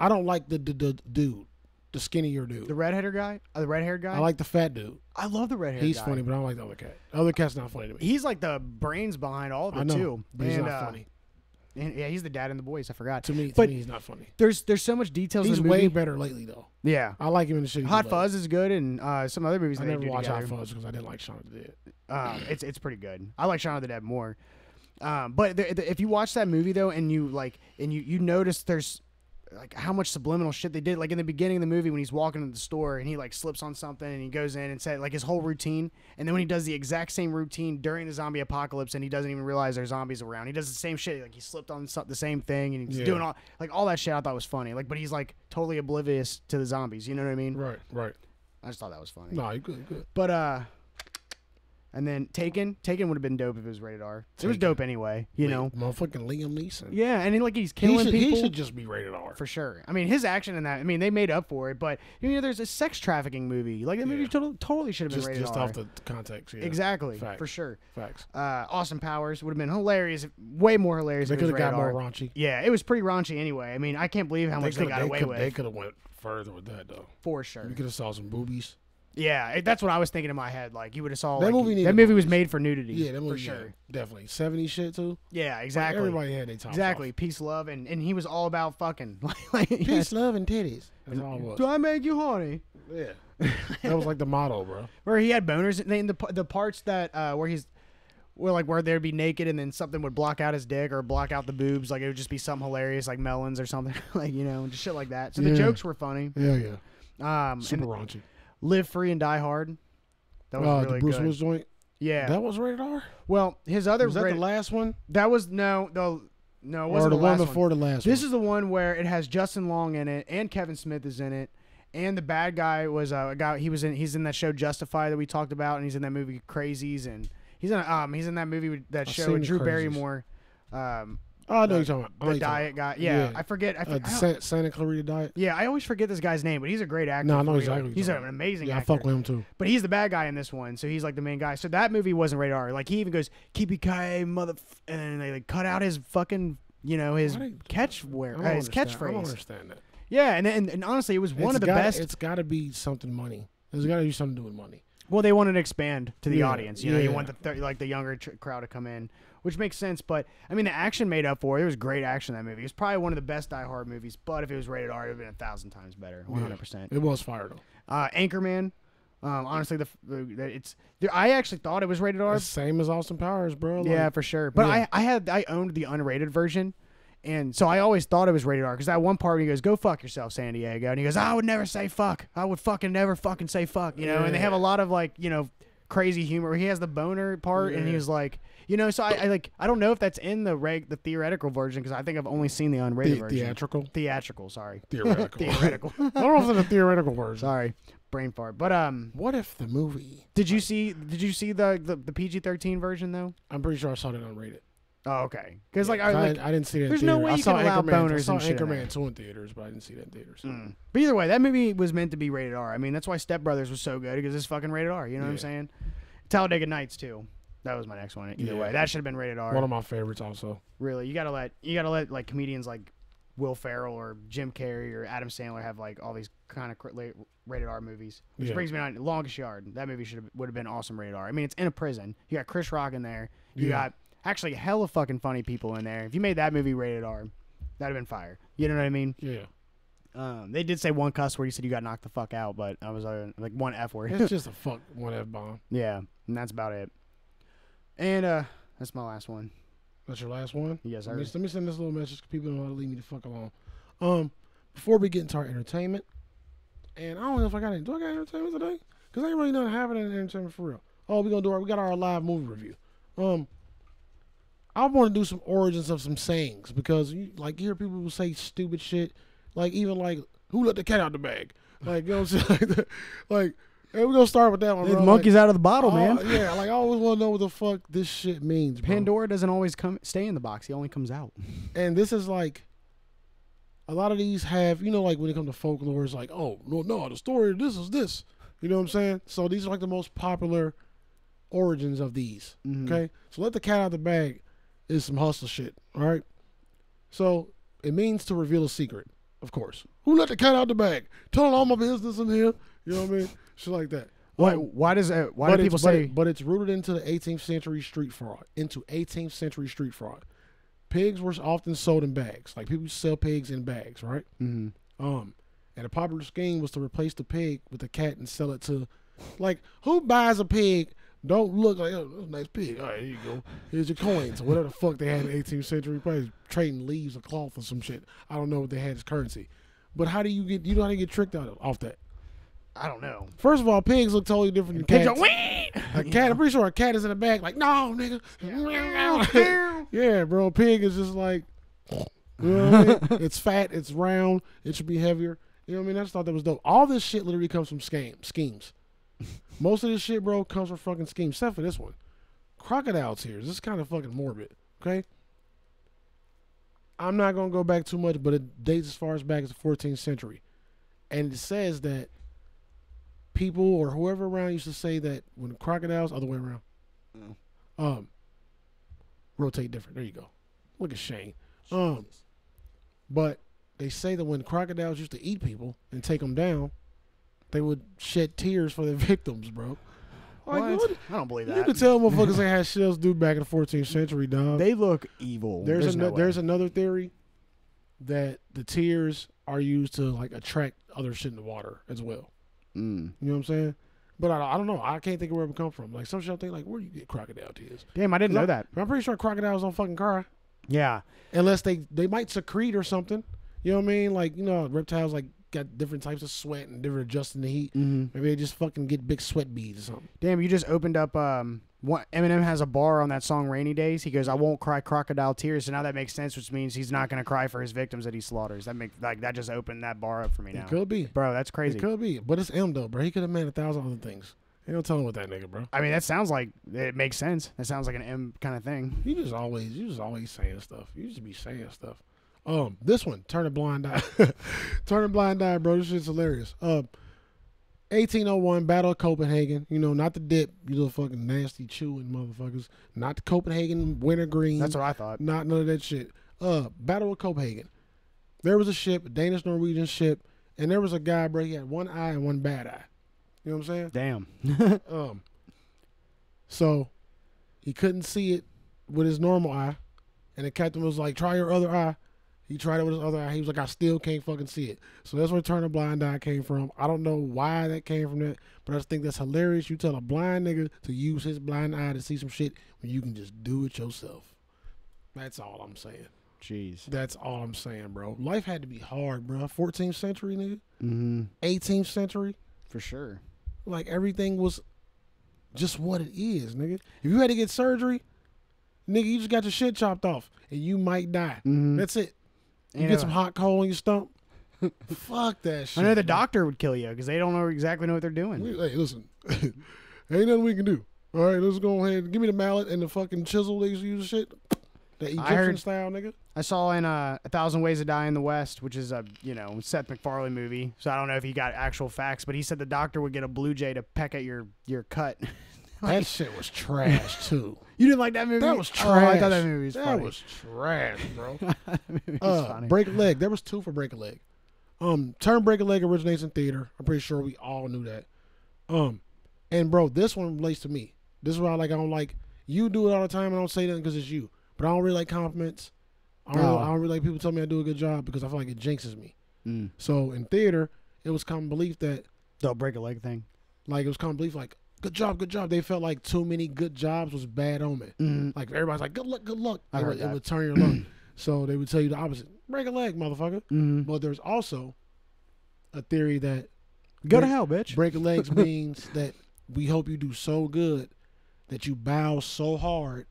Speaker 2: I don't like the the, the dude, the skinnier dude.
Speaker 1: the redheader guy, uh, the red-haired guy.
Speaker 2: I like the fat dude.
Speaker 1: I love the red-haired.
Speaker 2: He's
Speaker 1: guy.
Speaker 2: funny, but I don't like the other cat. The other cat's not funny to me.
Speaker 1: He's like the brains behind all of it
Speaker 2: I know,
Speaker 1: too.
Speaker 2: but he's
Speaker 1: And,
Speaker 2: not
Speaker 1: uh,
Speaker 2: funny
Speaker 1: and- yeah, he's the dad in the boys. I forgot.
Speaker 2: to me. To
Speaker 1: but
Speaker 2: me, he's not funny.
Speaker 1: there's there's so much details.
Speaker 2: He's
Speaker 1: in the movie.
Speaker 2: way better lately though.
Speaker 1: yeah.
Speaker 2: I like him in the shit. he
Speaker 1: Hot
Speaker 2: do
Speaker 1: Fuzz is good, and uh, some other movies
Speaker 2: lately.
Speaker 1: that
Speaker 2: I
Speaker 1: they
Speaker 2: never
Speaker 1: do
Speaker 2: watched
Speaker 1: together.
Speaker 2: Hot Fuzz because I didn't like Shaun of the Dead.
Speaker 1: Um, it's it's pretty good. I like Shaun of the Dead more. Um, but the, the, if you watch that movie though, and you like, and you you notice there's like how much subliminal shit they did. Like in the beginning of the movie, when he's walking to the store and he like slips on something and he goes in and said like his whole routine, and then when he does the exact same routine during the zombie apocalypse and he doesn't even realize there's zombies around, he does the same shit. Like he slipped on so- the same thing and he's
Speaker 2: Yeah.
Speaker 1: doing all like all that shit. I thought was funny. Like, but he's like totally oblivious to the zombies. You know what I mean?
Speaker 2: Right, right.
Speaker 1: I just thought that was funny.
Speaker 2: No, you good, good.
Speaker 1: But uh and then Taken, Taken would have been dope if it was rated R. It was
Speaker 2: Taken.
Speaker 1: dope anyway, you know.
Speaker 2: motherfucking Liam Neeson.
Speaker 1: Yeah, and he, like he's
Speaker 2: he
Speaker 1: killing
Speaker 2: should, he
Speaker 1: people
Speaker 2: should just be rated R.
Speaker 1: for sure. I mean, his action in that. I mean, they made up for it, but you know, there's a sex trafficking movie. Like that movie
Speaker 2: Yeah.
Speaker 1: total, totally should have been
Speaker 2: just
Speaker 1: rated
Speaker 2: just
Speaker 1: R.
Speaker 2: off the context. Yeah.
Speaker 1: exactly,
Speaker 2: Facts.
Speaker 1: for sure.
Speaker 2: Facts.
Speaker 1: Uh, Austin Powers would have been hilarious, if- way more hilarious.
Speaker 2: They
Speaker 1: if it
Speaker 2: could
Speaker 1: was
Speaker 2: have got
Speaker 1: rated
Speaker 2: more
Speaker 1: R.
Speaker 2: raunchy.
Speaker 1: Yeah, it was pretty raunchy anyway. I mean, I can't believe how much they
Speaker 2: coulda-
Speaker 1: got away
Speaker 2: coulda-
Speaker 1: with
Speaker 2: They could have went further with that though.
Speaker 1: for sure.
Speaker 2: You could have saw some boobies.
Speaker 1: yeah, it- that's what I was thinking in my head. Like you would have saw
Speaker 2: That
Speaker 1: like,
Speaker 2: movie needed
Speaker 1: that movie was
Speaker 2: boobies.
Speaker 1: made for nudity.
Speaker 2: Yeah, that
Speaker 1: for
Speaker 2: movie,
Speaker 1: sure.
Speaker 2: yeah, definitely. 70s shit too.
Speaker 1: Yeah, exactly.
Speaker 2: Everybody had their time.
Speaker 1: Exactly, peace, love, and and he was all about fucking. Like, like,
Speaker 2: Peace, love, and titties. That's all it was.
Speaker 1: Do I make you horny?
Speaker 2: Yeah, that was like the motto, bro.
Speaker 1: Where he had boners, and then the p- the parts that uh, where he's, where like where they'd be naked, and then something would block out his dick or block out the boobs, like it would just be something hilarious, like melons or something, like you know, just shit like that. So the
Speaker 2: Yeah.
Speaker 1: jokes were funny.
Speaker 2: Yeah, yeah.
Speaker 1: Um,
Speaker 2: Super
Speaker 1: and
Speaker 2: raunchy.
Speaker 1: live free and die hard. That was
Speaker 2: Uh,
Speaker 1: really
Speaker 2: the Bruce
Speaker 1: good.
Speaker 2: Willis joint.
Speaker 1: yeah.
Speaker 2: That was rated R.
Speaker 1: well, his other
Speaker 2: Was that
Speaker 1: rated-
Speaker 2: the last one,
Speaker 1: that was no the no it
Speaker 2: or
Speaker 1: wasn't
Speaker 2: the,
Speaker 1: the
Speaker 2: one
Speaker 1: last
Speaker 2: before the last?
Speaker 1: This
Speaker 2: one?
Speaker 1: is the one where it has Justin Long in it, and Kevin Smith is in it, and the bad guy was uh, a guy. He was in. He's in that show Justify that we talked about, and he's in that movie Crazies, and he's in um he's in that movie with that
Speaker 2: I've
Speaker 1: show
Speaker 2: seen
Speaker 1: with
Speaker 2: The
Speaker 1: Drew
Speaker 2: Crazies.
Speaker 1: Barrymore, um
Speaker 2: Oh, I know you're talking about. I know
Speaker 1: the
Speaker 2: you're talking
Speaker 1: diet guy. Yeah,
Speaker 2: Yeah.
Speaker 1: I forget. I,
Speaker 2: about. Uh,
Speaker 1: forget.
Speaker 2: the Santa, Santa Clarita diet.
Speaker 1: yeah, I always forget this guy's name, but he's a great actor.
Speaker 2: No, I
Speaker 1: for
Speaker 2: know
Speaker 1: real.
Speaker 2: exactly. what
Speaker 1: He's
Speaker 2: you're
Speaker 1: an
Speaker 2: talking about.
Speaker 1: amazing
Speaker 2: Yeah,
Speaker 1: actor.
Speaker 2: I fuck with him too.
Speaker 1: But he's the bad guy in this one, so he's like the main guy. So that movie wasn't rated R. Like he even goes Kipikai mother, f-" and then they like cut out his fucking you know his
Speaker 2: Why do you-
Speaker 1: catch
Speaker 2: I
Speaker 1: where
Speaker 2: don't
Speaker 1: uh, his
Speaker 2: understand- I don't
Speaker 1: catchphrase.
Speaker 2: understand that.
Speaker 1: Yeah, and, and and honestly, it was one
Speaker 2: It's
Speaker 1: of the
Speaker 2: gotta-
Speaker 1: best.
Speaker 2: It's got to be something money. It's got to be something to do with money.
Speaker 1: Well, they wanted to expand to the
Speaker 2: Yeah,
Speaker 1: audience. You know, you
Speaker 2: yeah.
Speaker 1: want the thir- like the younger tr- crowd to come in, which makes sense. But I mean, the action made up for it. It was great action in that movie. It was probably one of the best Die Hard movies. But if it was rated R, it would have been a thousand times better. One hundred percent.
Speaker 2: It was fire though.
Speaker 1: Uh Anchorman. Um, honestly, the, f- the the- it's the, I actually thought it was rated R.
Speaker 2: It's same as Austin Powers, bro. Like,
Speaker 1: yeah, for sure. But
Speaker 2: Yeah.
Speaker 1: I I had I owned the unrated version. And so I always thought it was rated R because that one part where he goes, "Go fuck yourself, San Diego," and he goes, "I would never say fuck. I would fucking never fucking say fuck," you know. And they have a lot of like, you know, crazy humor where he has the boner part, and he
Speaker 2: Yeah.
Speaker 1: was like, you know, so I, I like I don't know if that's in the reg the theoretical version because I think I've only seen the unrated
Speaker 2: The-
Speaker 1: version.
Speaker 2: theatrical,
Speaker 1: theatrical, sorry,
Speaker 2: theoretical.
Speaker 1: theoretical.
Speaker 2: I don't know if it's a theoretical version.
Speaker 1: sorry, brain fart. But um,
Speaker 2: What if the movie?
Speaker 1: did you see did you see the the, the PG thirteen version though?
Speaker 2: I'm pretty sure I saw that unrated.
Speaker 1: Oh, okay, because like I
Speaker 2: I,
Speaker 1: like.
Speaker 2: I didn't see that. in
Speaker 1: there's no
Speaker 2: theaters.
Speaker 1: way
Speaker 2: I
Speaker 1: you
Speaker 2: saw
Speaker 1: can allow
Speaker 2: Anchorman, I
Speaker 1: boners
Speaker 2: saw
Speaker 1: and shit in
Speaker 2: Anchorman
Speaker 1: it.
Speaker 2: two in theaters, but I didn't see that in theaters.
Speaker 1: Mm. But either way, that movie was meant to be rated R. I mean, that's why Step Brothers was so good because it's fucking rated R. You know what I'm
Speaker 2: Yeah.
Speaker 1: saying? Talladega Nights too. That was my next one. Either
Speaker 2: Yeah.
Speaker 1: way, that should have been rated R.
Speaker 2: One of my favorites, also.
Speaker 1: really, you gotta let you gotta let like comedians like Will Ferrell or Jim Carrey or Adam Sandler have like all these kind of rated R movies. Which
Speaker 2: Yeah.
Speaker 1: brings me on Longest Yard. That movie should would have been awesome rated R. I mean, it's in a prison. You got Chris Rock in there. You
Speaker 2: Yeah.
Speaker 1: got actually hella fucking funny people in there. If you made that movie rated R, that'd have been fire. You know what I mean?
Speaker 2: Yeah,
Speaker 1: Um, they did say one cuss word. You said you got knocked the fuck out, but I was uh, like one f word.
Speaker 2: it's just a fuck one f bomb.
Speaker 1: yeah, and that's about it. And uh, that's my last one.
Speaker 2: That's your last one.
Speaker 1: Yes,
Speaker 2: Let me,
Speaker 1: sir.
Speaker 2: let me send this little message because people don't know how to leave me the fuck alone. Um, before we get into our entertainment, and I don't know if I got any. Do I got entertainment today? Because I ain't really not having any entertainment for real. Oh, we gonna do our. We got our live movie review. Um, I want to do some origins of some sayings because you like you hear people who say stupid shit, like even like who let the cat out the bag, like you know what I'm saying, like, and we gonna start with that one. bro.
Speaker 1: monkey's
Speaker 2: like,
Speaker 1: out of the bottle, man.
Speaker 2: oh, Yeah, like I always want to know what the fuck this shit means. Bro.
Speaker 1: Pandora doesn't always come stay in the box. He only comes out.
Speaker 2: and this is like a lot of these have you know like when it comes to folklore it's like oh no no the story of this is this you know what i'm saying so these are like the most popular origins of these okay so let the cat out of the bag is some hustle shit all right so it means to reveal a secret of course who let the cat out the bag telling all my business in here you know what i mean shit like that
Speaker 1: Why?
Speaker 2: Um,
Speaker 1: Why does? Uh, why do
Speaker 2: it's-
Speaker 1: people
Speaker 2: but
Speaker 1: say?
Speaker 2: it- but it's rooted into the 18th century street fraud. Into 18th century street fraud, pigs were often sold in bags. Like people used to sell pigs in bags, right?
Speaker 1: Mhm.
Speaker 2: Um, and a popular scheme was to replace the pig with a cat and sell it to, like, who buys a pig? Don't look like oh, that's a nice pig. All right, here you go. Here's your coins or whatever the fuck they had in the 18th century. Probably trading leaves or cloth or some shit. I don't know what they had as currency. But how do you get? You know how to get tricked out of off that?
Speaker 1: I don't know.
Speaker 2: First of all, pigs look totally different than
Speaker 1: Pigs
Speaker 2: cats.
Speaker 1: are- Wee!
Speaker 2: A cat, I'm pretty sure a cat is in the back, like, no, nigga. yeah, bro. A pig is just like, you know what I mean? It's fat, it's round, it should be heavier. You know what I mean? I just thought that was dope. All this shit literally comes from scam, schemes. Most of this shit, bro, comes from fucking schemes, except for this one. Crocodiles here. This is kind of fucking morbid, okay? I'm not going to go back too much, but it dates as far as back as the 14th century. And it says that people or whoever around used to say that when crocodiles, other way around,
Speaker 1: Mm.
Speaker 2: um, rotate different. There you go. Look at Shane. Um, but they say that when crocodiles used to eat people and take them down, they would shed tears for their victims, bro. Like,
Speaker 1: What?
Speaker 2: what-
Speaker 1: I don't believe
Speaker 2: You
Speaker 1: that.
Speaker 2: can tell motherfuckers they had shit else to do back in the 14th century, dog.
Speaker 1: They look evil.
Speaker 2: There's
Speaker 1: no
Speaker 2: ano-
Speaker 1: way.
Speaker 2: there's another theory that the tears are used to like attract other shit in the water as well.
Speaker 1: Mm.
Speaker 2: You know what I'm saying? But I don't, I don't know. I can't think of where it come from. Like some shit, I think like where you get crocodile tears.
Speaker 1: Damn, I didn't know that.
Speaker 2: But I'm pretty sure crocodiles don't fucking cry
Speaker 1: Yeah.
Speaker 2: unless they they might secrete or something. You know what I mean? Like you know, reptiles like got different types of sweat and different adjusting the heat.
Speaker 1: Mhm.
Speaker 2: Maybe they just fucking get big sweat beads or something.
Speaker 1: Damn, you just opened up. Um, what Eminem has a bar on that song "Rainy Days." He goes, "I won't cry crocodile tears." So now that makes sense, which means he's not gonna cry for his victims that he slaughters. That make like that just opened that bar up for me now,
Speaker 2: It could be.
Speaker 1: bro. That's crazy.
Speaker 2: It could be. But it's M though, bro. He could have meant a thousand other things. Ain't no telling what that nigga, bro.
Speaker 1: I mean, that sounds like it makes sense. That sounds like an M kind of thing.
Speaker 2: You just always you just always saying stuff. You just be saying stuff. Um, this one, turn a blind eye. turn a blind eye, bro. This shit's hilarious. Um, 1801 Battle of Copenhagen. You know, not the dip. You little fucking nasty chewing motherfuckers. Not the Copenhagen wintergreen.
Speaker 1: That's what I thought.
Speaker 2: Not none of that shit. Uh, Battle of Copenhagen. There was a ship, a Danish Norwegian ship, and there was a guy, bro. He had one eye and one bad eye. You know what I'm saying?
Speaker 1: Damn.
Speaker 2: Um, so he couldn't see it with his normal eye, and the captain was like, "Try your other eye." He tried it with his other eye. He was like, "I still can't fucking see it." So that's where "Turn a Blind Eye" came from. I don't know why that came from that, but I just think that's hilarious. You tell a blind nigga to use his blind eye to see some shit when you can just do it yourself. That's all I'm saying.
Speaker 1: Jeez.
Speaker 2: That's all I'm saying, bro. Life had to be hard, bro. 14th century, nigga.
Speaker 1: Mm-hmm.
Speaker 2: 18th century
Speaker 1: For sure.
Speaker 2: like everything was just what it is, nigga. If you had to get surgery, nigga, you just got your shit chopped off and you might die.
Speaker 1: Mm-hmm.
Speaker 2: That's it. You
Speaker 1: You
Speaker 2: get
Speaker 1: know-
Speaker 2: some hot coal on your stump. Fuck that shit.
Speaker 1: I know the doctor would kill you because they don't know exactly know what they're doing.
Speaker 2: We- hey, listen, ain't nothing we can do. All right, let's go ahead. Give me the mallet and the fucking chisel they used to use and shit. That Egyptian
Speaker 1: I heard-
Speaker 2: style, nigga.
Speaker 1: I saw in uh, A Thousand Ways to Die in the West, which is a you know Seth MacFarlane movie, so I don't know if he got actual facts, but he said the doctor would get a blue jay to peck at your your cut.
Speaker 2: That shit was trash too.
Speaker 1: you didn't like that movie?
Speaker 2: That was
Speaker 1: Oh,
Speaker 2: trash.
Speaker 1: I thought that movie was
Speaker 2: That
Speaker 1: funny.
Speaker 2: was trash, bro.
Speaker 1: That movie was
Speaker 2: uh,
Speaker 1: funny.
Speaker 2: Break a leg. There was two for break a leg. Um, term break a leg originates in theater. I'm pretty sure we all knew that. Um, and bro, this one relates to me. This is why, like, I don't like you do it all the time. I don't say nothing because it's you. But I don't really like compliments. I don't,
Speaker 1: Oh.
Speaker 2: I don't really like people tell me I do a good job because I feel like it jinxes me.
Speaker 1: Mm.
Speaker 2: So in theater, it was common belief that
Speaker 1: Don't break a leg thing.
Speaker 2: like it was common belief like good job, good job. They felt like too many good jobs was bad omen. Like everybody's like good luck, good luck.
Speaker 1: Mm-hmm. I
Speaker 2: It
Speaker 1: heard
Speaker 2: would, it
Speaker 1: that.
Speaker 2: would turn your luck. So they would tell you the opposite. Break a leg, motherfucker.
Speaker 1: Mhm.
Speaker 2: But there's also a theory that
Speaker 1: Go to
Speaker 2: break-
Speaker 1: hell, bitch.
Speaker 2: break legs means that we hope you do so good that you bow so hard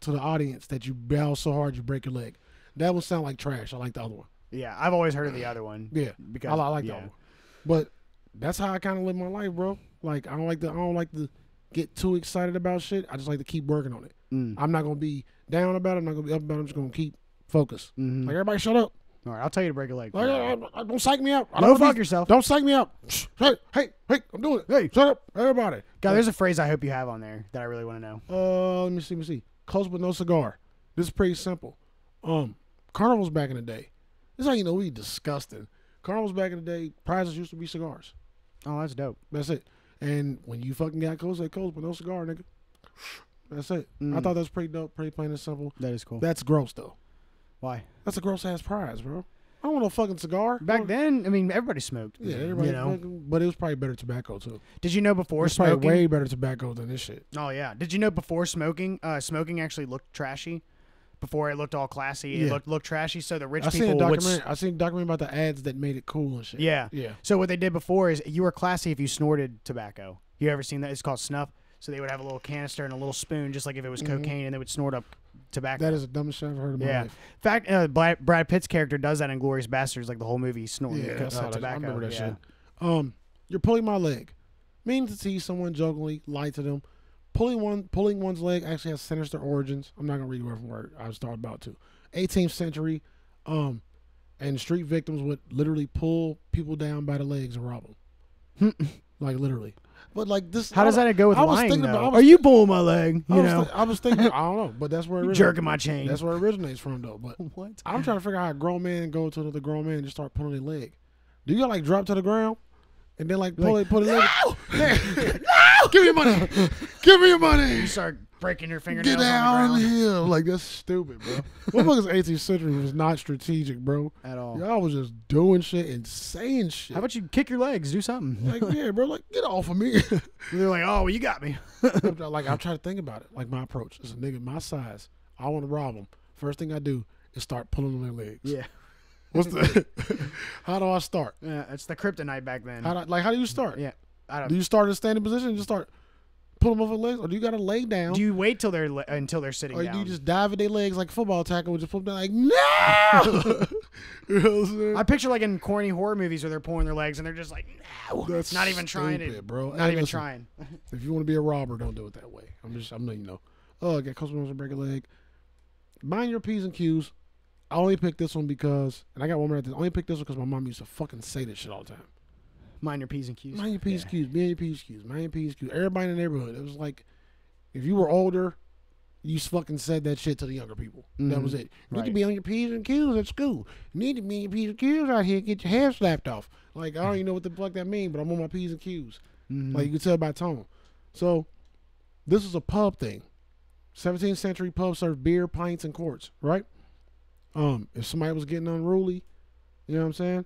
Speaker 2: to the audience that you bow so hard you break your leg. That would sound like trash. I like the other one.
Speaker 1: yeah, I've always heard of the other one.
Speaker 2: Yeah,
Speaker 1: because
Speaker 2: I, li- I like
Speaker 1: yeah. Oh,
Speaker 2: that one. But that's how I kind of live my life, bro. Like I don't like to I don't like to get too excited about shit. I just like to keep working on it.
Speaker 1: Mm.
Speaker 2: I'm not gonna be down about it. I'm not gonna be up about it. I'm just gonna keep focused.
Speaker 1: Mhm.
Speaker 2: Like everybody, shut up.
Speaker 1: All right, I'll tell you to break a leg.
Speaker 2: Like, I- I- I- don't psych me out. I
Speaker 1: Don't
Speaker 2: don't wanna
Speaker 1: fuck yourself.
Speaker 2: Don't psych me out. Shh. Hey, hey, hey! I'm doing it. Hey, shut up, everybody.
Speaker 1: God, there's a phrase I hope you have on there that I really want to know.
Speaker 2: Uh, let me see, let me see. Close but no cigar. This is pretty simple. Um, carnivals back in the day. This is how you know we disgusting. Carnivals back in the day, prizes used to be cigars.
Speaker 1: Oh, that's dope.
Speaker 2: That's it. And when you fucking got close, that close, but no cigar, nigga. That's it.
Speaker 1: Mm.
Speaker 2: I thought that was pretty dope, pretty plain and simple.
Speaker 1: That is cool.
Speaker 2: That's gross though.
Speaker 1: Why?
Speaker 2: That's a gross ass prize, bro. I don't want no fucking cigar.
Speaker 1: Back then, I mean, everybody smoked.
Speaker 2: yeah, everybody.
Speaker 1: You know?
Speaker 2: fucking- but it was probably better tobacco too.
Speaker 1: Did you know before
Speaker 2: It's probably
Speaker 1: smoking?
Speaker 2: way better tobacco than this shit.
Speaker 1: Oh yeah. Did you know before smoking, uh, smoking actually looked trashy? Before it looked all classy, it
Speaker 2: Yeah.
Speaker 1: looked looked trashy. So the rich
Speaker 2: I
Speaker 1: people
Speaker 2: seen a
Speaker 1: would. s-
Speaker 2: documentary. I seen a documentary about the ads that made it cool and shit.
Speaker 1: Yeah.
Speaker 2: yeah.
Speaker 1: So what they did before is you were classy if you snorted tobacco. You ever seen that? It's called snuff. So they would have a little canister and a little spoon, just like if it was cocaine, and they would snort up tobacco.
Speaker 2: Mm-hmm. That is the dumbest shit I've heard in my
Speaker 1: yeah. In
Speaker 2: life.
Speaker 1: fact, uh, Bla- Brad Pitt's character does that in Glorious Bastards, like the whole movie, he's snorting
Speaker 2: Yeah, Oh,
Speaker 1: co-
Speaker 2: that's
Speaker 1: uh,
Speaker 2: how that, I
Speaker 1: tobacco.
Speaker 2: remember that
Speaker 1: yeah.
Speaker 2: shit. Um, you're pulling my leg. Meaning to tease someone jokingly, lie to them. Pulling one, pulling one's leg actually has sinister origins. I'm not gonna read word for word. I was thought about to. 18th century, um, and street victims would literally pull people down by the legs and rob them, like literally. But like this,
Speaker 1: How
Speaker 2: I
Speaker 1: does
Speaker 2: don't-
Speaker 1: that go with
Speaker 2: I was
Speaker 1: lying?
Speaker 2: thinking
Speaker 1: Though?
Speaker 2: about- I
Speaker 1: Are
Speaker 2: was-
Speaker 1: you pulling my leg?
Speaker 2: I
Speaker 1: You
Speaker 2: was
Speaker 1: know,
Speaker 2: thi- I was thinking, I don't know, but that's where it originates.
Speaker 1: jerking my chain.
Speaker 2: That's where it originates from, though. But
Speaker 1: what?
Speaker 2: I'm trying to figure out how a grown man go to another grown man and just start pulling their leg. Do you gotta like drop to the ground and then like pull
Speaker 1: Like,
Speaker 2: it, pull their leg? Give me your money. Give me your money.
Speaker 1: You start breaking your fingernails
Speaker 2: Get
Speaker 1: on
Speaker 2: down
Speaker 1: the ground.
Speaker 2: here. Like that's stupid, bro. Motherfuckers 18th century was not strategic, bro.
Speaker 1: At all.
Speaker 2: Y'all was just doing shit and saying shit.
Speaker 1: Oh. How about you kick your legs? Do something.
Speaker 2: like yeah, bro. Like get off of me.
Speaker 1: They're like, oh, well, you got me.
Speaker 2: I'm try- like I'm trying to think about it. Like my approach is a nigga my size. I want to rob him. First thing I do is start pulling on their legs.
Speaker 1: yeah.
Speaker 2: What's the? how do I start?
Speaker 1: Yeah, it's the kryptonite back then.
Speaker 2: How do, like how do you start?
Speaker 1: yeah. I
Speaker 2: Do
Speaker 1: don't.
Speaker 2: you start in a standing position and just start pull them over the legs, or do you gotta lay down?
Speaker 1: Do you wait till they're le- until they're sitting
Speaker 2: or
Speaker 1: down?
Speaker 2: do Oh, you just dive at their legs like a football tackle and just pull them down like no? you know what I'm saying?
Speaker 1: I picture like in corny horror movies where they're pulling their legs and they're just like, no,
Speaker 2: That's
Speaker 1: not even trying to,
Speaker 2: stupid, bro.
Speaker 1: Not
Speaker 2: Hey,
Speaker 1: even
Speaker 2: listen.
Speaker 1: trying.
Speaker 2: If you want to be a robber, don't do it that way. I'm just I'm letting you know. Oh, I got customers to break a leg. Mind your p's and q's. I only picked this one because, and I got one more. at this. I only picked this one because my mom used to fucking say this shit all the time.
Speaker 1: Mind your p's and q's.
Speaker 2: Mind your P's and Q's. Be on your P's and Q's. Mind your P's and Q's. Everybody in the neighborhood. It was like, if you were older, you s- fucking said that shit to the younger people. That was it. You need to
Speaker 1: Right.
Speaker 2: be on your P's and Q's at school. You need to be on your P's and Q's out here. Get your head slapped off. Like, I don't even know what the fuck that means, but I'm on my P's and Q's.
Speaker 1: Mm-hmm.
Speaker 2: Like, you can tell by tone. So, this was a pub thing. 17th century pub served beer, pints, and quarts, right? Um, if somebody was getting unruly, you know what I'm saying?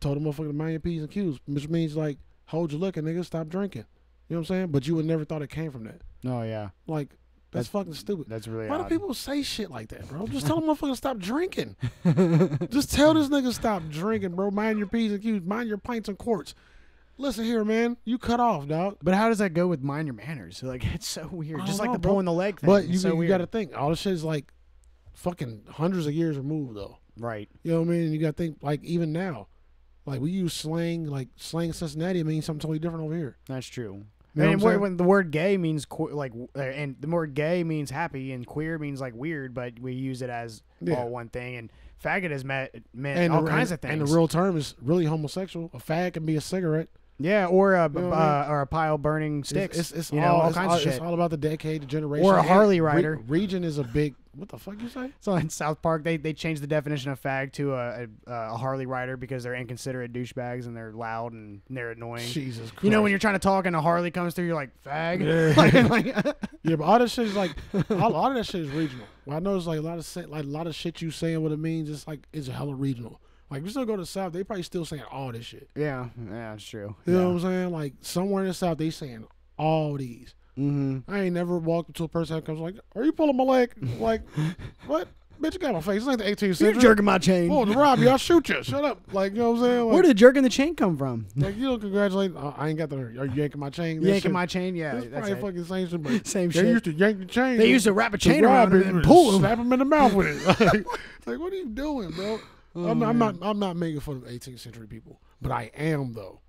Speaker 2: Told them motherfucker to mind your P's and Q's, which means like hold your liquor, nigga, stop drinking. You know what I'm saying? But you would never thought it came from that.
Speaker 1: Oh yeah,
Speaker 2: Like
Speaker 1: That's-
Speaker 2: that's, fucking stupid.
Speaker 1: that's really.
Speaker 2: Why
Speaker 1: odd.
Speaker 2: do people say shit like that, bro? Just tell them motherfucker to stop drinking. Just tell this nigga stop drinking, bro. Mind your P's and Q's. Mind your pints and quarts. Listen here, man. You cut off, dog.
Speaker 1: But how does that go with mind your manners? Like it's so weird.
Speaker 2: I
Speaker 1: Just
Speaker 2: don't
Speaker 1: like the
Speaker 2: know, bro.
Speaker 1: pulling the leg thing.
Speaker 2: But
Speaker 1: It's
Speaker 2: you,
Speaker 1: so
Speaker 2: you
Speaker 1: weird.
Speaker 2: got to think. All this shit is like fucking hundreds of years removed, though.
Speaker 1: right.
Speaker 2: You know what I mean? You got to think like even now, like we use slang, like slang Cincinnati means something totally different over here.
Speaker 1: That's true.
Speaker 2: You know what I'm
Speaker 1: and where,
Speaker 2: saying?
Speaker 1: when the word gay means que- like, w- uh, and the word gay means happy, and queer means like weird, but we use it as
Speaker 2: Yeah.
Speaker 1: all one thing. And faggot has met, meant
Speaker 2: And
Speaker 1: all
Speaker 2: the-
Speaker 1: kinds
Speaker 2: and-
Speaker 1: of things.
Speaker 2: And the real term is really homosexual. A fag can be a cigarette.
Speaker 1: yeah, or a
Speaker 2: know what I
Speaker 1: uh, or a pile burning
Speaker 2: It's-
Speaker 1: sticks.
Speaker 2: It's, it's
Speaker 1: you
Speaker 2: all,
Speaker 1: know, all
Speaker 2: it's
Speaker 1: kinds
Speaker 2: all-
Speaker 1: of shit.
Speaker 2: It's all about the decade, the generation,
Speaker 1: Or a
Speaker 2: And
Speaker 1: Harley
Speaker 2: re-
Speaker 1: rider.
Speaker 2: region is a big. What the fuck you say?
Speaker 1: So in South Park, they, they changed the definition of fag to a, a, a Harley rider because they're inconsiderate douchebags and they're loud and they're annoying.
Speaker 2: Jesus Christ.
Speaker 1: you know when you're trying to talk and a Harley comes through, you're like fag. Like- like-
Speaker 2: Yeah, but all this shit is like a lot of that shit is regional. Well, I noticed like a lot of say, like a lot of shit you saying what it means. It's like it's hella regional. Like if you still go to the south, they probably still saying all this shit.
Speaker 1: yeah, yeah, it's true.
Speaker 2: You know what I'm saying? Like somewhere in the south, they saying all these.
Speaker 1: Mm-hmm.
Speaker 2: I ain't never walked up to a person that comes like, "Are you pulling my leg?" Like, what? Bitch, you got my face. This ain't the 18th
Speaker 1: You're
Speaker 2: century.
Speaker 1: jerking my chain.
Speaker 2: Oh, to rob you, I'll shoot you. Shut up. Like, you know what I'm saying? Like,
Speaker 1: Where did jerking the chain come from?
Speaker 2: like you don't congratulate. I I ain't got the. Are you yanking my chain? That
Speaker 1: Yanking
Speaker 2: shit-
Speaker 1: my chain. Yeah,
Speaker 2: That's
Speaker 1: that's
Speaker 2: probably
Speaker 1: it.
Speaker 2: fucking same shit. But
Speaker 1: Same
Speaker 2: they
Speaker 1: shit.
Speaker 2: used to yank the chain.
Speaker 1: They used to wrap a
Speaker 2: to
Speaker 1: chain
Speaker 2: rob
Speaker 1: around
Speaker 2: it
Speaker 1: him and
Speaker 2: just
Speaker 1: pull him.
Speaker 2: slap him in the mouth with it. Like, like, what are you doing, bro?
Speaker 1: Oh,
Speaker 2: I'm, not, I'm not. I'm not making fun of 18th century people, but I am though.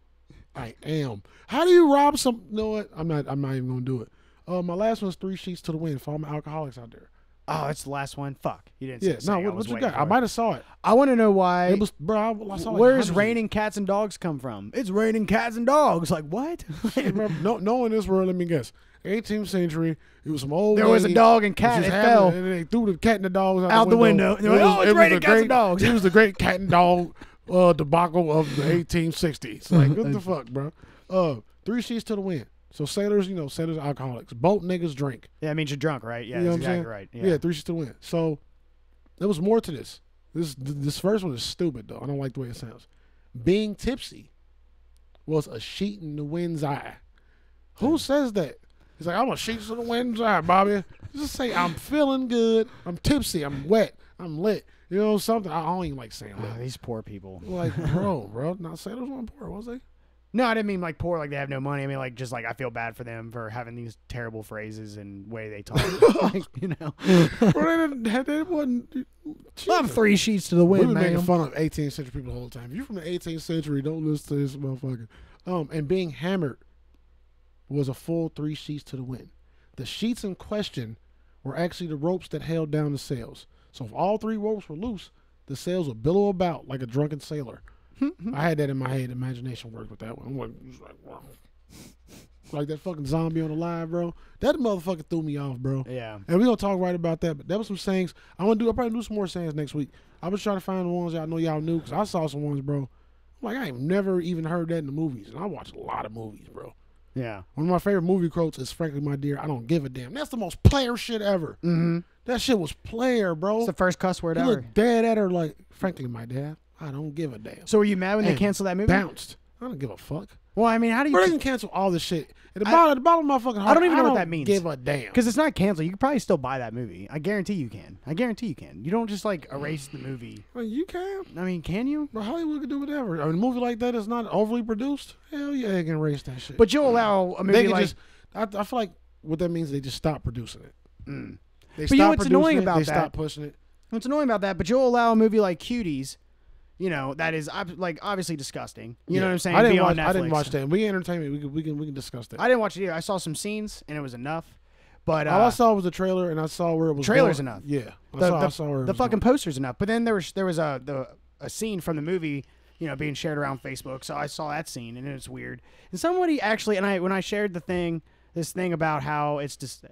Speaker 2: I am. How do you rob some? You know what? I'm not. I'm not even gonna do it. Uh, my last one's three sheets to the wind. For all my alcoholics out there.
Speaker 1: Oh, that's the last one. Fuck, you didn't.
Speaker 2: Yeah.
Speaker 1: say- say
Speaker 2: No.
Speaker 1: it. I
Speaker 2: What,
Speaker 1: was
Speaker 2: what you
Speaker 1: waiting
Speaker 2: got? I
Speaker 1: for it.
Speaker 2: might have saw it.
Speaker 1: I want to know why.
Speaker 2: It was, bro. I, I saw like,
Speaker 1: where's
Speaker 2: hundreds of-
Speaker 1: raining cats and dogs come from? It's raining cats and dogs. Like what?
Speaker 2: Remember, no, no, in this world, let me guess. 18th century, it was some old.
Speaker 1: There was a
Speaker 2: lady
Speaker 1: dog and
Speaker 2: that
Speaker 1: cat,
Speaker 2: just
Speaker 1: it
Speaker 2: happened,
Speaker 1: fell.
Speaker 2: and they threw the cat and the dogs out,
Speaker 1: Out the
Speaker 2: the
Speaker 1: window.
Speaker 2: window.
Speaker 1: They were like, "Oh, it's
Speaker 2: it
Speaker 1: raining
Speaker 2: the
Speaker 1: cats and
Speaker 2: great-
Speaker 1: dogs."
Speaker 2: It was the great cat and dog uh, debacle of the 1860s. Like what the fuck, bro? Uh, three sheets to the wind. So sailors, you know, sailors, are alcoholics, boat niggas drink.
Speaker 1: yeah, I mean you're drunk, right? Yeah,
Speaker 2: You know
Speaker 1: that's
Speaker 2: what
Speaker 1: exactly
Speaker 2: I'm saying?
Speaker 1: right.
Speaker 2: Yeah. three sheets to the wind. So there was more to this. This th- this first one is stupid though. I don't like the way it sounds. Being tipsy was a sheet in the wind's eye. Who says that? He's like, I'm a sheet in the wind's eye, Bobby. Just say I'm feeling good. I'm tipsy. I'm wet. I'm lit. You know something. I don't even like saying
Speaker 1: Oh,
Speaker 2: lit.
Speaker 1: these poor people.
Speaker 2: Like, bro, bro. Not sailors weren't poor, was they?
Speaker 1: No, I didn't mean like poor, like they have no money. I mean like just like I feel bad for them for having these terrible phrases and way they talk. like, you know,
Speaker 2: Bro, they didn't. They, they wasn't.
Speaker 1: I'm
Speaker 2: Jesus.
Speaker 1: three sheets to the
Speaker 2: We've
Speaker 1: wind,
Speaker 2: been making
Speaker 1: man.
Speaker 2: fun of 18th century people the whole time. If you're from the 18th century, don't listen to this motherfucker. Um, and being hammered was a full three sheets to the wind. The sheets in question were actually the ropes that held down the sails. So if all three ropes were loose, the sails would billow about like a drunken sailor. I had that in my head. Imagination worked with that one. I'm like, like, wow. like that fucking zombie on the live, bro. That motherfucker threw me off, bro.
Speaker 1: Yeah.
Speaker 2: And we're gonna talk right about that. But that was some sayings. I wanna do I'll probably do some more sayings next week. I was trying to find the ones y'all know y'all knew because I saw some ones, bro. I'm like, I ain't never even heard that in the movies. And I watch a lot of movies, bro.
Speaker 1: Yeah.
Speaker 2: One of my favorite movie quotes is frankly, my dear, I don't give a damn. That's the most player shit ever. Mm-hmm. That shit was player, bro.
Speaker 1: It's the first cuss word
Speaker 2: He
Speaker 1: ever.
Speaker 2: looked dead at her like, frankly, my dad, I don't give a damn.
Speaker 1: So were you mad when they
Speaker 2: And
Speaker 1: canceled that movie?
Speaker 2: Bounced. I don't give a fuck.
Speaker 1: Well, I mean, how do
Speaker 2: Bro, they
Speaker 1: you?
Speaker 2: can cancel all this shit. At the bottom, at the bottom of my fucking heart,
Speaker 1: don't even know what that means.
Speaker 2: Give a damn.
Speaker 1: Because it's not canceled. You could probably still buy that movie. I guarantee you can. I guarantee you can. You don't just like erase the movie.
Speaker 2: Like, you can.
Speaker 1: I mean, can you?
Speaker 2: But Hollywood can do whatever. I mean, a movie like that is not overly produced. Hell yeah, they can erase that shit.
Speaker 1: But you'll allow a movie
Speaker 2: Mm. they can
Speaker 1: like
Speaker 2: just. I, I feel like what that means they just stop producing it. They
Speaker 1: Mm. But you know
Speaker 2: stop
Speaker 1: what's
Speaker 2: producing
Speaker 1: annoying
Speaker 2: it,
Speaker 1: about
Speaker 2: they
Speaker 1: that?
Speaker 2: stop pushing it.
Speaker 1: What's annoying about that, but you'll allow a movie like Cuties, you know, that is ob- like obviously disgusting. You know
Speaker 2: Yeah.
Speaker 1: what I'm saying?
Speaker 2: I didn't
Speaker 1: Be on
Speaker 2: watch. I didn't
Speaker 1: Netflix.
Speaker 2: watch that. We entertainment. We can. We can. We can discuss that.
Speaker 1: I didn't watch it either. I saw some scenes and it was enough. But uh,
Speaker 2: All I saw was the trailer, and I saw where it was.
Speaker 1: Trailer's
Speaker 2: going.
Speaker 1: enough.
Speaker 2: Yeah, I
Speaker 1: the,
Speaker 2: saw.
Speaker 1: the,
Speaker 2: I saw where it
Speaker 1: the
Speaker 2: was
Speaker 1: fucking
Speaker 2: going.
Speaker 1: poster's enough. But then there was there was a the a scene from the movie, you know, being shared around Facebook. So I saw that scene and it's weird. And somebody actually and I when I shared the thing, this thing about how it's just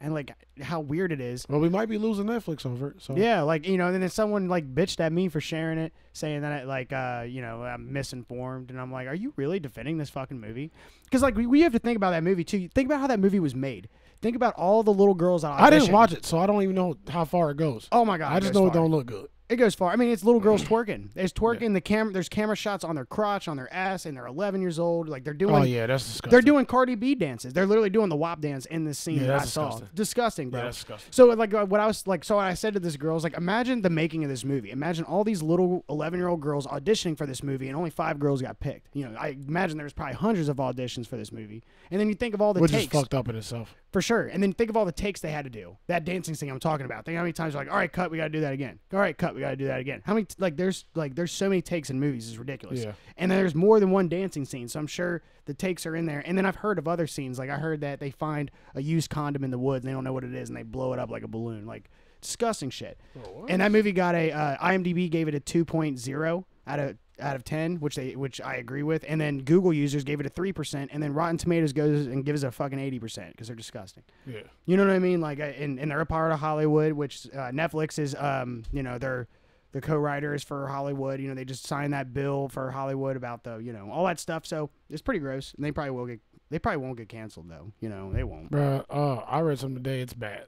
Speaker 1: and like how weird it is.
Speaker 2: Well, we might be losing Netflix over it. So
Speaker 1: Yeah, like you know, and then someone like bitched at me for sharing it, saying that I, like uh, you know I'm misinformed, and I'm like, are you really defending this fucking movie? Because like we, we have to think about that movie too. Think about how that movie was made. Think about all the little girls. That
Speaker 2: I didn't
Speaker 1: auditioned.
Speaker 2: watch it, so I don't even know how far it goes.
Speaker 1: Oh my god!
Speaker 2: I
Speaker 1: it
Speaker 2: just
Speaker 1: goes
Speaker 2: know it
Speaker 1: far.
Speaker 2: don't look good.
Speaker 1: It goes far. I mean, it's little girls
Speaker 2: Mm.
Speaker 1: twerking. There's twerking. The camera. There's camera shots on their crotch, on their ass, and they're 11 years old. Like they're doing.
Speaker 2: Oh yeah, that's disgusting.
Speaker 1: They're doing Cardi B dances. They're literally doing the WAP dance in this scene
Speaker 2: Yeah,
Speaker 1: that I
Speaker 2: that's
Speaker 1: saw.
Speaker 2: disgusting.
Speaker 1: Disgusting, bro.
Speaker 2: that's disgusting.
Speaker 1: So like uh, what I was like, so I said to this girl, I was like, imagine the making of this movie. Imagine all these little eleven-year-old girls auditioning for this movie, and only five girls got picked. You know, I imagine there was probably hundreds of auditions for this movie. And then you think of all the
Speaker 2: which
Speaker 1: takes
Speaker 2: is fucked up in itself.
Speaker 1: for sure. And then think of all the takes they had to do. That dancing thing I'm talking about. Think how many times you're like, all right, cut, we got to do that again. All right, cut, we got to do that again. How many like there's like there's so many takes in movies is ridiculous.
Speaker 2: Yeah.
Speaker 1: And there's more than one dancing scene, so I'm sure the takes are in there. And then I've heard of other scenes. Like I heard that they find a used condom in the woods and they don't know what it is and they blow it up like a balloon. Like disgusting shit. and that movie got a uh, IMDb gave it a 2.0 out of out of 10 which they which i agree with and then google users gave it a 3% and then rotten tomatoes goes and gives it a fucking 80% because they're disgusting
Speaker 2: Yeah.
Speaker 1: you know what I mean? Like, uh, and, and they're a part of Hollywood, which uh, Netflix is, um, you know, they're the co-writers for Hollywood. You know, they just signed that bill for Hollywood about the, you know, all that stuff. So it's pretty gross, and they probably will get, they probably won't get canceled though. You know, they won't.
Speaker 2: Bruh, uh, I read something today. It's bad.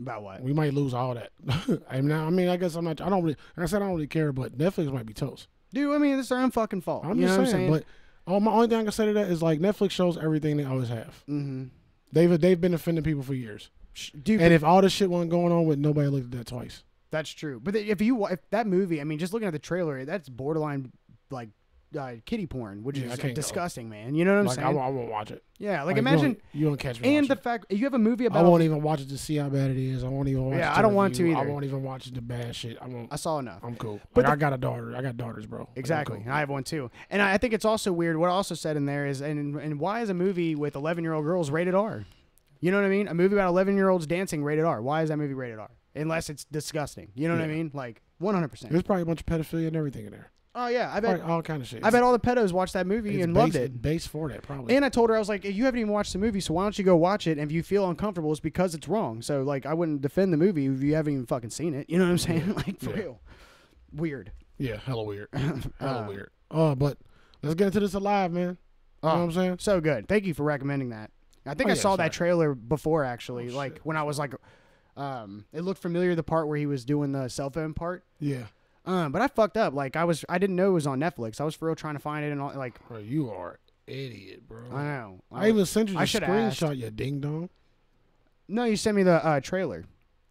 Speaker 1: About what?
Speaker 2: We might lose all that. I mean, I mean, I guess I'm not. I don't really. Like I said, I don't really care. But Netflix might be toast.
Speaker 1: Dude, I mean, it's their own fucking fault.
Speaker 2: I'm
Speaker 1: you
Speaker 2: just
Speaker 1: know
Speaker 2: saying.
Speaker 1: what
Speaker 2: But oh, my only thing I can say to that is like Netflix shows everything they always have.
Speaker 1: I'm saying?
Speaker 2: They've they've been offending people for years.
Speaker 1: mm-hmm. Dude,
Speaker 2: And if all this shit wasn't going on with, nobody looked at that twice.
Speaker 1: that's true. But if you wa- if that movie, I mean, just looking at the trailer, that's borderline like uh, kitty porn, which
Speaker 2: Yeah, I
Speaker 1: is
Speaker 2: can't go.
Speaker 1: disgusting, man. You know what I'm
Speaker 2: like I,
Speaker 1: saying?
Speaker 2: won't- I won't watch it.
Speaker 1: yeah, like
Speaker 2: you
Speaker 1: imagine.
Speaker 2: won't- you don't catch me.
Speaker 1: And
Speaker 2: watching
Speaker 1: the fact you have a movie
Speaker 2: it. I
Speaker 1: about
Speaker 2: won't even watch it to see how bad it is. I won't even. Watch
Speaker 1: Yeah,
Speaker 2: it
Speaker 1: I don't want to
Speaker 2: review.
Speaker 1: either.
Speaker 2: I won't even watch the bad shit. I won't.
Speaker 1: I saw enough.
Speaker 2: I'm cool.
Speaker 1: But
Speaker 2: But I got a daughter. I got daughters, bro. Like, I'm
Speaker 1: Exactly.
Speaker 2: cool.
Speaker 1: And I have one too. And I I think it's also weird what I also said in there is and and why is a movie with 11-year-old girls rated R? You know what I mean? A movie about 11-year-olds dancing rated R. Why is that movie rated R? Unless it's disgusting. You know what I mean? Like 100%.
Speaker 2: There's probably a bunch of pedophilia and everything in there.
Speaker 1: Oh yeah, I bet
Speaker 2: Probably all kind of shit.
Speaker 1: I bet all the pedos watched that movie
Speaker 2: it's
Speaker 1: and
Speaker 2: based,
Speaker 1: loved it.
Speaker 2: Based for that, probably.
Speaker 1: And I told her I was like, "You haven't even watched the movie, so why don't you go watch it? And if you feel uncomfortable, it's because it's wrong. So like, I wouldn't defend the movie if you haven't even fucking seen it. You know what I'm saying? like for
Speaker 2: Yeah.
Speaker 1: real, weird.
Speaker 2: yeah, hella weird. hella weird. Ah. Oh, but let's get into this alive, man. You know what I'm saying?
Speaker 1: So good. Thank you for recommending that. I think
Speaker 2: Oh,
Speaker 1: I
Speaker 2: yeah,
Speaker 1: saw
Speaker 2: sorry.
Speaker 1: that trailer before actually,
Speaker 2: Oh,
Speaker 1: like
Speaker 2: shit.
Speaker 1: when I was like um it looked familiar the part where he was doing the cell phone part.
Speaker 2: Yeah.
Speaker 1: Um but I fucked up. Like I was I didn't know it was on Netflix. I was for real trying to find it and all like
Speaker 2: Bro, you are an idiot, bro.
Speaker 1: I know.
Speaker 2: I even sent you the
Speaker 1: I shoulda
Speaker 2: screenshot, you ding dong.
Speaker 1: No, you sent me the uh, trailer.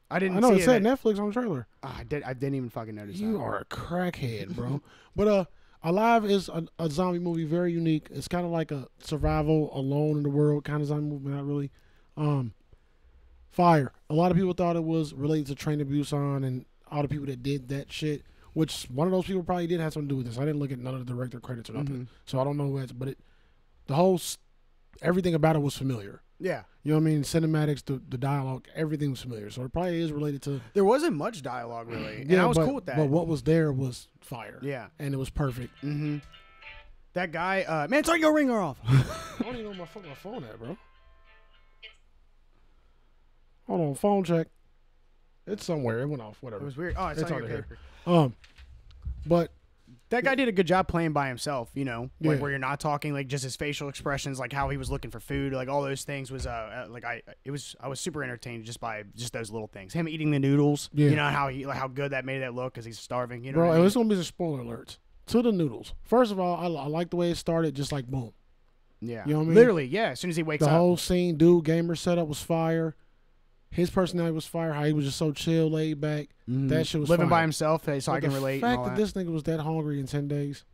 Speaker 1: I didn't
Speaker 2: I know
Speaker 1: see
Speaker 2: it
Speaker 1: it.
Speaker 2: said
Speaker 1: I,
Speaker 2: Netflix on the trailer.
Speaker 1: Ah, I did I didn't even fucking notice
Speaker 2: You
Speaker 1: that.
Speaker 2: are a crackhead, bro. but uh, Alive is a, a zombie movie, very unique. It's kind of like a survival, alone in the world kind of zombie movie, but not really. Um, Fire. A lot of people thought it was related to Train to Busan and all the people that did that shit. Which one of those people probably did have something to do with this. I didn't look at none of the director credits or nothing, so I don't know who that's. But it, the whole, s- everything about it was familiar.
Speaker 1: Yeah.
Speaker 2: You know what I mean? Cinematics, the, the dialogue, everything was familiar. So it probably is related to
Speaker 1: There wasn't much dialogue really. and I was
Speaker 2: but,
Speaker 1: cool with that.
Speaker 2: But what was there was fire.
Speaker 1: Yeah. Mm.
Speaker 2: And it was perfect. I
Speaker 1: Mm-hmm. that guy uh man, turn your ringer off.
Speaker 2: don't even know my phone, my phone at, bro. Hold on, phone check. It's somewhere. It went off. Whatever.
Speaker 1: it was weird. Oh, it's, on your
Speaker 2: under
Speaker 1: paper.
Speaker 2: here. Um, but
Speaker 1: That guy did a good job playing by himself, you know, like
Speaker 2: Yeah.
Speaker 1: where you're not talking, like just his facial expressions, like how he was looking for food, like all those things was, uh, uh, like I, it was, I was super entertained just by just those little things. Him eating the noodles,
Speaker 2: Yeah.
Speaker 1: you know how he, like how good that made that look because he's starving, you know.
Speaker 2: bro,
Speaker 1: what I
Speaker 2: and
Speaker 1: mean?
Speaker 2: it's gonna be some spoiler alerts to the noodles. First of all, I, I like the way it started. Just like boom,
Speaker 1: yeah,
Speaker 2: you know what I mean?
Speaker 1: literally, yeah. As soon as he wakes
Speaker 2: the
Speaker 1: up,
Speaker 2: whole scene, dude, gamer setup was fire. His personality was fire. How he was just so chill, laid back. That shit was
Speaker 1: Mm-hmm. living by
Speaker 2: fire.
Speaker 1: himself, uh, so I
Speaker 2: But
Speaker 1: can
Speaker 2: the
Speaker 1: relate. and
Speaker 2: fact
Speaker 1: all
Speaker 2: that
Speaker 1: that.
Speaker 2: this nigga was that hungry in ten days,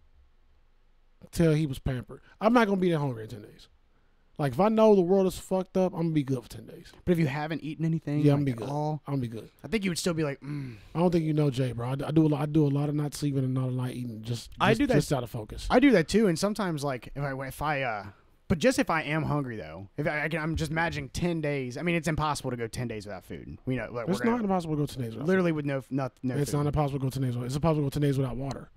Speaker 2: tell he was pampered. I'm not gonna be that hungry in ten days. Like if I know the world is fucked up, I'm gonna be good for ten days.
Speaker 1: but if you haven't eaten anything,
Speaker 2: Yeah, I'm
Speaker 1: like,
Speaker 2: gonna be
Speaker 1: at
Speaker 2: good.
Speaker 1: all,
Speaker 2: I'm gonna be good.
Speaker 1: I think you would still be like, mm.
Speaker 2: I don't think you know Jay, bro. I, I do a lot. I do a lot of not sleeping and not a lot eating. Just,
Speaker 1: I
Speaker 2: just-
Speaker 1: do that-
Speaker 2: just out of focus.
Speaker 1: I do that too, and sometimes like if I if I uh, but just if I am hungry though, if I, I can, I'm just imagining ten days. I mean, it's impossible to go ten days without food. We know like,
Speaker 2: it's
Speaker 1: we're gonna-
Speaker 2: not impossible to go ten days without.
Speaker 1: literally with no no, no
Speaker 2: food. It's
Speaker 1: food.
Speaker 2: not impossible to go ten days. Without, it's impossible to go ten days without water.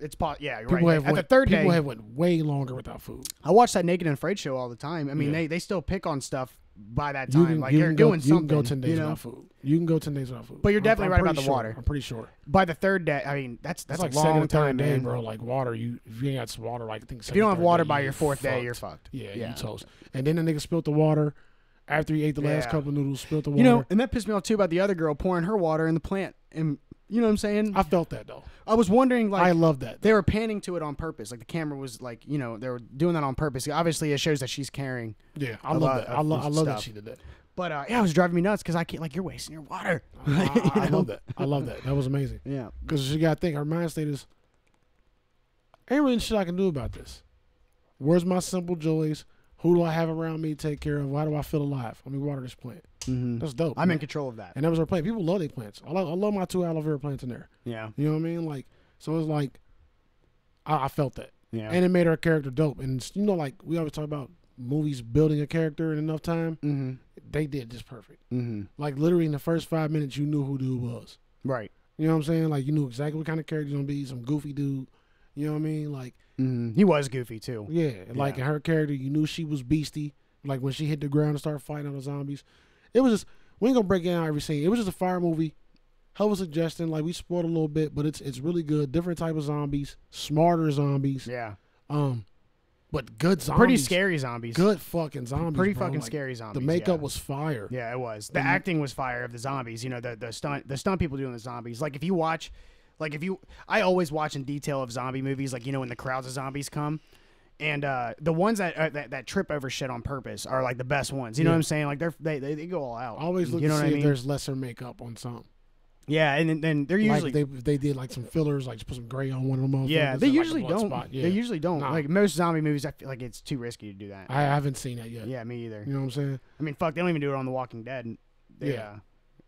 Speaker 1: It's po- yeah, you're
Speaker 2: People
Speaker 1: right.
Speaker 2: have
Speaker 1: At the
Speaker 2: went,
Speaker 1: third
Speaker 2: people
Speaker 1: day,
Speaker 2: have went way longer without food.
Speaker 1: I watch that Naked and Afraid show all the time. I mean,
Speaker 2: Yeah.
Speaker 1: they they still pick on stuff by that
Speaker 2: You
Speaker 1: time.
Speaker 2: can,
Speaker 1: like
Speaker 2: you
Speaker 1: you're
Speaker 2: can
Speaker 1: doing
Speaker 2: go,
Speaker 1: something.
Speaker 2: You can go ten days
Speaker 1: you know?
Speaker 2: without food. You can go ten days without food.
Speaker 1: But you're
Speaker 2: I'm-
Speaker 1: definitely
Speaker 2: I'm
Speaker 1: right about
Speaker 2: pretty
Speaker 1: the
Speaker 2: sure.
Speaker 1: water.
Speaker 2: I'm pretty sure.
Speaker 1: By the third day, I mean that's that's,
Speaker 2: That's
Speaker 1: a
Speaker 2: like
Speaker 1: long
Speaker 2: second, third
Speaker 1: time,
Speaker 2: day,
Speaker 1: man.
Speaker 2: bro. Like water, you if you ain't got some water, like I think
Speaker 1: If you don't have water
Speaker 2: day,
Speaker 1: by
Speaker 2: you
Speaker 1: your fourth day,
Speaker 2: fucked.
Speaker 1: you're fucked.
Speaker 2: yeah,
Speaker 1: Yeah.
Speaker 2: you toast. And then the nigga spilled the water after he ate the last
Speaker 1: Yeah.
Speaker 2: couple of noodles. Spilled the water.
Speaker 1: You know, and that pissed me off too about the other girl pouring her water in the plant and You know what I'm saying?
Speaker 2: I felt that though.
Speaker 1: I was wondering like
Speaker 2: I love that.
Speaker 1: they were panning to it on purpose. Like the camera was like, you know, they were doing that on purpose. Obviously, it shows that she's carrying.
Speaker 2: Yeah,
Speaker 1: A
Speaker 2: I love
Speaker 1: lot
Speaker 2: that. I
Speaker 1: of
Speaker 2: love. I love that
Speaker 1: stuff.
Speaker 2: she did that.
Speaker 1: But uh, yeah, it was driving me nuts because I can't like you're wasting your water.
Speaker 2: I, Ah, I
Speaker 1: You know?
Speaker 2: love that. I love that. That was amazing.
Speaker 1: Yeah,
Speaker 2: Because she got to think her mind state is, ain't really shit I can do about this. Where's my simple joys? Who do I have around me to take care of? Why do I feel alive? Let me water this plant. That's dope.
Speaker 1: Mm-hmm. I'm in
Speaker 2: man.
Speaker 1: control of that.
Speaker 2: And that was her plant. People love their plants. I love, I love my two aloe vera plants in there.
Speaker 1: Yeah,
Speaker 2: You know what I mean? Like, so it's like, I, I felt that.
Speaker 1: yeah.
Speaker 2: And it made her character dope. And it's- you know, like we always talk about movies building a character in enough time.
Speaker 1: mm-hmm.
Speaker 2: They did just perfect.
Speaker 1: Mm-hmm.
Speaker 2: Like literally in the first five minutes, you knew who dude was.
Speaker 1: Right.
Speaker 2: You know what I'm saying? Like you knew exactly what kind of character you're gonna be, some goofy dude. You know what I mean? Like
Speaker 1: Mm-hmm. He was goofy too.
Speaker 2: yeah, like in her character, you knew she was beastie. Like when she hit the ground and started fighting all the zombies, it was just we ain't gonna break down every scene. It was just a fire movie. Hell of a suggestion. Like we spoiled a little bit, but it's it's really good. Different type of zombies, smarter zombies.
Speaker 1: Yeah.
Speaker 2: Um, but good zombies.
Speaker 1: Pretty scary zombies.
Speaker 2: Good fucking zombies.
Speaker 1: Pretty
Speaker 2: bro.
Speaker 1: fucking
Speaker 2: Like,
Speaker 1: scary zombies.
Speaker 2: The makeup
Speaker 1: yeah.
Speaker 2: was fire.
Speaker 1: Yeah, it was. The acting was fire of the zombies. You know, the the stunt the stunt people doing the zombies. Like if you watch, like if you, I always watch in detail of zombie movies. Like you know when the crowds of zombies come, and uh, the ones that, uh, that that trip over shit on purpose are like the best ones. You know what I'm saying? Like they're they they, they go all out.
Speaker 2: I always look
Speaker 1: you know
Speaker 2: to see
Speaker 1: what I
Speaker 2: if
Speaker 1: mean?
Speaker 2: there's lesser makeup on some.
Speaker 1: Yeah, and then- then they're usually
Speaker 2: like they if they did like some fillers, like just put some gray on one of them.
Speaker 1: yeah
Speaker 2: motherfuckers
Speaker 1: they
Speaker 2: and, like, a
Speaker 1: usually
Speaker 2: blood
Speaker 1: don't
Speaker 2: spot. Yeah.
Speaker 1: they usually don't
Speaker 2: Nah.
Speaker 1: like most zombie movies. I feel like it's too risky to do that.
Speaker 2: I haven't seen that yet.
Speaker 1: yeah, me either.
Speaker 2: You know what I'm saying?
Speaker 1: I mean, fuck, they don't even do it on The Walking Dead. They,
Speaker 2: Yeah.
Speaker 1: yeah, uh,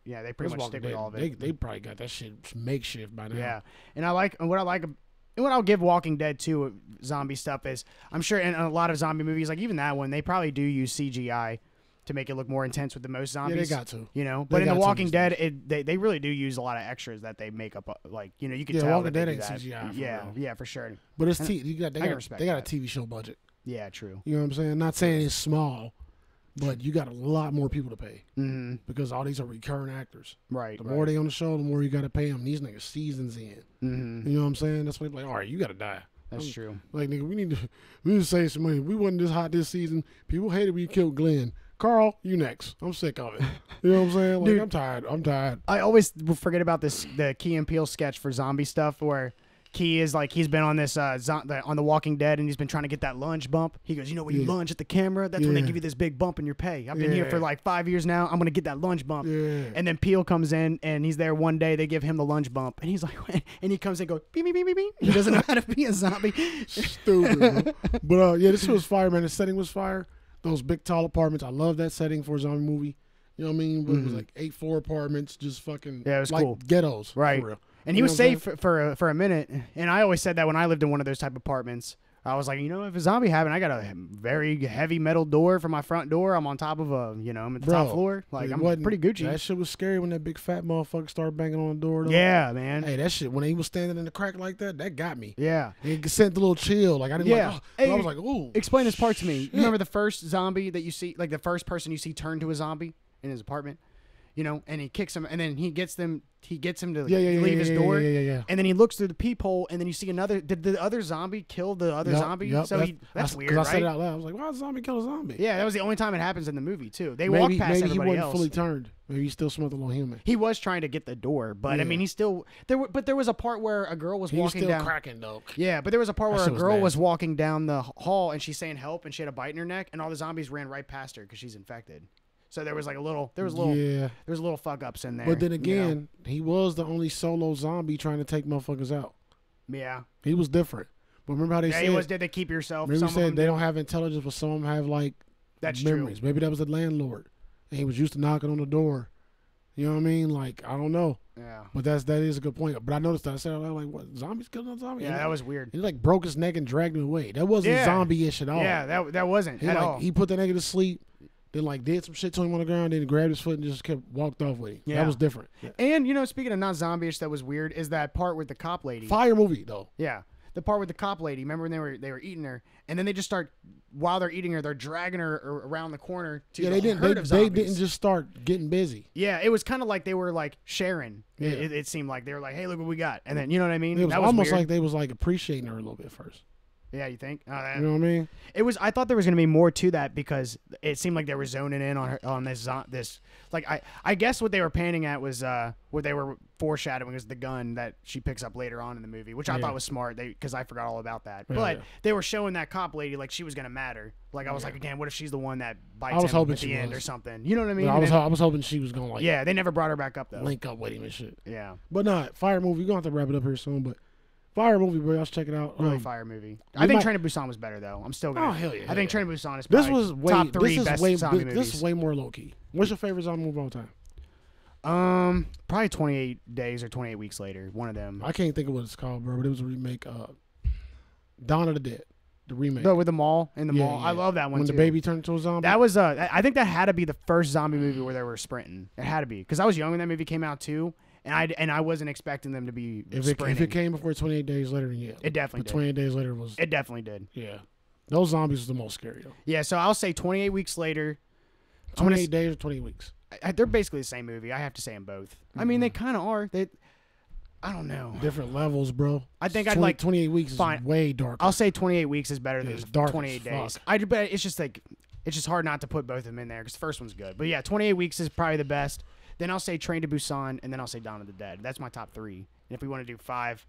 Speaker 1: yeah, they pretty
Speaker 2: Let's
Speaker 1: much
Speaker 2: walk
Speaker 1: stick
Speaker 2: the
Speaker 1: with
Speaker 2: dead.
Speaker 1: all of it.
Speaker 2: They, they probably got that shit makeshift by now.
Speaker 1: Yeah, and I like and what I like and what I'll give Walking Dead too uh, zombie stuff is I'm sure in a lot of zombie movies like even that one they probably do use CGI to make it look more intense with the most
Speaker 2: yeah,
Speaker 1: zombies.
Speaker 2: they got to.
Speaker 1: you know, but in The
Speaker 2: got to
Speaker 1: Walking
Speaker 2: these
Speaker 1: Dead, it, they they really do use a lot of extras that they make up. uh, Like you know, you can
Speaker 2: Yeah,
Speaker 1: tell
Speaker 2: Walking
Speaker 1: that they
Speaker 2: Dead
Speaker 1: do
Speaker 2: ain't
Speaker 1: that.
Speaker 2: CGI for
Speaker 1: yeah,
Speaker 2: real.
Speaker 1: yeah, for sure.
Speaker 2: But it's t- you got they
Speaker 1: I can
Speaker 2: got
Speaker 1: respect
Speaker 2: they got
Speaker 1: that.
Speaker 2: a TV show budget.
Speaker 1: Yeah, true.
Speaker 2: You know what I'm saying? Not saying it's small, but you got a lot more people to pay
Speaker 1: Mm-hmm.
Speaker 2: because all these are recurrent actors.
Speaker 1: Right.
Speaker 2: The
Speaker 1: right.
Speaker 2: more they on the show, the more you got to pay them. These niggas seasons in.
Speaker 1: Mhm.
Speaker 2: You know what I'm saying? That's why they be like, all right, you got to die.
Speaker 1: That's true.
Speaker 2: Like nigga, we need to we need to save some money. We wasn't this hot this season. People hated when you killed Glenn. Carl, you next. I'm sick of it. You know what I'm saying? Like
Speaker 1: Dude.
Speaker 2: I'm tired. I'm tired.
Speaker 1: I always forget about this the Key and Peele sketch for zombie stuff where Key is like he's been on this uh zo- the, on The Walking Dead and he's been trying to get that lunge bump. He goes, you know when you
Speaker 2: Yeah.
Speaker 1: lunge at the camera, that's when they
Speaker 2: Yeah.
Speaker 1: give you this big bump in your pay. I've been here for
Speaker 2: Yeah.
Speaker 1: like five years now. I'm gonna get that lunge bump.
Speaker 2: Yeah.
Speaker 1: And then Peele comes in and he's there one day. They give him the lunge bump and he's like, and he comes in and goes, beep beep beep beep beep. He doesn't know how to be a zombie.
Speaker 2: Stupid. bro. but uh, yeah, this was fire, man. The setting was fire. Those big tall apartments. I love that setting for a zombie movie. You know what I mean? But it was like eight floor apartments, just fucking
Speaker 1: Mm-hmm. Yeah, it was
Speaker 2: like
Speaker 1: cool.
Speaker 2: ghettos, for
Speaker 1: Right.
Speaker 2: real.
Speaker 1: And he
Speaker 2: You know
Speaker 1: was
Speaker 2: what I'm
Speaker 1: safe for, for a, for a minute. And I always said that when I lived in one of those type apartments, I was like, you know, if a zombie happened, I got a very heavy metal door for my front door. I'm on top of a, you know, I'm at the top
Speaker 2: Bro,
Speaker 1: floor. Like
Speaker 2: it
Speaker 1: I'm
Speaker 2: wasn't-
Speaker 1: pretty Gucci.
Speaker 2: That shit was scary when that big fat motherfucker started banging on the door. Though.
Speaker 1: yeah, man.
Speaker 2: Hey, that shit when he was standing in the crack like that, that got me.
Speaker 1: Yeah.
Speaker 2: It sent a little chill. Like I didn't.
Speaker 1: Yeah.
Speaker 2: Like, oh. but I
Speaker 1: Hey,
Speaker 2: was like, ooh.
Speaker 1: Explain this part to me. You remember the first zombie that you see, like the first person you see turn to a zombie in his apartment, you know, and he kicks him, and then he gets them, he gets him to like,
Speaker 2: Yeah, yeah, yeah,
Speaker 1: leave
Speaker 2: yeah,
Speaker 1: his
Speaker 2: yeah,
Speaker 1: door,
Speaker 2: yeah, yeah, yeah.
Speaker 1: and then he looks through the peephole, and then you see another. Did the other zombie kill the other
Speaker 2: Yup,
Speaker 1: zombie?
Speaker 2: yup,
Speaker 1: so
Speaker 2: that's,
Speaker 1: he, that's
Speaker 2: I,
Speaker 1: weird,
Speaker 2: 'cause
Speaker 1: right?
Speaker 2: I said it out loud. I was like, why does zombie kill a zombie?
Speaker 1: Yeah, that was the only time it happens in the movie too. They walk
Speaker 2: Maybe,
Speaker 1: past
Speaker 2: maybe he
Speaker 1: everybody
Speaker 2: wasn't
Speaker 1: else.
Speaker 2: fully turned. Maybe he still smelled a little human.
Speaker 1: he was trying to get the door, but I mean, he still there. Were, but there was a part where a girl was
Speaker 2: He was
Speaker 1: walking
Speaker 2: still
Speaker 1: down.
Speaker 2: cracking though.
Speaker 1: Yeah, but there was a part where a
Speaker 2: shit was
Speaker 1: girl was walking down the hall and she's saying help, and she had a bite in her neck, and all the zombies ran right past her because she's infected. So there was like a little, there was a little,
Speaker 2: Yeah.
Speaker 1: there was a little fuck ups in there.
Speaker 2: But then
Speaker 1: you know?
Speaker 2: again, he was the only solo zombie trying to take motherfuckers out.
Speaker 1: yeah,
Speaker 2: He was different. But remember how they
Speaker 1: yeah,
Speaker 2: said
Speaker 1: it was. Did they keep yourself?
Speaker 2: remember
Speaker 1: Some
Speaker 2: we
Speaker 1: of
Speaker 2: said
Speaker 1: them
Speaker 2: they
Speaker 1: did.
Speaker 2: don't have intelligence, but some of them have like
Speaker 1: That's true.
Speaker 2: memories. Maybe that was the landlord. And he was used to knocking on the door. You know what I mean? Like, I don't know.
Speaker 1: Yeah,
Speaker 2: But that's that is a good point. But I noticed that I said I was like, what zombies killing a zombie?
Speaker 1: yeah,
Speaker 2: And
Speaker 1: that was weird.
Speaker 2: He like broke his neck and dragged him away. That wasn't
Speaker 1: Yeah.
Speaker 2: zombie ish at all.
Speaker 1: Yeah, that that wasn't
Speaker 2: he
Speaker 1: at
Speaker 2: like
Speaker 1: all.
Speaker 2: he put the nigga to sleep, then like did some shit to him on the ground, then grabbed his foot and just kept walked off with him. That
Speaker 1: Yeah.
Speaker 2: was different.
Speaker 1: and you know, speaking of not zombie-ish, that was weird. Is that part with the cop lady?
Speaker 2: Fire movie though.
Speaker 1: Yeah. The part with the cop lady, remember when they were they were eating her, and then they just start while they're eating her, they're dragging her ar- around the corner to
Speaker 2: Yeah,
Speaker 1: the
Speaker 2: they didn't.
Speaker 1: herd
Speaker 2: They,
Speaker 1: of
Speaker 2: they
Speaker 1: zombies.
Speaker 2: didn't just start getting busy.
Speaker 1: yeah, it was kind of like they were like sharing.
Speaker 2: Yeah.
Speaker 1: It, it seemed like they were like, "Hey, look what we got," and then you know what I mean.
Speaker 2: It was,
Speaker 1: that was
Speaker 2: almost
Speaker 1: weird.
Speaker 2: like they was like appreciating her a little bit first.
Speaker 1: yeah, you think? Oh, that-
Speaker 2: You know what I mean?
Speaker 1: It was. I thought there was gonna be more to that because it seemed like they were zoning in on her on this zo- this. Like I I guess what they were panning at was uh what they were foreshadowing is the gun that she picks up later on in the movie, which I
Speaker 2: Yeah.
Speaker 1: thought was smart. They because I forgot all about that.
Speaker 2: Yeah,
Speaker 1: but
Speaker 2: yeah.
Speaker 1: they were showing that cop lady like she was gonna matter. Like I was like, damn, what if she's the one that bites
Speaker 2: I was
Speaker 1: him
Speaker 2: hoping
Speaker 1: at the
Speaker 2: she
Speaker 1: end
Speaker 2: was.
Speaker 1: or something? You know what I mean?
Speaker 2: But I was
Speaker 1: And-
Speaker 2: ho- I was hoping she was gonna like
Speaker 1: yeah, they never brought her back up though.
Speaker 2: link Hmm. up with him and shit.
Speaker 1: Yeah,
Speaker 2: But not fire movie. We're gonna have to wrap it up here soon. But fire movie, bro. Y'all should check it out.
Speaker 1: really
Speaker 2: Um,
Speaker 1: fire movie.
Speaker 2: we
Speaker 1: I think
Speaker 2: might-
Speaker 1: Train to Busan was better though. I'm still gonna.
Speaker 2: Oh, hell yeah,
Speaker 1: I
Speaker 2: hell
Speaker 1: think
Speaker 2: yeah.
Speaker 1: Train to Busan is
Speaker 2: This
Speaker 1: probably
Speaker 2: was way.
Speaker 1: top three
Speaker 2: this is
Speaker 1: best
Speaker 2: way.
Speaker 1: zombie
Speaker 2: This,
Speaker 1: movies.
Speaker 2: this is way more low key. What's your favorite zombie movie of all time?
Speaker 1: um, probably 28 days or 28 weeks later. One of them.
Speaker 2: I can't think of what it's called, bro. But it was a remake. Uh, Dawn of the Dead, the remake.
Speaker 1: No, with the mall in the
Speaker 2: Yeah,
Speaker 1: mall. I
Speaker 2: yeah.
Speaker 1: love that one
Speaker 2: when
Speaker 1: too.
Speaker 2: the baby turned into a zombie.
Speaker 1: That was uh, I think that had to be the first zombie movie where they were sprinting. It had to be because I was young when that movie came out too, and I and I wasn't expecting them to be
Speaker 2: if it,
Speaker 1: sprinting.
Speaker 2: if it came before 28 days later, then yeah.
Speaker 1: It definitely
Speaker 2: But
Speaker 1: did.
Speaker 2: 28 days later was
Speaker 1: it definitely did.
Speaker 2: yeah. Those zombies was the most scary though.
Speaker 1: Yeah, so I'll say 28 weeks later. I'm gonna
Speaker 2: 28 days or 20 weeks.
Speaker 1: s- I- they're basically the same movie. I have to say them both. I mean, they
Speaker 2: Mm-hmm.
Speaker 1: kind of are. They, I don't know.
Speaker 2: Different levels, bro.
Speaker 1: I think I'd
Speaker 2: 20
Speaker 1: like-
Speaker 2: 28 weeks is
Speaker 1: fine.
Speaker 2: way darker.
Speaker 1: I'll say 28 weeks is better than
Speaker 2: it's dark as
Speaker 1: 28 days.
Speaker 2: fuck.
Speaker 1: I but it's just like it's just hard not to put both of them in there because the first one's good. But yeah, 28 weeks is probably the best. Then I'll say Train to Busan, and then I'll say Dawn of the Dead. That's my top three. And if we want to do five,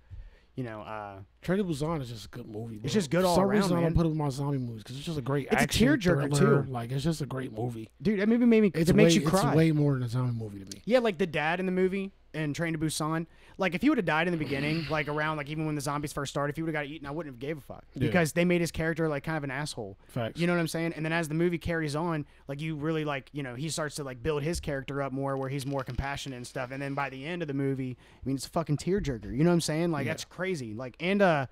Speaker 1: you know, uh,
Speaker 2: Train to Busan is just a good movie. Bro.
Speaker 1: It's just good all
Speaker 2: For some
Speaker 1: around,
Speaker 2: reason, I
Speaker 1: man.
Speaker 2: don't put it with my zombie movies because it's just a great.
Speaker 1: It's a
Speaker 2: action,
Speaker 1: tearjerker,
Speaker 2: thriller.
Speaker 1: too.
Speaker 2: Like it's just a great movie.
Speaker 1: dude, that movie made me.
Speaker 2: It's
Speaker 1: it makes
Speaker 2: way,
Speaker 1: you cry.
Speaker 2: It's way more than a zombie movie to me.
Speaker 1: yeah, like the dad in the movie and Train to Busan. Like if he would have died in the beginning, like around like even when the zombies first started, if he would have got eaten, I wouldn't have gave a fuck
Speaker 2: Yeah.
Speaker 1: because they made his character like kind of an asshole.
Speaker 2: Facts.
Speaker 1: You know what I'm saying? And then as the movie carries on, like you really like, you know, he starts to like build his character up more where he's more compassionate and stuff. And then by the end of the movie, I mean, it's a fucking tearjerker. You know what I'm saying? Like that's crazy. Like, and, uh,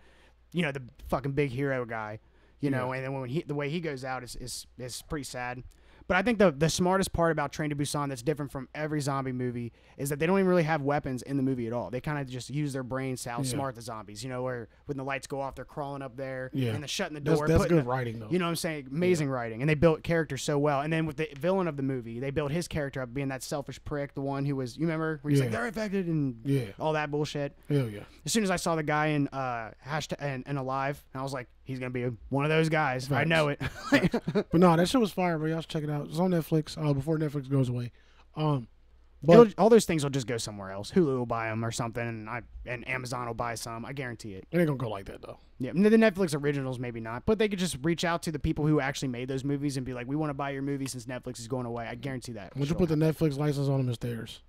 Speaker 1: you know, the fucking big hero guy, you know, and then when he, the way he goes out is, is, is pretty sad. But I think the, the smartest part about Train to Busan that's different from every zombie movie is that they don't even really have weapons in the movie at all. They kind of just use their brains to outsmart the zombies, you know, where when the lights go off, they're crawling up there
Speaker 2: Yeah.
Speaker 1: and they're shutting the door.
Speaker 2: That's, that's
Speaker 1: putting
Speaker 2: good
Speaker 1: the-
Speaker 2: writing though.
Speaker 1: you know what I'm saying? Amazing writing. And they built characters so well. And then with the villain of the movie, they built his character up being that selfish prick, the one who was, you remember, where he's like,
Speaker 2: Yeah.
Speaker 1: they're infected and
Speaker 2: Yeah.
Speaker 1: all that bullshit.
Speaker 2: Hell yeah.
Speaker 1: As soon as I saw the guy in uh, hashtag and, and Alive, I was like, he's going to be one of those guys. I
Speaker 2: Facts.
Speaker 1: know it.
Speaker 2: But no, that shit was fire, bro. Y'all should check it out. It's on Netflix. Uh, before Netflix goes away. Um,
Speaker 1: It'll-
Speaker 2: but
Speaker 1: all those things will just go somewhere else. Hulu will buy them or something, and, I, and Amazon will buy some. I guarantee it.
Speaker 2: it ain't gonna go like that though.
Speaker 1: Yeah, and the Netflix originals maybe not, but they could just reach out to the people who actually made those movies and be like, "We want to buy your movie since Netflix is going away." I guarantee that.
Speaker 2: Once
Speaker 1: Sure.
Speaker 2: you put the Netflix license on them, it's theirs.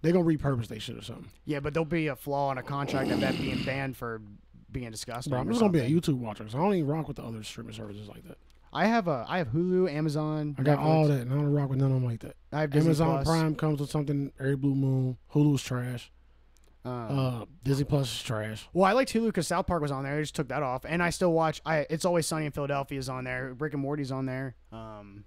Speaker 2: They gonna repurpose they shit or something.
Speaker 1: Yeah, but there'll be a flaw in a contract of that being banned for being disgusting.
Speaker 2: Bro, I'm
Speaker 1: or
Speaker 2: just gonna be a
Speaker 1: something.
Speaker 2: YouTube watcher. So I don't even rock with the other streaming services like that.
Speaker 1: I have a I have Hulu, Amazon.
Speaker 2: I got
Speaker 1: Netflix.
Speaker 2: all that, and I don't rock with none of them like that.
Speaker 1: I have Disney
Speaker 2: Amazon
Speaker 1: Plus.
Speaker 2: Prime comes with something every blue moon. Hulu's trash.
Speaker 1: Uh,
Speaker 2: Uh, Disney Plus is trash.
Speaker 1: well, I liked Hulu because South Park was on there. I just took that off, and I still watch. I it's always Sunny in Philadelphia is on there. Rick and Morty's on there. Um,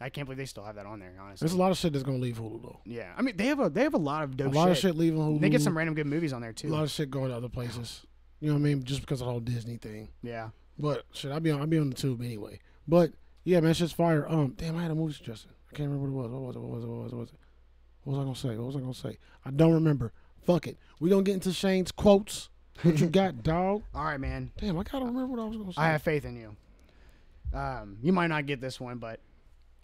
Speaker 1: I can't believe they still have that on there. Honestly,
Speaker 2: There's a lot of shit that's gonna leave Hulu though.
Speaker 1: yeah. I mean, they have a they have a lot of
Speaker 2: A
Speaker 1: dope
Speaker 2: lot
Speaker 1: Oh, shit.
Speaker 2: of shit leaving Hulu.
Speaker 1: They get some random good movies on there
Speaker 2: a
Speaker 1: too.
Speaker 2: lot of shit going to other places. You know what I mean? Just because of the whole Disney thing.
Speaker 1: yeah.
Speaker 2: But shit, I'll be on. I'll be on the tube anyway. But yeah, man, shit's fire. Um, damn, I had a movie suggestion. I can't remember what it was. What was it? What was it? What was it? What was it? What was I gonna say? What was I gonna say? I don't remember. Fuck it. We gonna get into Shane's quotes. What you got, dog?
Speaker 1: All right, man.
Speaker 2: Damn, I gotta remember what I was gonna say.
Speaker 1: I have faith in you. Um, you might not get this one, but